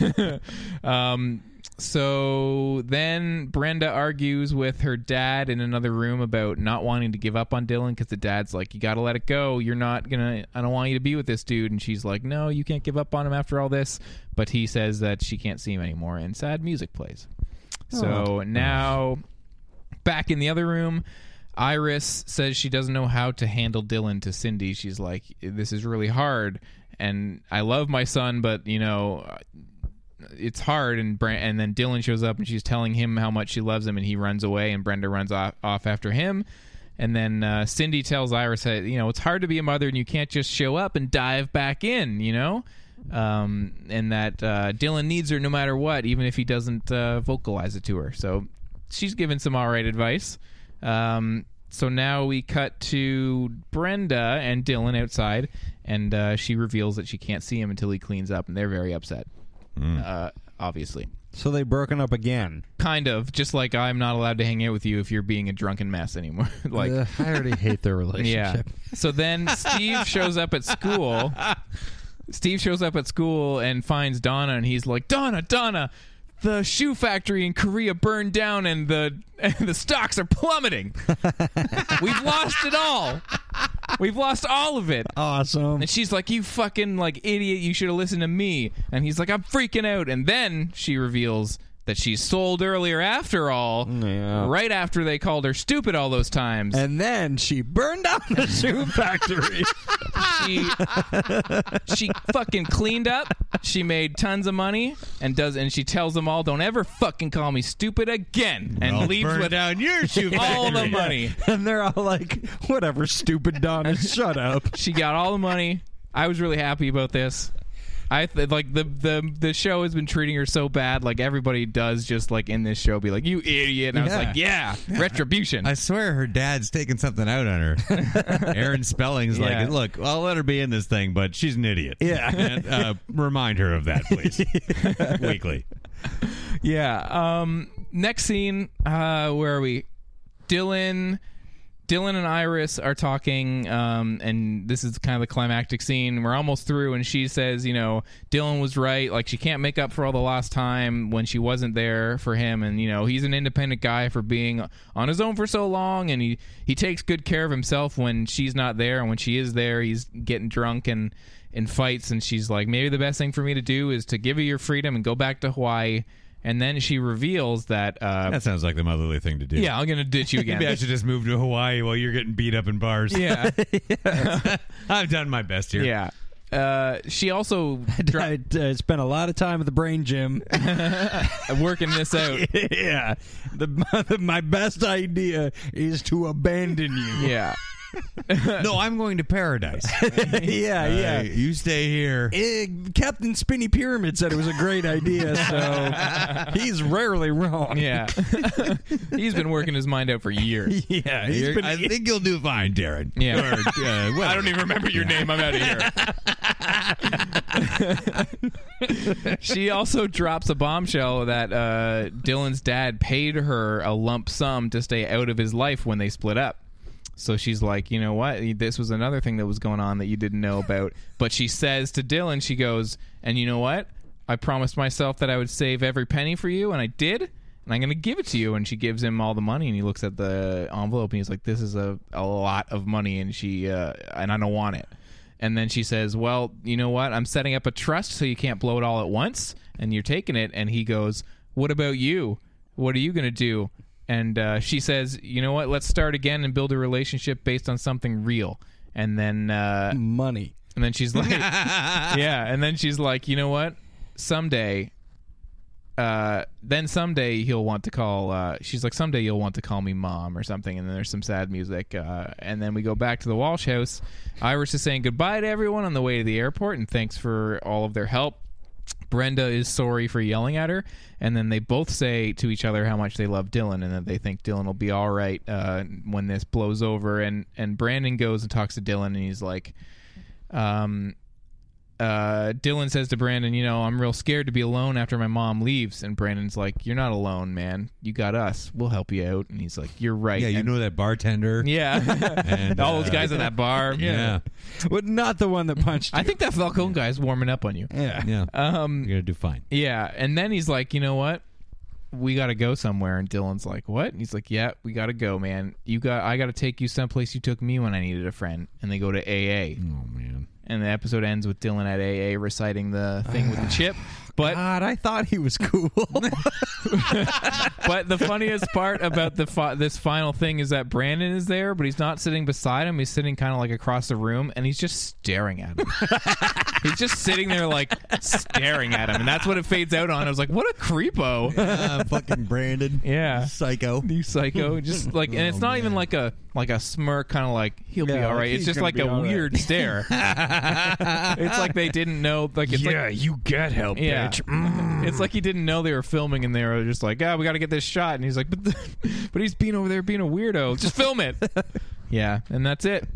S1: [LAUGHS] um, so then Brenda argues with her dad in another room about not wanting to give up on Dylan because the dad's like, You got to let it go. You're not going to, I don't want you to be with this dude. And she's like, No, you can't give up on him after all this. But he says that she can't see him anymore. And sad music plays. So now back in the other room, Iris says she doesn't know how to handle Dylan to Cindy. She's like, This is really hard. And I love my son, but, you know, it's hard and Bran- and then Dylan shows up and she's telling him how much she loves him and he runs away and Brenda runs off, off after him and then uh, Cindy tells Iris that you know it's hard to be a mother and you can't just show up and dive back in you know um, and that uh, Dylan needs her no matter what even if he doesn't uh, vocalize it to her so she's given some all right advice um, so now we cut to Brenda and Dylan outside and uh, she reveals that she can't see him until he cleans up and they're very upset uh, obviously.
S6: So they broken up again.
S1: Kind of, just like I'm not allowed to hang out with you if you're being a drunken mess anymore. [LAUGHS] like,
S6: Ugh, I already hate [LAUGHS] their
S1: yeah.
S6: relationship.
S1: So then Steve shows up at school. Steve shows up at school and finds Donna, and he's like, Donna, Donna, the shoe factory in Korea burned down, and the [LAUGHS] and the stocks are plummeting. We've lost it all. We've lost all of it.
S6: Awesome.
S1: And she's like, "You fucking like idiot! You should have listened to me." And he's like, "I'm freaking out." And then she reveals that she sold earlier after all, right after they called her stupid all those times.
S6: And then she burned down [LAUGHS] the shoe factory.
S1: she she fucking cleaned up. She made tons of money and does and she tells them all, "Don't ever fucking call me stupid again." And
S3: I'll
S1: leaves
S3: burn
S1: with
S3: down your shoe
S1: [LAUGHS] all the
S3: factory.
S1: money.
S6: and they're all like, whatever, stupid Donna, shut [LAUGHS] up.
S1: She got all the money. I was really happy about this. I th- like the the the show has been treating her so bad. Like everybody does, just like in this show, be like, "You idiot!" And I was
S3: Yeah.
S1: like, "Yeah, retribution."
S3: I swear her dad's taking something out on
S1: [LAUGHS]
S3: her. Aaron Spelling's
S1: Yeah.
S3: like, look, I'll let her be in this thing, but she's an idiot.
S6: Yeah.
S3: And, uh, remind her of that,
S1: [LAUGHS]
S3: please. Weekly.
S1: Yeah. Um. Next scene. Uh. Where are we? Dylan. Dylan and Iris are talking, um, and this is kind of the climactic scene. We're almost through, and she says, "You know, Dylan was right. Like she can't make up for all the lost time when she wasn't there for him, and you know he's an independent guy for being on his own for so long, and he he takes good care of himself when she's not there, and when she is there, he's getting drunk and in fights. And she's like, maybe the best thing for me to do is to give you your freedom and go back to Hawaii. And then she reveals that, uh,
S3: That sounds like the motherly thing to do.
S1: yeah, I'm gonna ditch
S3: [LAUGHS]
S1: you again.
S3: Maybe I should just move to Hawaii while you're getting beat up in bars.
S1: yeah.
S3: [LAUGHS] I've done my best here.
S1: Yeah. Uh, she also dri-
S6: I uh, spent a lot of time at the brain [LAUGHS] gym.
S1: working this
S2: [LAUGHS]
S1: out.
S6: yeah. The, [LAUGHS] my, my best idea is to abandon you.
S1: Yeah.
S3: No, I'm going
S1: [LAUGHS]
S3: to paradise.
S6: [LAUGHS] yeah, yeah.
S3: Uh, you stay here.
S6: Eh, Captain Spinny Pyramid said it was a great idea, so he's rarely wrong.
S1: Yeah. [LAUGHS] He's been working his mind out for
S2: [LAUGHS]
S1: years.
S6: [LAUGHS] Yeah, he's
S3: You're-
S6: been-
S3: I think you'll do fine, Darren.
S1: e- Yeah.
S3: Or, uh, whatever.
S1: I don't even remember your name. I'm out of here. she also drops a bombshell that uh, Dylan's dad paid her a lump sum to stay out of his life when they split up. So she's like, you know what? This was another thing that was going on that you didn't know about. But she says to Dylan, she goes, and you know what? I promised myself that I would save every penny for you, and I did. And I'm going to give it to you. And she gives him all the money, and he looks at the envelope, and he's like, this is a, a lot of money, and she uh, and I don't want it. And then she says, well, you know what? I'm setting up a trust so you can't blow it all at once, and you're taking it. And he goes, what about you? What are you going to do? and uh, she says, "You know what? Let's start again and build a relationship based on something real." And then uh,
S6: money.
S1: And then she's like, "Yeah." And then she's like, "You know what? Someday." Uh, then someday he'll want to call. Uh, she's like, someday you'll want to call me mom or something. And then there's some sad music. Uh, and then we go back to the Walsh house. Irish is saying goodbye to everyone on the way to the airport and thanks for all of their help. Brenda is sorry for yelling at her, and then they both say to each other how much they love Dylan and that they think Dylan will be all right uh, when this blows over. And and Brandon goes and talks to Dylan, and he's like, um, uh, Dylan says to Brandon, you know, I'm real scared to be alone after my mom leaves. And Brandon's like, you're not alone, man. You got us. We'll help you out. And he's like, you're right. [LAUGHS]
S3: Yeah, you
S1: And-
S3: know that bartender. [LAUGHS]
S1: yeah,
S3: And,
S1: all those
S3: uh,
S1: guys at that bar.
S3: Yeah.
S6: But not the one that punched
S1: I think that Falcone guy is warming up on you.
S6: Yeah.
S3: Yeah.
S1: [LAUGHS] Um,
S3: You're going to do fine.
S1: Yeah, and then he's like, you know what? We got to go somewhere. And Dylan's like, what? And he's like, yeah, we got to go, man. You got, I got to take you someplace you took me when I needed a friend. And they go to AA.
S3: Oh
S1: [LAUGHS]
S3: man.
S1: And the episode ends with Dylan at AA reciting the thing with the chip. But
S6: God, I thought he was [LAUGHS] cool.
S1: but the funniest part about the fi- this final thing is that Brandon is there, but he's not sitting beside him. He's sitting kind of like across the room, and he's just staring at him. he's just sitting there like staring at him, and that's what it fades out on. I was like, what a creepo. [LAUGHS]
S4: Uh, fucking Brandon.
S1: Yeah.
S4: Psycho.
S1: you psycho just like and it's not even like a like a smirk kind of like he'll be
S6: Oh, Yeah,
S1: all right
S6: he's
S1: it's just
S6: gonna
S1: like
S6: be
S1: a
S6: all right.
S1: weird stare
S6: [LAUGHS]
S1: it's like they didn't know like it's like
S2: you get help,
S1: yeah it's like he didn't know they were filming and they were just like ah we gotta get this shot and he's like but the, [LAUGHS] but he's being over there being a weirdo just
S6: [LAUGHS]
S1: film it yeah and that's it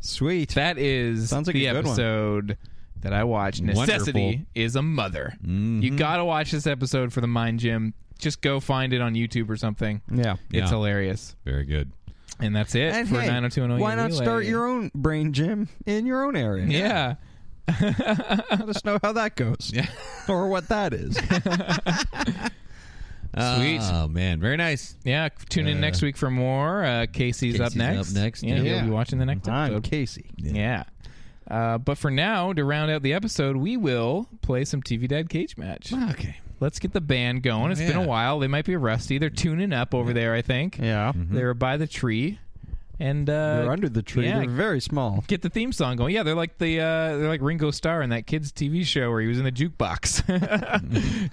S6: Sweet.
S1: that is
S6: Sounds like
S1: the
S6: a good one.
S1: episode that I watched. Necessity is a mother.
S6: Mm-hmm.
S1: You gotta watch this episode for the mind gym. Just go find it on YouTube or something.
S6: Yeah.
S1: It's
S3: Yeah.
S1: hilarious.
S3: Very good.
S1: And that's it
S6: And
S1: for
S6: hey,
S1: 90210.
S6: why not
S1: Relay.
S6: start your own brain gym in your own area?
S1: Yeah.
S6: Let us know how that goes.
S3: Yeah.
S6: [LAUGHS] Or what that is.
S1: Sweet.
S3: Oh man, very nice.
S1: Yeah, tune in
S3: Uh,
S1: next week for more. Uh, Casey's, up
S3: Casey's
S1: next.
S3: up next,
S1: Yeah,
S3: yeah.
S1: he'll be watching the next
S6: I'm
S1: episode.
S6: Casey.
S1: Yeah. Uh, but for now, to round out the episode, we will play some TV Dad Cage Match.
S3: Okay.
S1: Let's get the band going. It's been
S3: yeah.
S1: a while. They might be rusty. They're tuning up over there, I think.
S6: Yeah.
S3: Mm-hmm.
S1: They're by the tree. And Mm-hmm. uh,
S6: They're under the tree.
S1: yeah.
S6: They're very small.
S1: get the theme song going. Yeah, they're like the uh, they're like Ringo Starr in that kids TV show where he was in the jukebox.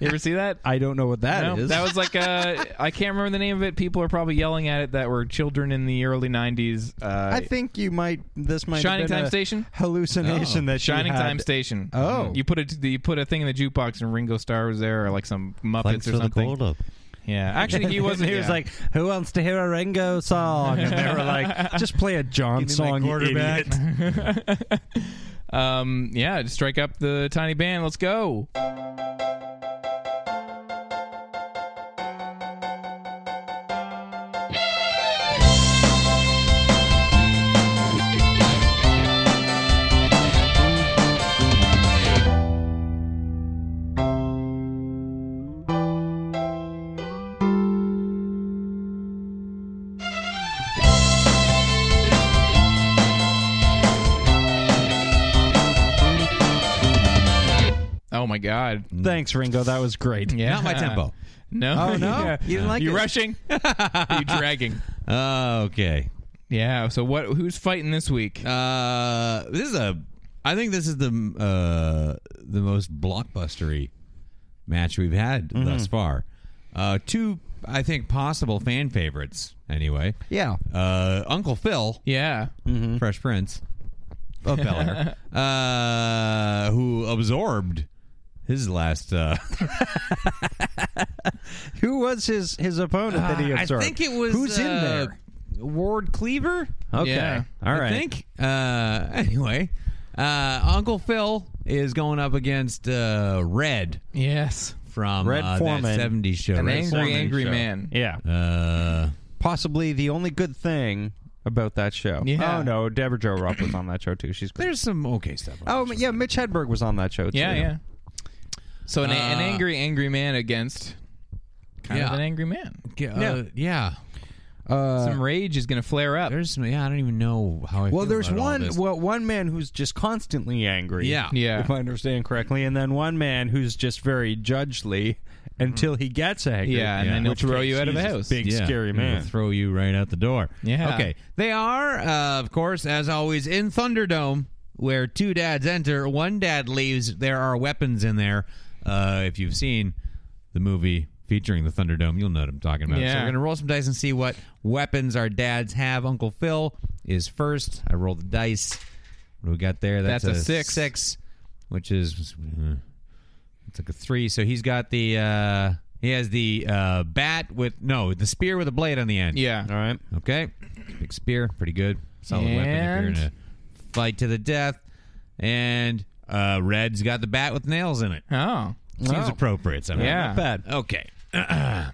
S1: [LAUGHS] you ever see that?
S6: I don't know what that is.
S1: No, that was like uh, I can't remember the name of it. People are probably yelling at it that were children in the early '90s. Uh,
S6: [LAUGHS] I think you might. This might
S1: Shining
S6: have been
S1: Time
S6: a
S1: Station? Oh.
S6: hallucination that she
S1: Shining
S6: had. [LAUGHS]
S1: Time Station.
S6: Oh.
S1: you put a you put a thing in the jukebox and Ringo Starr was there, or like some Muppets
S3: Thanks
S1: or
S3: for the
S1: something.
S3: call up.
S1: yeah, actually
S6: [LAUGHS]
S1: he wasn't.
S6: he was
S1: yeah.
S6: like, "Who wants to hear a Ringo song?" And they were
S1: [LAUGHS]
S6: like, "Just play a John song, you idiot."
S1: um, yeah, just strike up the tiny band. Let's go. Oh my God.
S6: Thanks, Ringo. That was great.
S1: Yeah.
S3: Not
S1: [LAUGHS]
S3: my tempo.
S1: No.
S6: Oh, no?
S1: [LAUGHS] Yeah.
S6: You didn't like
S1: you
S6: it? [LAUGHS]
S1: rushing? you dragging?
S3: Uh, okay.
S1: Yeah. So what? Who's fighting this week?
S3: Uh, this is a. I think this is the uh, the most blockbustery match we've had
S1: Mm-hmm.
S3: thus far. Uh, two, I think, possible fan favorites. Anyway,
S6: Yeah.
S3: uh, Uncle Phil,
S1: yeah.
S6: hmm.
S3: Fresh Prince of Bel
S1: [LAUGHS]
S3: Air, uh, who absorbed his last. Uh, [LAUGHS]
S6: Who was his his opponent that
S1: Uh,
S6: he absorbed? Who's in there?
S3: Ward Cleaver.
S6: Okay.
S1: yeah.
S6: All right.
S3: I think. Uh, [LAUGHS] anyway, uh, Uncle Phil is going up against uh, Red
S1: Yes.
S3: from
S6: Red
S3: uh,
S6: Foreman.
S3: that 70s show.
S1: An
S3: Red
S1: angry,
S3: Foreman
S1: angry
S3: show.
S1: man.
S6: Yeah.
S3: Uh,
S6: Possibly the only good thing about that show.
S1: Yeah.
S6: Oh no, Deborah Jo Rupp was on that show too. She's great.
S3: there's some okay stuff. on
S6: Oh
S3: this
S6: yeah, Mitch Hedberg was on that show too.
S1: Yeah. Yeah. So an, an
S3: Uh,
S1: angry, angry man against kind
S3: yeah.
S1: of an angry man.
S3: show. Uh, yeah.
S2: Uh,
S1: Some rage is going to flare up.
S3: There's, yeah, I don't even know how I.
S2: well,
S3: feel
S2: there's
S3: about all
S2: one
S3: this.
S2: well, one man who's just constantly angry.
S3: Yeah.
S1: Yeah.
S2: If I understand correctly, and then one man who's just very judgely until he gets angry.
S1: Mm-hmm. Yeah, and then he'll
S2: which
S1: throw
S2: makes-
S1: you out of the
S2: he's a
S1: house.
S2: Big
S3: Yeah.
S2: scary
S3: And they'll
S2: man.
S3: Throw you right out the door.
S1: Yeah.
S3: Okay. They are, uh, of course, as always, in Thunderdome, where two dads enter, one dad leaves. There are weapons in there. Uh, if you've seen the movie featuring the Thunderdome, you'll know what I'm talking about. So
S1: Yeah.
S3: we're going to roll some dice and see what weapons our dads have. Uncle Phil is first. I rolled the dice. What do we got there?
S1: That's a six.
S3: Six, which is. uh, it's like a three. So he's got the uh he has the uh bat with no the spear with a blade on the end.
S1: Yeah.
S2: All right.
S3: Okay. Big spear, pretty good. Solid weapon if you're in
S1: And-
S3: a fight to the death. And uh Red's got the bat with nails in it.
S1: Oh.
S3: Seems appropriate somehow.
S1: Yeah. Oh, Not
S2: bad.
S3: Okay.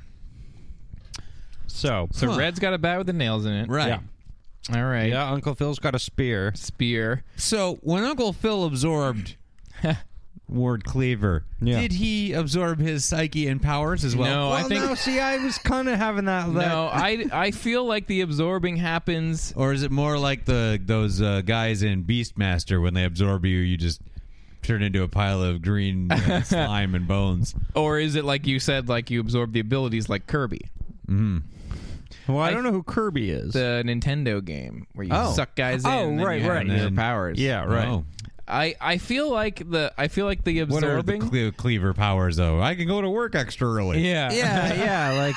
S2: So,
S1: So Red's got a bat with the nails in it.
S3: Right.
S2: Yeah.
S1: All right.
S2: yeah, Uncle Phil's got a spear.
S1: Spear.
S3: So when Uncle
S1: [LAUGHS]
S3: Phil absorbed Ward Cleaver,
S2: Yeah.
S3: did he absorb his psyche and powers as well?
S1: No, I
S2: well,
S1: think-
S2: no, see, I was kind of having that. that-
S1: No, I I feel like the absorbing happens.
S3: Or is it more like the those uh, guys in Beastmaster when they absorb you, you just turn into a pile of green
S1: [LAUGHS]
S3: uh, slime and bones?
S1: Or is it like you said, like you absorb the abilities like Kirby,
S2: well, I, don't know who Kirby is.
S1: the Nintendo game where you
S2: Oh.
S1: suck guys in
S2: Oh,
S1: and then
S2: right,
S1: you have
S2: right.
S1: your
S3: And-
S1: powers.
S2: yeah, right.
S3: Oh.
S1: I, I feel like the I feel like the
S3: What are the
S1: absorbing
S3: cle- cleaver powers though? I can go to work extra early.
S1: Yeah.
S2: [LAUGHS] Yeah, yeah. Like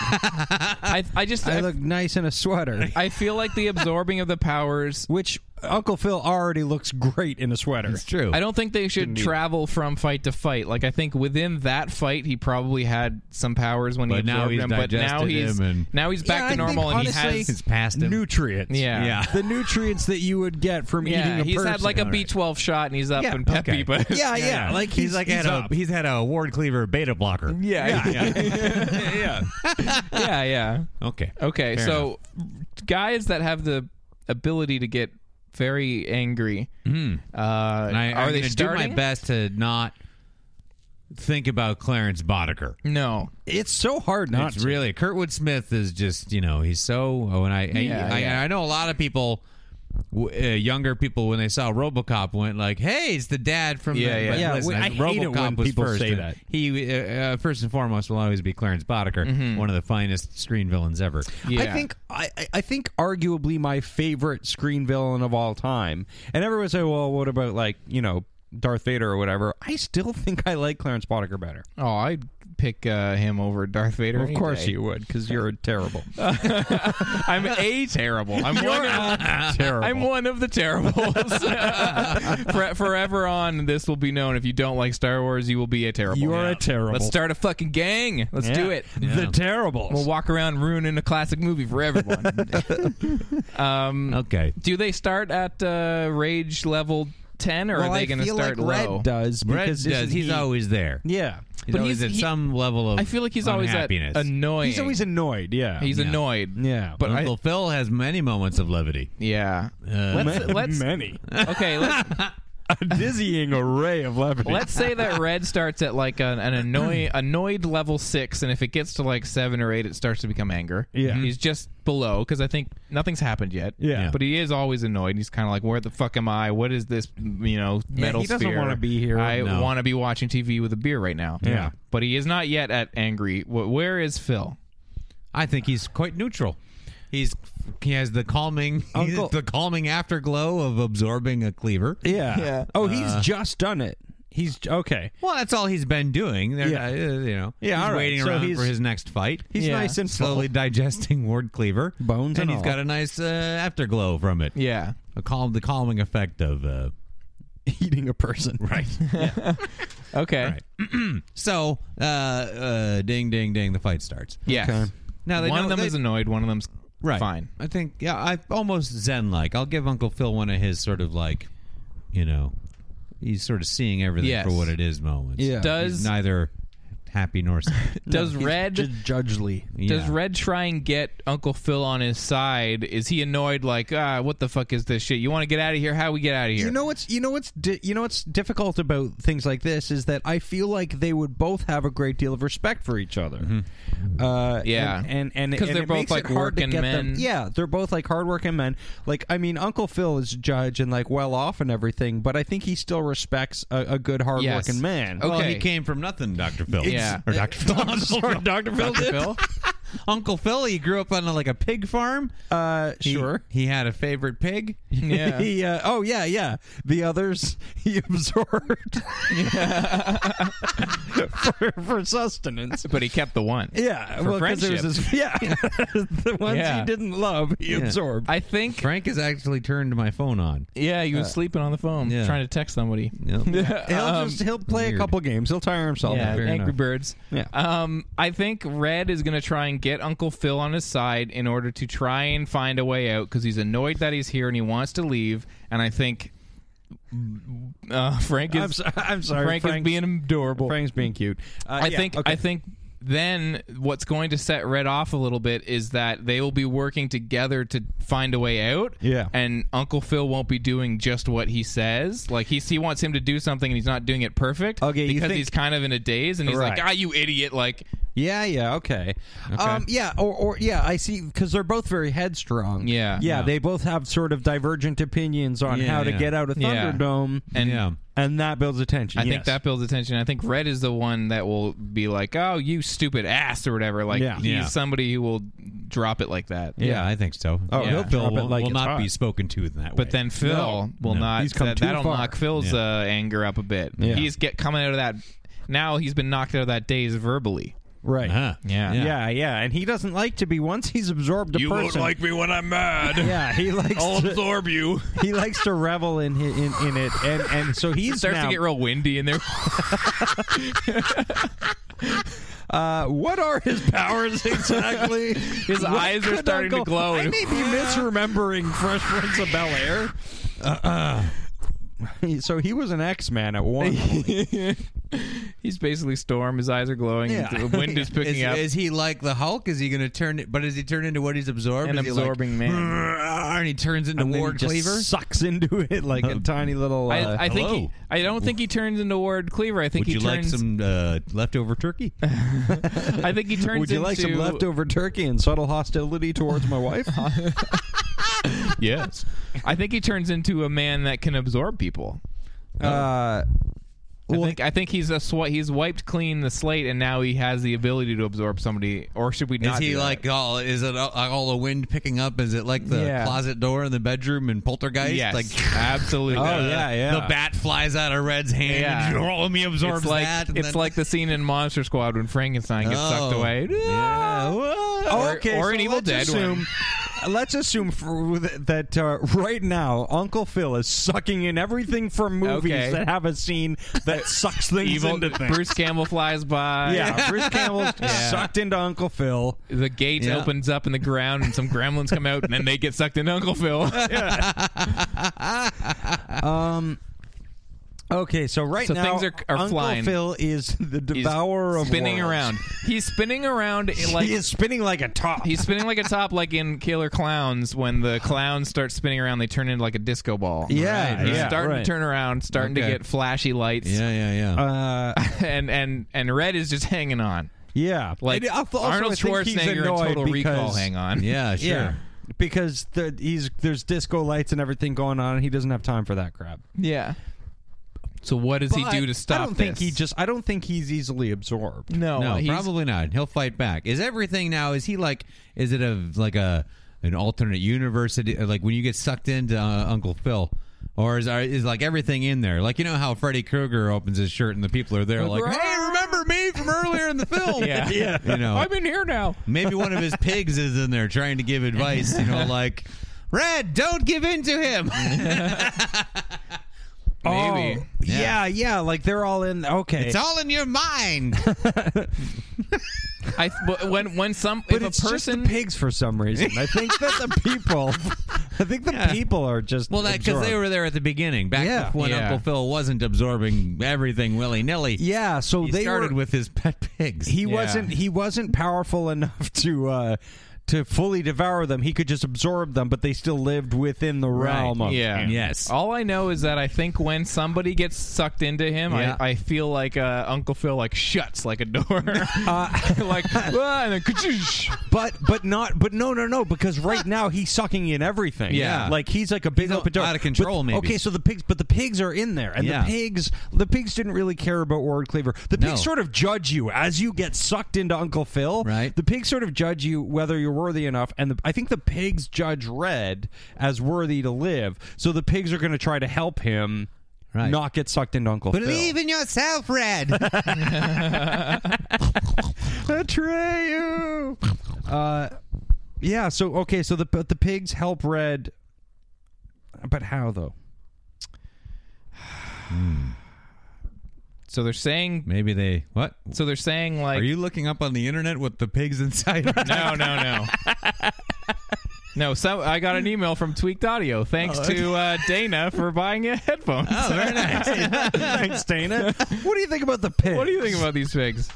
S1: I I just
S2: I
S1: I,
S2: look nice in a sweater,
S1: [LAUGHS] I feel like the absorbing of the powers
S2: which Uncle Phil already looks great in a sweater.
S3: it's true.
S1: I don't think they should travel from fight to fight. Like I think within that fight, he probably had some powers when he
S3: But now
S1: absorbed
S3: he's
S1: them. But now
S3: digested
S1: he's
S3: him and-
S1: now he's back
S2: Yeah,
S1: to
S2: I
S1: normal,
S2: think,
S1: and
S2: honestly,
S1: he has
S3: it's past him.
S2: nutrients.
S1: Yeah. [LAUGHS]
S3: Yeah.
S2: [LAUGHS] the nutrients that you would get from
S1: yeah.
S2: eating a
S1: He's
S2: person.
S1: had like a
S3: All right.
S1: B twelve shot, and he's up
S3: Yeah,
S1: and peppy.
S3: okay. [LAUGHS]
S1: But
S2: Yeah, yeah, Like
S3: he's, like had
S2: up.
S3: a he's had a Ward Cleaver beta blocker.
S1: yeah, yeah, [LAUGHS]
S3: yeah. [LAUGHS]
S1: yeah, yeah.
S3: Okay.
S1: Okay, so guys that have the ability to get very angry, uh,
S3: Hmm. And I,
S1: are
S3: I'm
S1: they
S3: gonna
S1: starting?
S3: do my best to not think about Clarence Boddicker.
S1: No,
S2: it's so hard not
S3: it's
S2: to.
S3: really Kurtwood Smith is just you know he's so oh and I
S1: Yeah,
S3: I,
S1: yeah.
S3: I, I know a lot of people w- uh, younger people when they saw RoboCop went like hey it's the dad from
S1: Yeah,
S3: the,
S1: yeah.
S3: but
S2: Yeah,
S3: listen,
S2: we- I hate it
S3: RoboCop
S2: when
S3: was
S2: people
S3: first
S2: say
S3: and
S2: that.
S3: he uh, uh, first and foremost will always be Clarence Boddicker
S1: Mm-hmm.
S3: one of the finest screen villains ever
S1: yeah.
S2: I think I, I- I think arguably my favorite screen villain of all time. And everyone say, well, what about like you know Darth Vader or whatever? I still think I like Clarence Boddicker better.
S1: Oh, I'd pick uh, him over Darth Vader.
S2: of
S1: any
S2: course
S1: day.
S2: you would, because
S1: [LAUGHS]
S2: you're
S3: [LAUGHS]
S2: terrible.
S1: I'm a terrible. I'm one of,
S2: terrible.
S1: [LAUGHS] I'm one of the
S2: [LAUGHS]
S1: terribles. For, forever on, this will be known. If you don't like Star Wars, you will be a terrible.
S2: You are a terrible.
S1: Let's start a fucking gang. Let's do it.
S2: The terrible.
S1: We'll walk around ruining a classic movie for
S2: [LAUGHS]
S1: everyone. Mm.
S3: okay
S1: do they start at uh, rage level ten, or
S2: Well,
S1: are they
S2: I
S1: going to
S2: feel
S1: start
S2: like
S1: low?
S2: Red does
S3: Red
S2: because
S3: does
S2: isn't
S3: he's
S2: he-
S3: always there
S2: yeah.
S3: he's
S1: But
S3: always
S1: he's-
S3: at
S1: he-
S3: some level of
S1: I feel like he's always at
S3: unhappiness.
S1: annoying.
S2: He's always annoyed. Yeah.
S1: He's
S3: Yeah.
S1: annoyed.
S2: Yeah.
S1: but
S3: Uncle
S1: I
S3: Phil has many moments of levity Uh,
S1: yeah. let's [LAUGHS]
S2: Ma-
S1: let's
S2: [LAUGHS] many
S1: okay. Let's
S2: a dizzying array of levity.
S1: Let's say that red starts at like an, an
S2: [CLEARS THROAT]
S1: annoy, annoyed level six, and if it gets to like seven or eight, it starts to become anger.
S2: Yeah.
S1: he's just below because I think nothing's happened yet.
S2: Yeah.
S1: but he is always annoyed. He's kind of like, "Where the fuck am I? What is this? You know, metal
S2: he doesn't
S1: sphere?
S2: wanna be here.
S1: I
S3: No.
S1: want to be watching TV with a beer right now."
S2: Yeah.
S1: but he is not yet at angry. Wh- Where is Phil?
S3: I think he's quite neutral. He's he has the calming [LAUGHS]
S2: Uncle-
S3: the calming afterglow of absorbing a cleaver.
S2: Yeah. Oh, he's
S1: Uh.
S2: just done it. He's okay.
S3: Well, that's all he's been doing. They're
S2: Yeah.
S3: not, uh, you know,
S2: Yeah,
S3: he's
S2: all right.
S3: waiting
S2: So
S3: around
S2: he's-
S3: for his next fight.
S2: He's
S1: Yeah.
S2: nice and
S3: slowly
S2: slowly.
S3: digesting [LAUGHS] Ward Cleaver
S2: Bones and
S3: and he's
S2: all.
S3: got a nice uh, afterglow from it.
S1: Yeah,
S3: a calm the calming effect of uh,
S2: [LAUGHS] eating a person. Right.
S1: okay,
S3: right. [LAUGHS] so uh, uh, ding ding ding the fight starts.
S1: yes.
S3: Now they
S1: one
S3: know
S1: of them
S3: they-
S1: is annoyed. One of them's
S3: right.
S1: fine.
S3: I think yeah, I almost zen like. I'll give Uncle Phil one of his sort of like, you know, he's sort of seeing everything
S1: Yes.
S3: for what it is moments.
S2: Yeah.
S3: He's
S1: Does-
S3: neither happy nor sad.
S1: Does Red
S2: Judgely?
S1: Does Red try and get Uncle Phil on his side? Is he annoyed? Like, ah, what the fuck is this shit? You want to get out of here? How we get out of here?
S2: You know what's you know what's di- you know what's difficult about things like this is that I feel like they would both have a great deal of respect for each other. Uh,
S1: Mm-hmm. Yeah.
S2: and and
S1: 'Cause
S2: because
S1: they're both, like, working men.
S2: Yeah, they're both like hardworking men. Like I mean, Uncle Phil is a judge and like well off and everything, but I think he still respects a, a good hardworking
S3: Yes.
S2: man.
S3: Well,
S2: [LAUGHS]
S3: he came from nothing, Doctor Phil.
S2: Yeah.
S3: or [LAUGHS] Doctor Phil. I'm sorry, Doctor Phil.
S2: Dr.
S1: Phil?
S3: Uncle Phil. He grew up on like a pig farm.
S2: Uh, [LAUGHS]
S3: sure. He had a
S1: [LAUGHS]
S3: favorite pig.
S2: he, uh, oh yeah, yeah. The others [LAUGHS] he absorbed [LAUGHS] for, for sustenance.
S1: but he kept the one.
S2: Yeah,
S1: For
S2: well, 'cause there was
S1: friendship.
S2: this- [LAUGHS] yeah, the ones
S1: Yeah.
S2: he didn't love, he
S3: Yeah.
S2: absorbed.
S1: I think
S3: Frank has actually turned my phone on.
S1: Yeah, he was
S3: Uh,
S1: sleeping on the phone
S3: yeah.
S1: trying to text somebody.
S2: he'll
S1: Um,
S2: just he'll play a couple games. He'll tire himself.
S1: Yeah,
S2: out.
S1: Angry Birds.
S2: Oh, Yeah.
S1: Um, I think Red is going to try and get Uncle Phil on his side in order to try and find a way out because he's annoyed that he's here and he wants to leave. And I think uh, Frank is.
S2: I'm, so, I'm sorry.
S1: Frank is
S2: Frank's-
S1: being adorable.
S2: Frank's being cute. Uh,
S1: I
S2: yeah,
S1: think.
S2: okay.
S1: I think. Then what's going to set Red off a little bit is that they will be working together to find a way out.
S2: Yeah.
S1: And Uncle Phil won't be doing just what he says. Like he he wants him to do something and he's not doing it perfect.
S2: Okay, you
S1: Because
S2: think-
S1: he's kind of in a daze and he's
S2: Right.
S1: like, ah, you idiot! Like
S2: Yeah, yeah, okay. Um, yeah, or, or yeah, I see because they're both very headstrong.
S1: Yeah.
S2: yeah, they both have sort of divergent opinions on
S3: Yeah,
S2: how to
S3: yeah.
S2: get out of
S1: Yeah.
S2: Thunderdome,
S1: And
S3: Yeah.
S2: and that builds attention.
S1: I think
S2: yes.
S1: that builds attention. I think Red is the one that will be like, "Oh, you stupid ass" or whatever. Like
S2: Yeah.
S1: he's
S3: Yeah.
S1: somebody who will drop it like that.
S3: Yeah, I think so.
S2: Oh,
S1: Yeah. he'll
S3: Phil
S2: drop it
S3: will,
S2: like
S3: will
S2: it's
S3: not
S2: hot.
S3: be spoken to in that way.
S1: But then Phil will
S3: No.
S1: not.
S2: He's come
S1: that,
S2: too
S1: that'll
S2: far.
S1: knock Phil's
S3: Yeah.
S1: uh, anger up a bit.
S2: Yeah.
S1: He's get coming out of that. Now he's been knocked out of that daze verbally.
S2: right.
S3: Huh.
S1: Uh-huh. Yeah.
S2: Yeah. yeah, and he doesn't like to be once he's absorbed a person.
S10: me when I'm mad.
S2: [LAUGHS] yeah, he likes to,
S10: absorb you.
S2: he likes to revel in hi- in, in it, and and so
S1: It
S2: he's
S1: starts
S2: now-
S1: to get real windy in there.
S2: uh, what are his
S1: [LAUGHS]
S2: powers exactly?
S1: His
S2: What
S1: eyes are
S2: could
S1: starting to
S2: Uncle-
S1: glow.
S2: I may be misremembering Fresh Prince of Bel Air.
S1: Uh-uh.
S2: Uh, uh. So he was an X Man at
S1: [LAUGHS]
S2: one. point.
S1: He's basically storm. His eyes are glowing.
S2: Yeah.
S1: The wind
S3: [LAUGHS]
S1: is picking
S3: Is,
S1: up.
S3: is he like the Hulk? Is he going to turn? But is he turned into what he's absorbed?
S1: An
S3: Is he like,
S1: absorbing man.
S3: "Rrrr," And he turns into
S2: and then he
S3: Ward
S2: just
S3: Cleaver.
S2: sucks into it like a tiny little. Uh,
S1: I, I think
S3: hello.
S1: he, I don't think he turns into Ward Cleaver. I think
S3: Would
S1: he
S3: you like
S1: turns.
S3: some uh, leftover [LAUGHS] turkey?
S1: I think he turns.
S2: would you like some
S1: into-
S2: leftover turkey and subtle hostility towards
S1: [LAUGHS]
S2: my wife?
S1: Yes. I think he turns into a man that can absorb people.
S2: uh,
S1: I think I think he's a sw- he's wiped clean the slate and now he has the ability to absorb somebody. Or should we not?
S3: Is he
S1: do that?
S3: like all? Is it all, all the wind picking up? Is it like the
S2: Yeah.
S3: closet door in the bedroom in Poltergeist?
S1: Yes, [LAUGHS]
S3: Like, [LAUGHS]
S1: absolutely.
S2: Oh, yeah, yeah.
S3: The bat flies out of Red's hand.
S1: Yeah.
S3: [LAUGHS] And all me absorbs
S1: It's like
S3: that. and
S1: it's
S3: then-
S1: like the scene in Monster Squad when Frankenstein gets sucked
S3: Oh.
S1: away.
S3: Yeah.
S2: Oh,
S1: Or-
S2: okay.
S1: or
S2: so
S1: an Evil
S2: let's
S1: Dead
S2: assume, [LAUGHS] Let's assume for, that uh, right now Uncle Phil is sucking in everything from movies
S1: Okay.
S2: that have a scene
S1: [LAUGHS]
S2: that sucks things
S1: Evil
S2: into things.
S1: Bruce Campbell flies by.
S2: yeah, Bruce Campbell's
S1: [LAUGHS] Yeah.
S2: sucked into Uncle Phil.
S1: The gate
S3: Yeah.
S1: opens up in the ground and some gremlins come out and then they get sucked into Uncle
S3: [LAUGHS]
S1: Phil.
S2: Okay, so right
S1: So
S2: now
S1: things are- are
S2: Uncle
S1: flying.
S2: Phil is the
S1: He's
S2: devourer of
S1: spinning
S2: worlds.
S1: around. He's spinning around in, like
S2: he is spinning like a top.
S1: He's spinning like a top, like in Killer Clowns. When the clowns start spinning around, they turn into like a disco ball.
S2: Yeah,
S1: He's
S2: yeah,
S1: starting
S2: right.
S1: to turn around, starting
S3: Okay.
S1: to get flashy lights,
S3: [LAUGHS] Yeah, yeah, yeah.
S2: uh,
S1: [LAUGHS] and and and Red is just hanging on,
S2: yeah,
S1: like
S2: And also
S1: Arnold
S2: I think he's
S1: Schwarzenegger in
S2: annoyed
S1: Total Recall.
S2: because-
S1: Hang on,
S3: yeah, sure.
S2: Yeah. Because the, he's there's disco lights and everything going on, and he doesn't have time for that crap.
S1: yeah. So what does
S2: But
S1: he do to stop?
S2: I don't think
S1: this?
S2: he just. I don't think he's easily absorbed.
S1: no,
S3: No,
S1: Oh, he's-
S3: probably not. He'll fight back. Is everything now? Is he like? Is it a like a an alternate universe? It- Like when you get sucked into uh, Uncle Phil, or is are- is like everything in there? Like you know how Freddy Krueger opens his shirt and the people are there, like, hey, remember me from earlier in the film?
S2: [LAUGHS]
S1: Yeah. Yeah.
S3: [LAUGHS] You know,
S1: I'm in here now.
S3: maybe one of his pigs is in there trying to give advice.
S2: [LAUGHS]
S3: You know, like. Red, don't give in to him.
S1: Maybe.
S2: Oh, yeah. yeah, Like they're all in. Okay.
S3: it's all in your mind.
S1: I but when when some
S2: but
S1: if
S2: it's
S1: a person
S2: [LAUGHS] just the pigs for some reason. I think that the people I think the people are just
S3: well, that because they
S2: absorbed.
S3: were there at the beginning, back
S2: Yeah.
S3: when
S2: Yeah.
S3: Uncle Phil wasn't absorbing everything willy nilly.
S2: Yeah, so
S3: he
S2: they
S3: started
S2: were-
S3: with his pet pigs. [LAUGHS]
S2: He wasn't he wasn't powerful enough to uh to fully devour them. He could just absorb them, but they still lived within the realm of
S1: yeah. Yes. All I know is that I think when somebody gets sucked into him,
S2: Yeah.
S1: I, I feel like uh, Uncle Phil like shuts like a door, like "Ah," and then ka-choosh.
S2: But but not but no no no because right now he's sucking in everything.
S3: Yeah.
S2: like he's like a big open door
S3: out of control,
S2: But-
S3: maybe.
S2: Okay, so the pigs but the pigs are in there and
S3: Yeah.
S2: the pigs the pigs didn't really care about Ward Cleaver. The pigs sort of judge you as you get sucked into Uncle Phil. Right. The pigs sort of judge you whether you're worthy enough, and the, I think the pigs judge Red as worthy to live. So the pigs are going to try to help him. Not get sucked into Uncle Phil.
S3: in yourself, Red.
S2: Betray you. Uh, yeah. So okay. So the but the pigs help Red, but how though?
S1: So they're saying
S3: [LAUGHS] maybe they what?
S1: So they're saying like
S3: Are you looking up on the internet what the pigs inside? are?
S1: [LAUGHS] no, no, no. No, so I got an email from Tweaked Audio. Thanks to uh, Dana for buying a headphones. Oh, very nice.
S2: Thanks, Dana. What do you think about the pigs?
S1: What do you think about these pigs?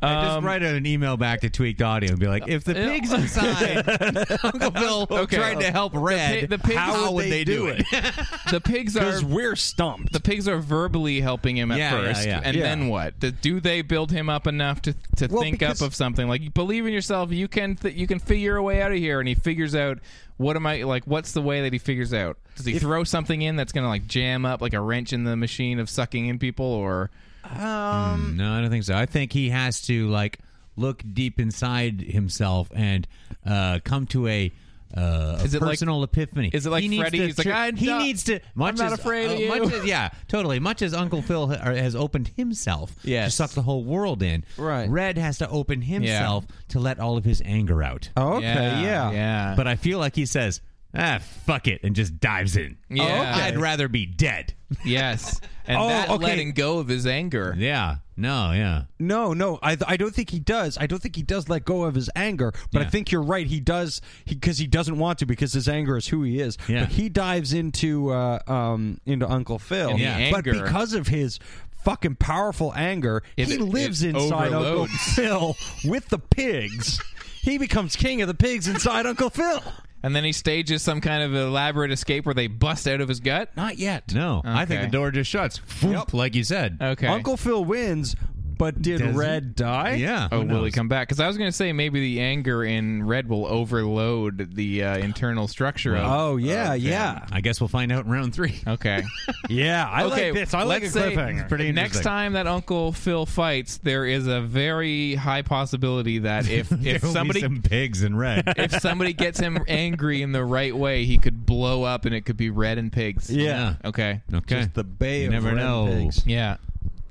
S3: I just write an email back to Tweaked Audio and be like, if the
S1: Um, Yeah.
S3: pigs inside Uncle Phil
S1: Okay.
S3: tried to help Red,
S1: pi- the pigs-
S3: how would they, do it?
S1: [LAUGHS] The pigs are
S2: Because we're stumped.
S1: the pigs are verbally helping him at
S3: Yeah, yeah,
S1: first,
S3: yeah.
S1: and
S3: Yeah.
S1: then what? Do- Do they build him up enough to to
S2: Well,
S1: think
S2: because-
S1: up of something like believe in yourself? You can th- you can figure a way out of here, and he figures out what am I like? What's the way that he figures out? Does he throw something in that's gonna like jam up like a wrench in the machine of sucking in people, or
S3: Mm, no, I don't think so. I think he has to like look deep inside himself and uh, come to a. Uh, a
S1: Is it like-
S3: personal epiphany?
S1: is it like
S3: he needs
S1: Freddy?
S3: To,
S1: He's like,
S3: tr-
S1: "I'm
S3: he
S1: not-
S3: needs to.
S1: I'm
S3: Much
S1: not
S3: as-
S1: afraid
S3: uh,
S1: of you."
S3: Much as, yeah, totally. Much as Uncle Phil ha- has opened himself
S1: [LAUGHS]
S3: to
S1: Yes.
S3: suck the whole world in,
S2: Right.
S3: Red has to open himself to let all of his anger out.
S2: Oh, okay. Yeah.
S1: Uh, yeah.
S3: But I feel like he says, "Ah, fuck it," and just dives in.
S1: Yeah. Oh, okay.
S3: I'd rather be
S1: [LAUGHS]
S3: dead. [LAUGHS]
S1: yes, and
S2: Oh,
S1: that
S2: okay.
S1: letting go of his anger.
S3: Yeah. No. Yeah.
S2: No, no, I, I don't think he does. I don't think he does let go of his anger, but I
S3: Yeah.
S2: think you're right. He does because he, doesn't want to because his anger is who he is.
S3: Yeah.
S2: But he dives into uh, um, into Uncle Phil,
S1: And the Yeah.
S2: but
S1: anger-
S2: because of his fucking powerful anger,
S1: It-
S2: he
S1: it
S2: lives inside Uncle
S1: overloads.
S2: Phil with the pigs. he becomes king of the pigs inside Uncle Phil.
S1: And then he stages some kind of elaborate escape where they bust out of his gut.
S2: Not yet.
S3: No. I think
S1: Okay.
S3: the door just shuts. Whoop, Like you said.
S1: Okay.
S2: Uncle Phil wins, but did
S3: Does he?
S2: Red die?
S3: Yeah.
S1: Oh,
S3: who
S1: will he
S3: knows?
S1: come back? Because I was going to say maybe the anger in Red will overload the uh, internal structure of.
S2: Oh yeah, yeah,
S3: I guess we'll find out in round three. [LAUGHS]
S1: Okay.
S2: yeah. I
S1: okay.
S2: like this. I like a
S1: let's say
S2: cliffhanger.
S3: pretty
S1: Next
S3: interesting.
S1: time that Uncle Phil fights, there is a very high possibility that if
S3: [LAUGHS] There
S1: if
S3: will be
S1: somebody
S3: some pigs in red.
S1: [LAUGHS] if somebody gets him angry in the right way, he could blow up, and it could be Red and pigs.
S2: Yeah.
S1: Okay.
S3: Okay.
S11: Just the bay
S3: You
S11: of
S3: never
S11: red
S3: know.
S1: [LAUGHS]
S11: pigs.
S1: Yeah.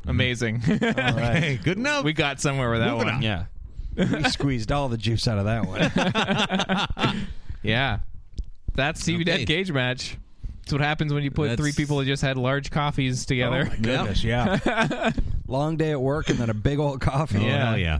S1: Amazing. [LAUGHS]
S3: [LAUGHS] Okay, good enough.
S1: we got somewhere with that
S3: Mm-hmm. Moving
S1: one.
S3: on.
S2: Yeah. we squeezed all the juice out of that one.
S1: Yeah. That's CB
S3: Okay.
S1: Dead Cage match. That's what happens when you put
S3: That's-
S1: three people that just had large coffees together.
S2: Goodness, yeah. Long day at work and then a big old coffee.
S3: Oh, [LAUGHS] hell yeah.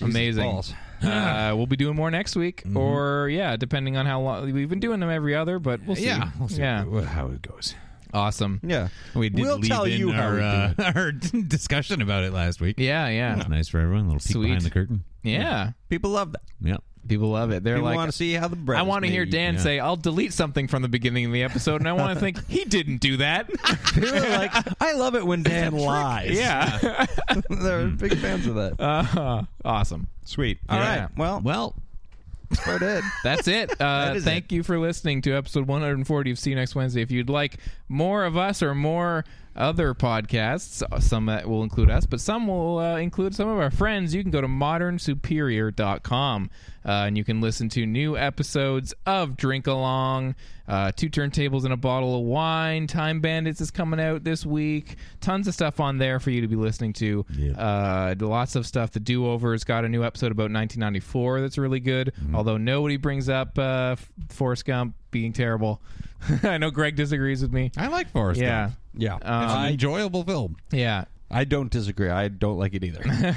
S1: Amazing.
S2: balls.
S1: [LAUGHS] Uh, we'll be doing more next week, or yeah, depending on how long we've been doing them every other, but we'll see.
S3: Yeah. We'll see
S1: Yeah.
S3: how it goes.
S1: Awesome.
S2: Yeah.
S3: We did
S2: We'll
S3: leave
S2: tell
S3: in
S2: you how
S3: our,
S2: we
S3: uh, [LAUGHS]
S2: do
S3: our discussion about it last week.
S1: Yeah. Yeah.
S3: It's nice for everyone. A little peek
S1: Sweet.
S3: behind the curtain.
S1: Yeah.
S2: People love that.
S3: Yep.
S1: People love it. They're
S2: People
S1: like,
S2: want to see how the bread.
S1: I
S2: want to
S1: hear Dan
S3: yeah.
S1: say, "I'll delete something from the beginning of the episode," and I want to think he didn't do that. [LAUGHS]
S2: They were like, I love it when Dan lies.
S1: yeah.
S2: [LAUGHS]
S1: [LAUGHS]
S2: They're big fans of that.
S1: Uh, awesome.
S2: Sweet.
S1: Yeah.
S2: All right. Well,
S3: Well,
S2: that's about it.
S1: That's it. Uh,
S3: is
S1: thank you for listening to episode 140 of See You Next Wednesday. If you'd like more of us or more other podcasts, uh, some that will include us, but some will uh, include some of our friends, you can go to modernsuperior.com uh, and you can listen to new episodes of Drink Along, uh, Two Turntables and a Bottle of Wine, Time Bandits is coming out this week. Tons of stuff on there for you to be listening to. Uh, lots of stuff. The Do Over's got a new episode about 1994 that's really good.
S3: Mm-hmm.
S1: Although nobody brings up uh, F- Forrest Gump being terrible. [LAUGHS] I know Greg disagrees with me.
S3: I like Forrest
S1: yeah,
S3: Gump.
S2: Yeah.
S3: It's
S1: Uh,
S3: an enjoyable film.
S1: yeah.
S6: I don't disagree. I don't like it either.
S3: I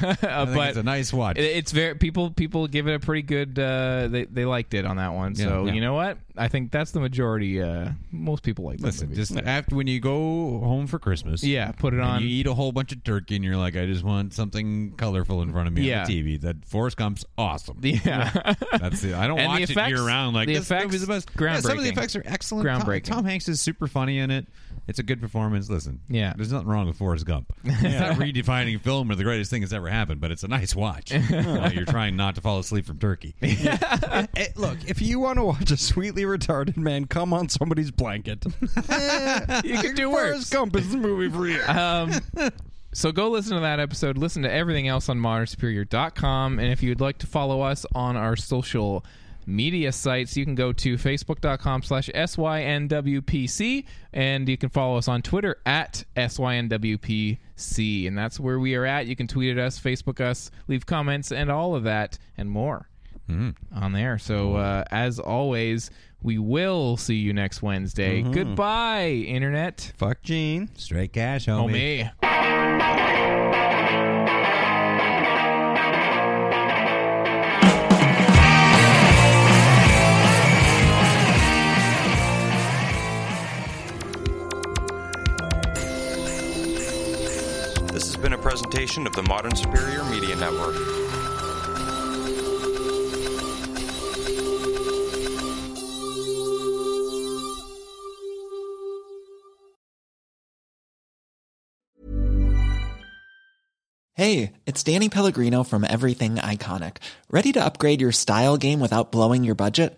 S3: think it's a nice watch.
S1: uh, It- it's very people people give it a pretty good. Uh, they they liked it on that one.
S3: Yeah.
S1: so
S3: Yeah.
S1: you know what? I think that's the majority. Uh, most people like. this
S3: Listen,
S1: movie.
S3: just after when you go home for Christmas,
S1: Yeah, put it
S3: and
S1: on.
S3: You eat a whole bunch of turkey, and you're like, I just want something colorful in front of me
S1: Yeah.
S3: on the TV. That Forrest Gump's awesome.
S1: [LAUGHS] Yeah.
S3: [LAUGHS] that's it. I
S1: [LAUGHS]
S3: don't
S1: And the
S3: watch it
S1: effects-
S3: year round. Like
S1: the
S3: this
S1: effects,
S3: movie's the best. Yeah, some of the
S1: groundbreaking.
S3: effects are excellent. Tom-
S1: Groundbreaking.
S3: Tom, Hanks is super funny in it. It's a good performance. Listen,
S1: Yeah.
S3: there's nothing wrong with Forrest
S1: [LAUGHS]
S3: Gump. It's not redefining film or the greatest thing that's ever happened, but it's a
S1: [LAUGHS]
S3: nice watch. while you're trying not to fall asleep from turkey.
S6: Eh, look, if you want to watch a sweetly retarded man come on somebody's blanket,
S1: you can do
S6: Forrest Gump is the movie for you.
S1: um, so go listen to that episode. Listen to everything else on modernsuperior.com. And if you'd like to follow us on our social media sites, you can go to facebook.com slash SYNWPC. And you can follow us on Twitter at SYNWPC. And that's where we are at. You can tweet at us, Facebook us, leave comments, and all of that and more on there. So uh, as always, we will see you next Wednesday. Goodbye, Internet.
S6: Fuck Gene.
S3: Straight cash,
S1: Oh,
S3: homie.
S1: me.
S5: This has been a presentation of the Modern Superior Media Network.
S12: Hey, it's Danny Pellegrino from Everything Iconic. Ready to upgrade your style game without blowing your budget?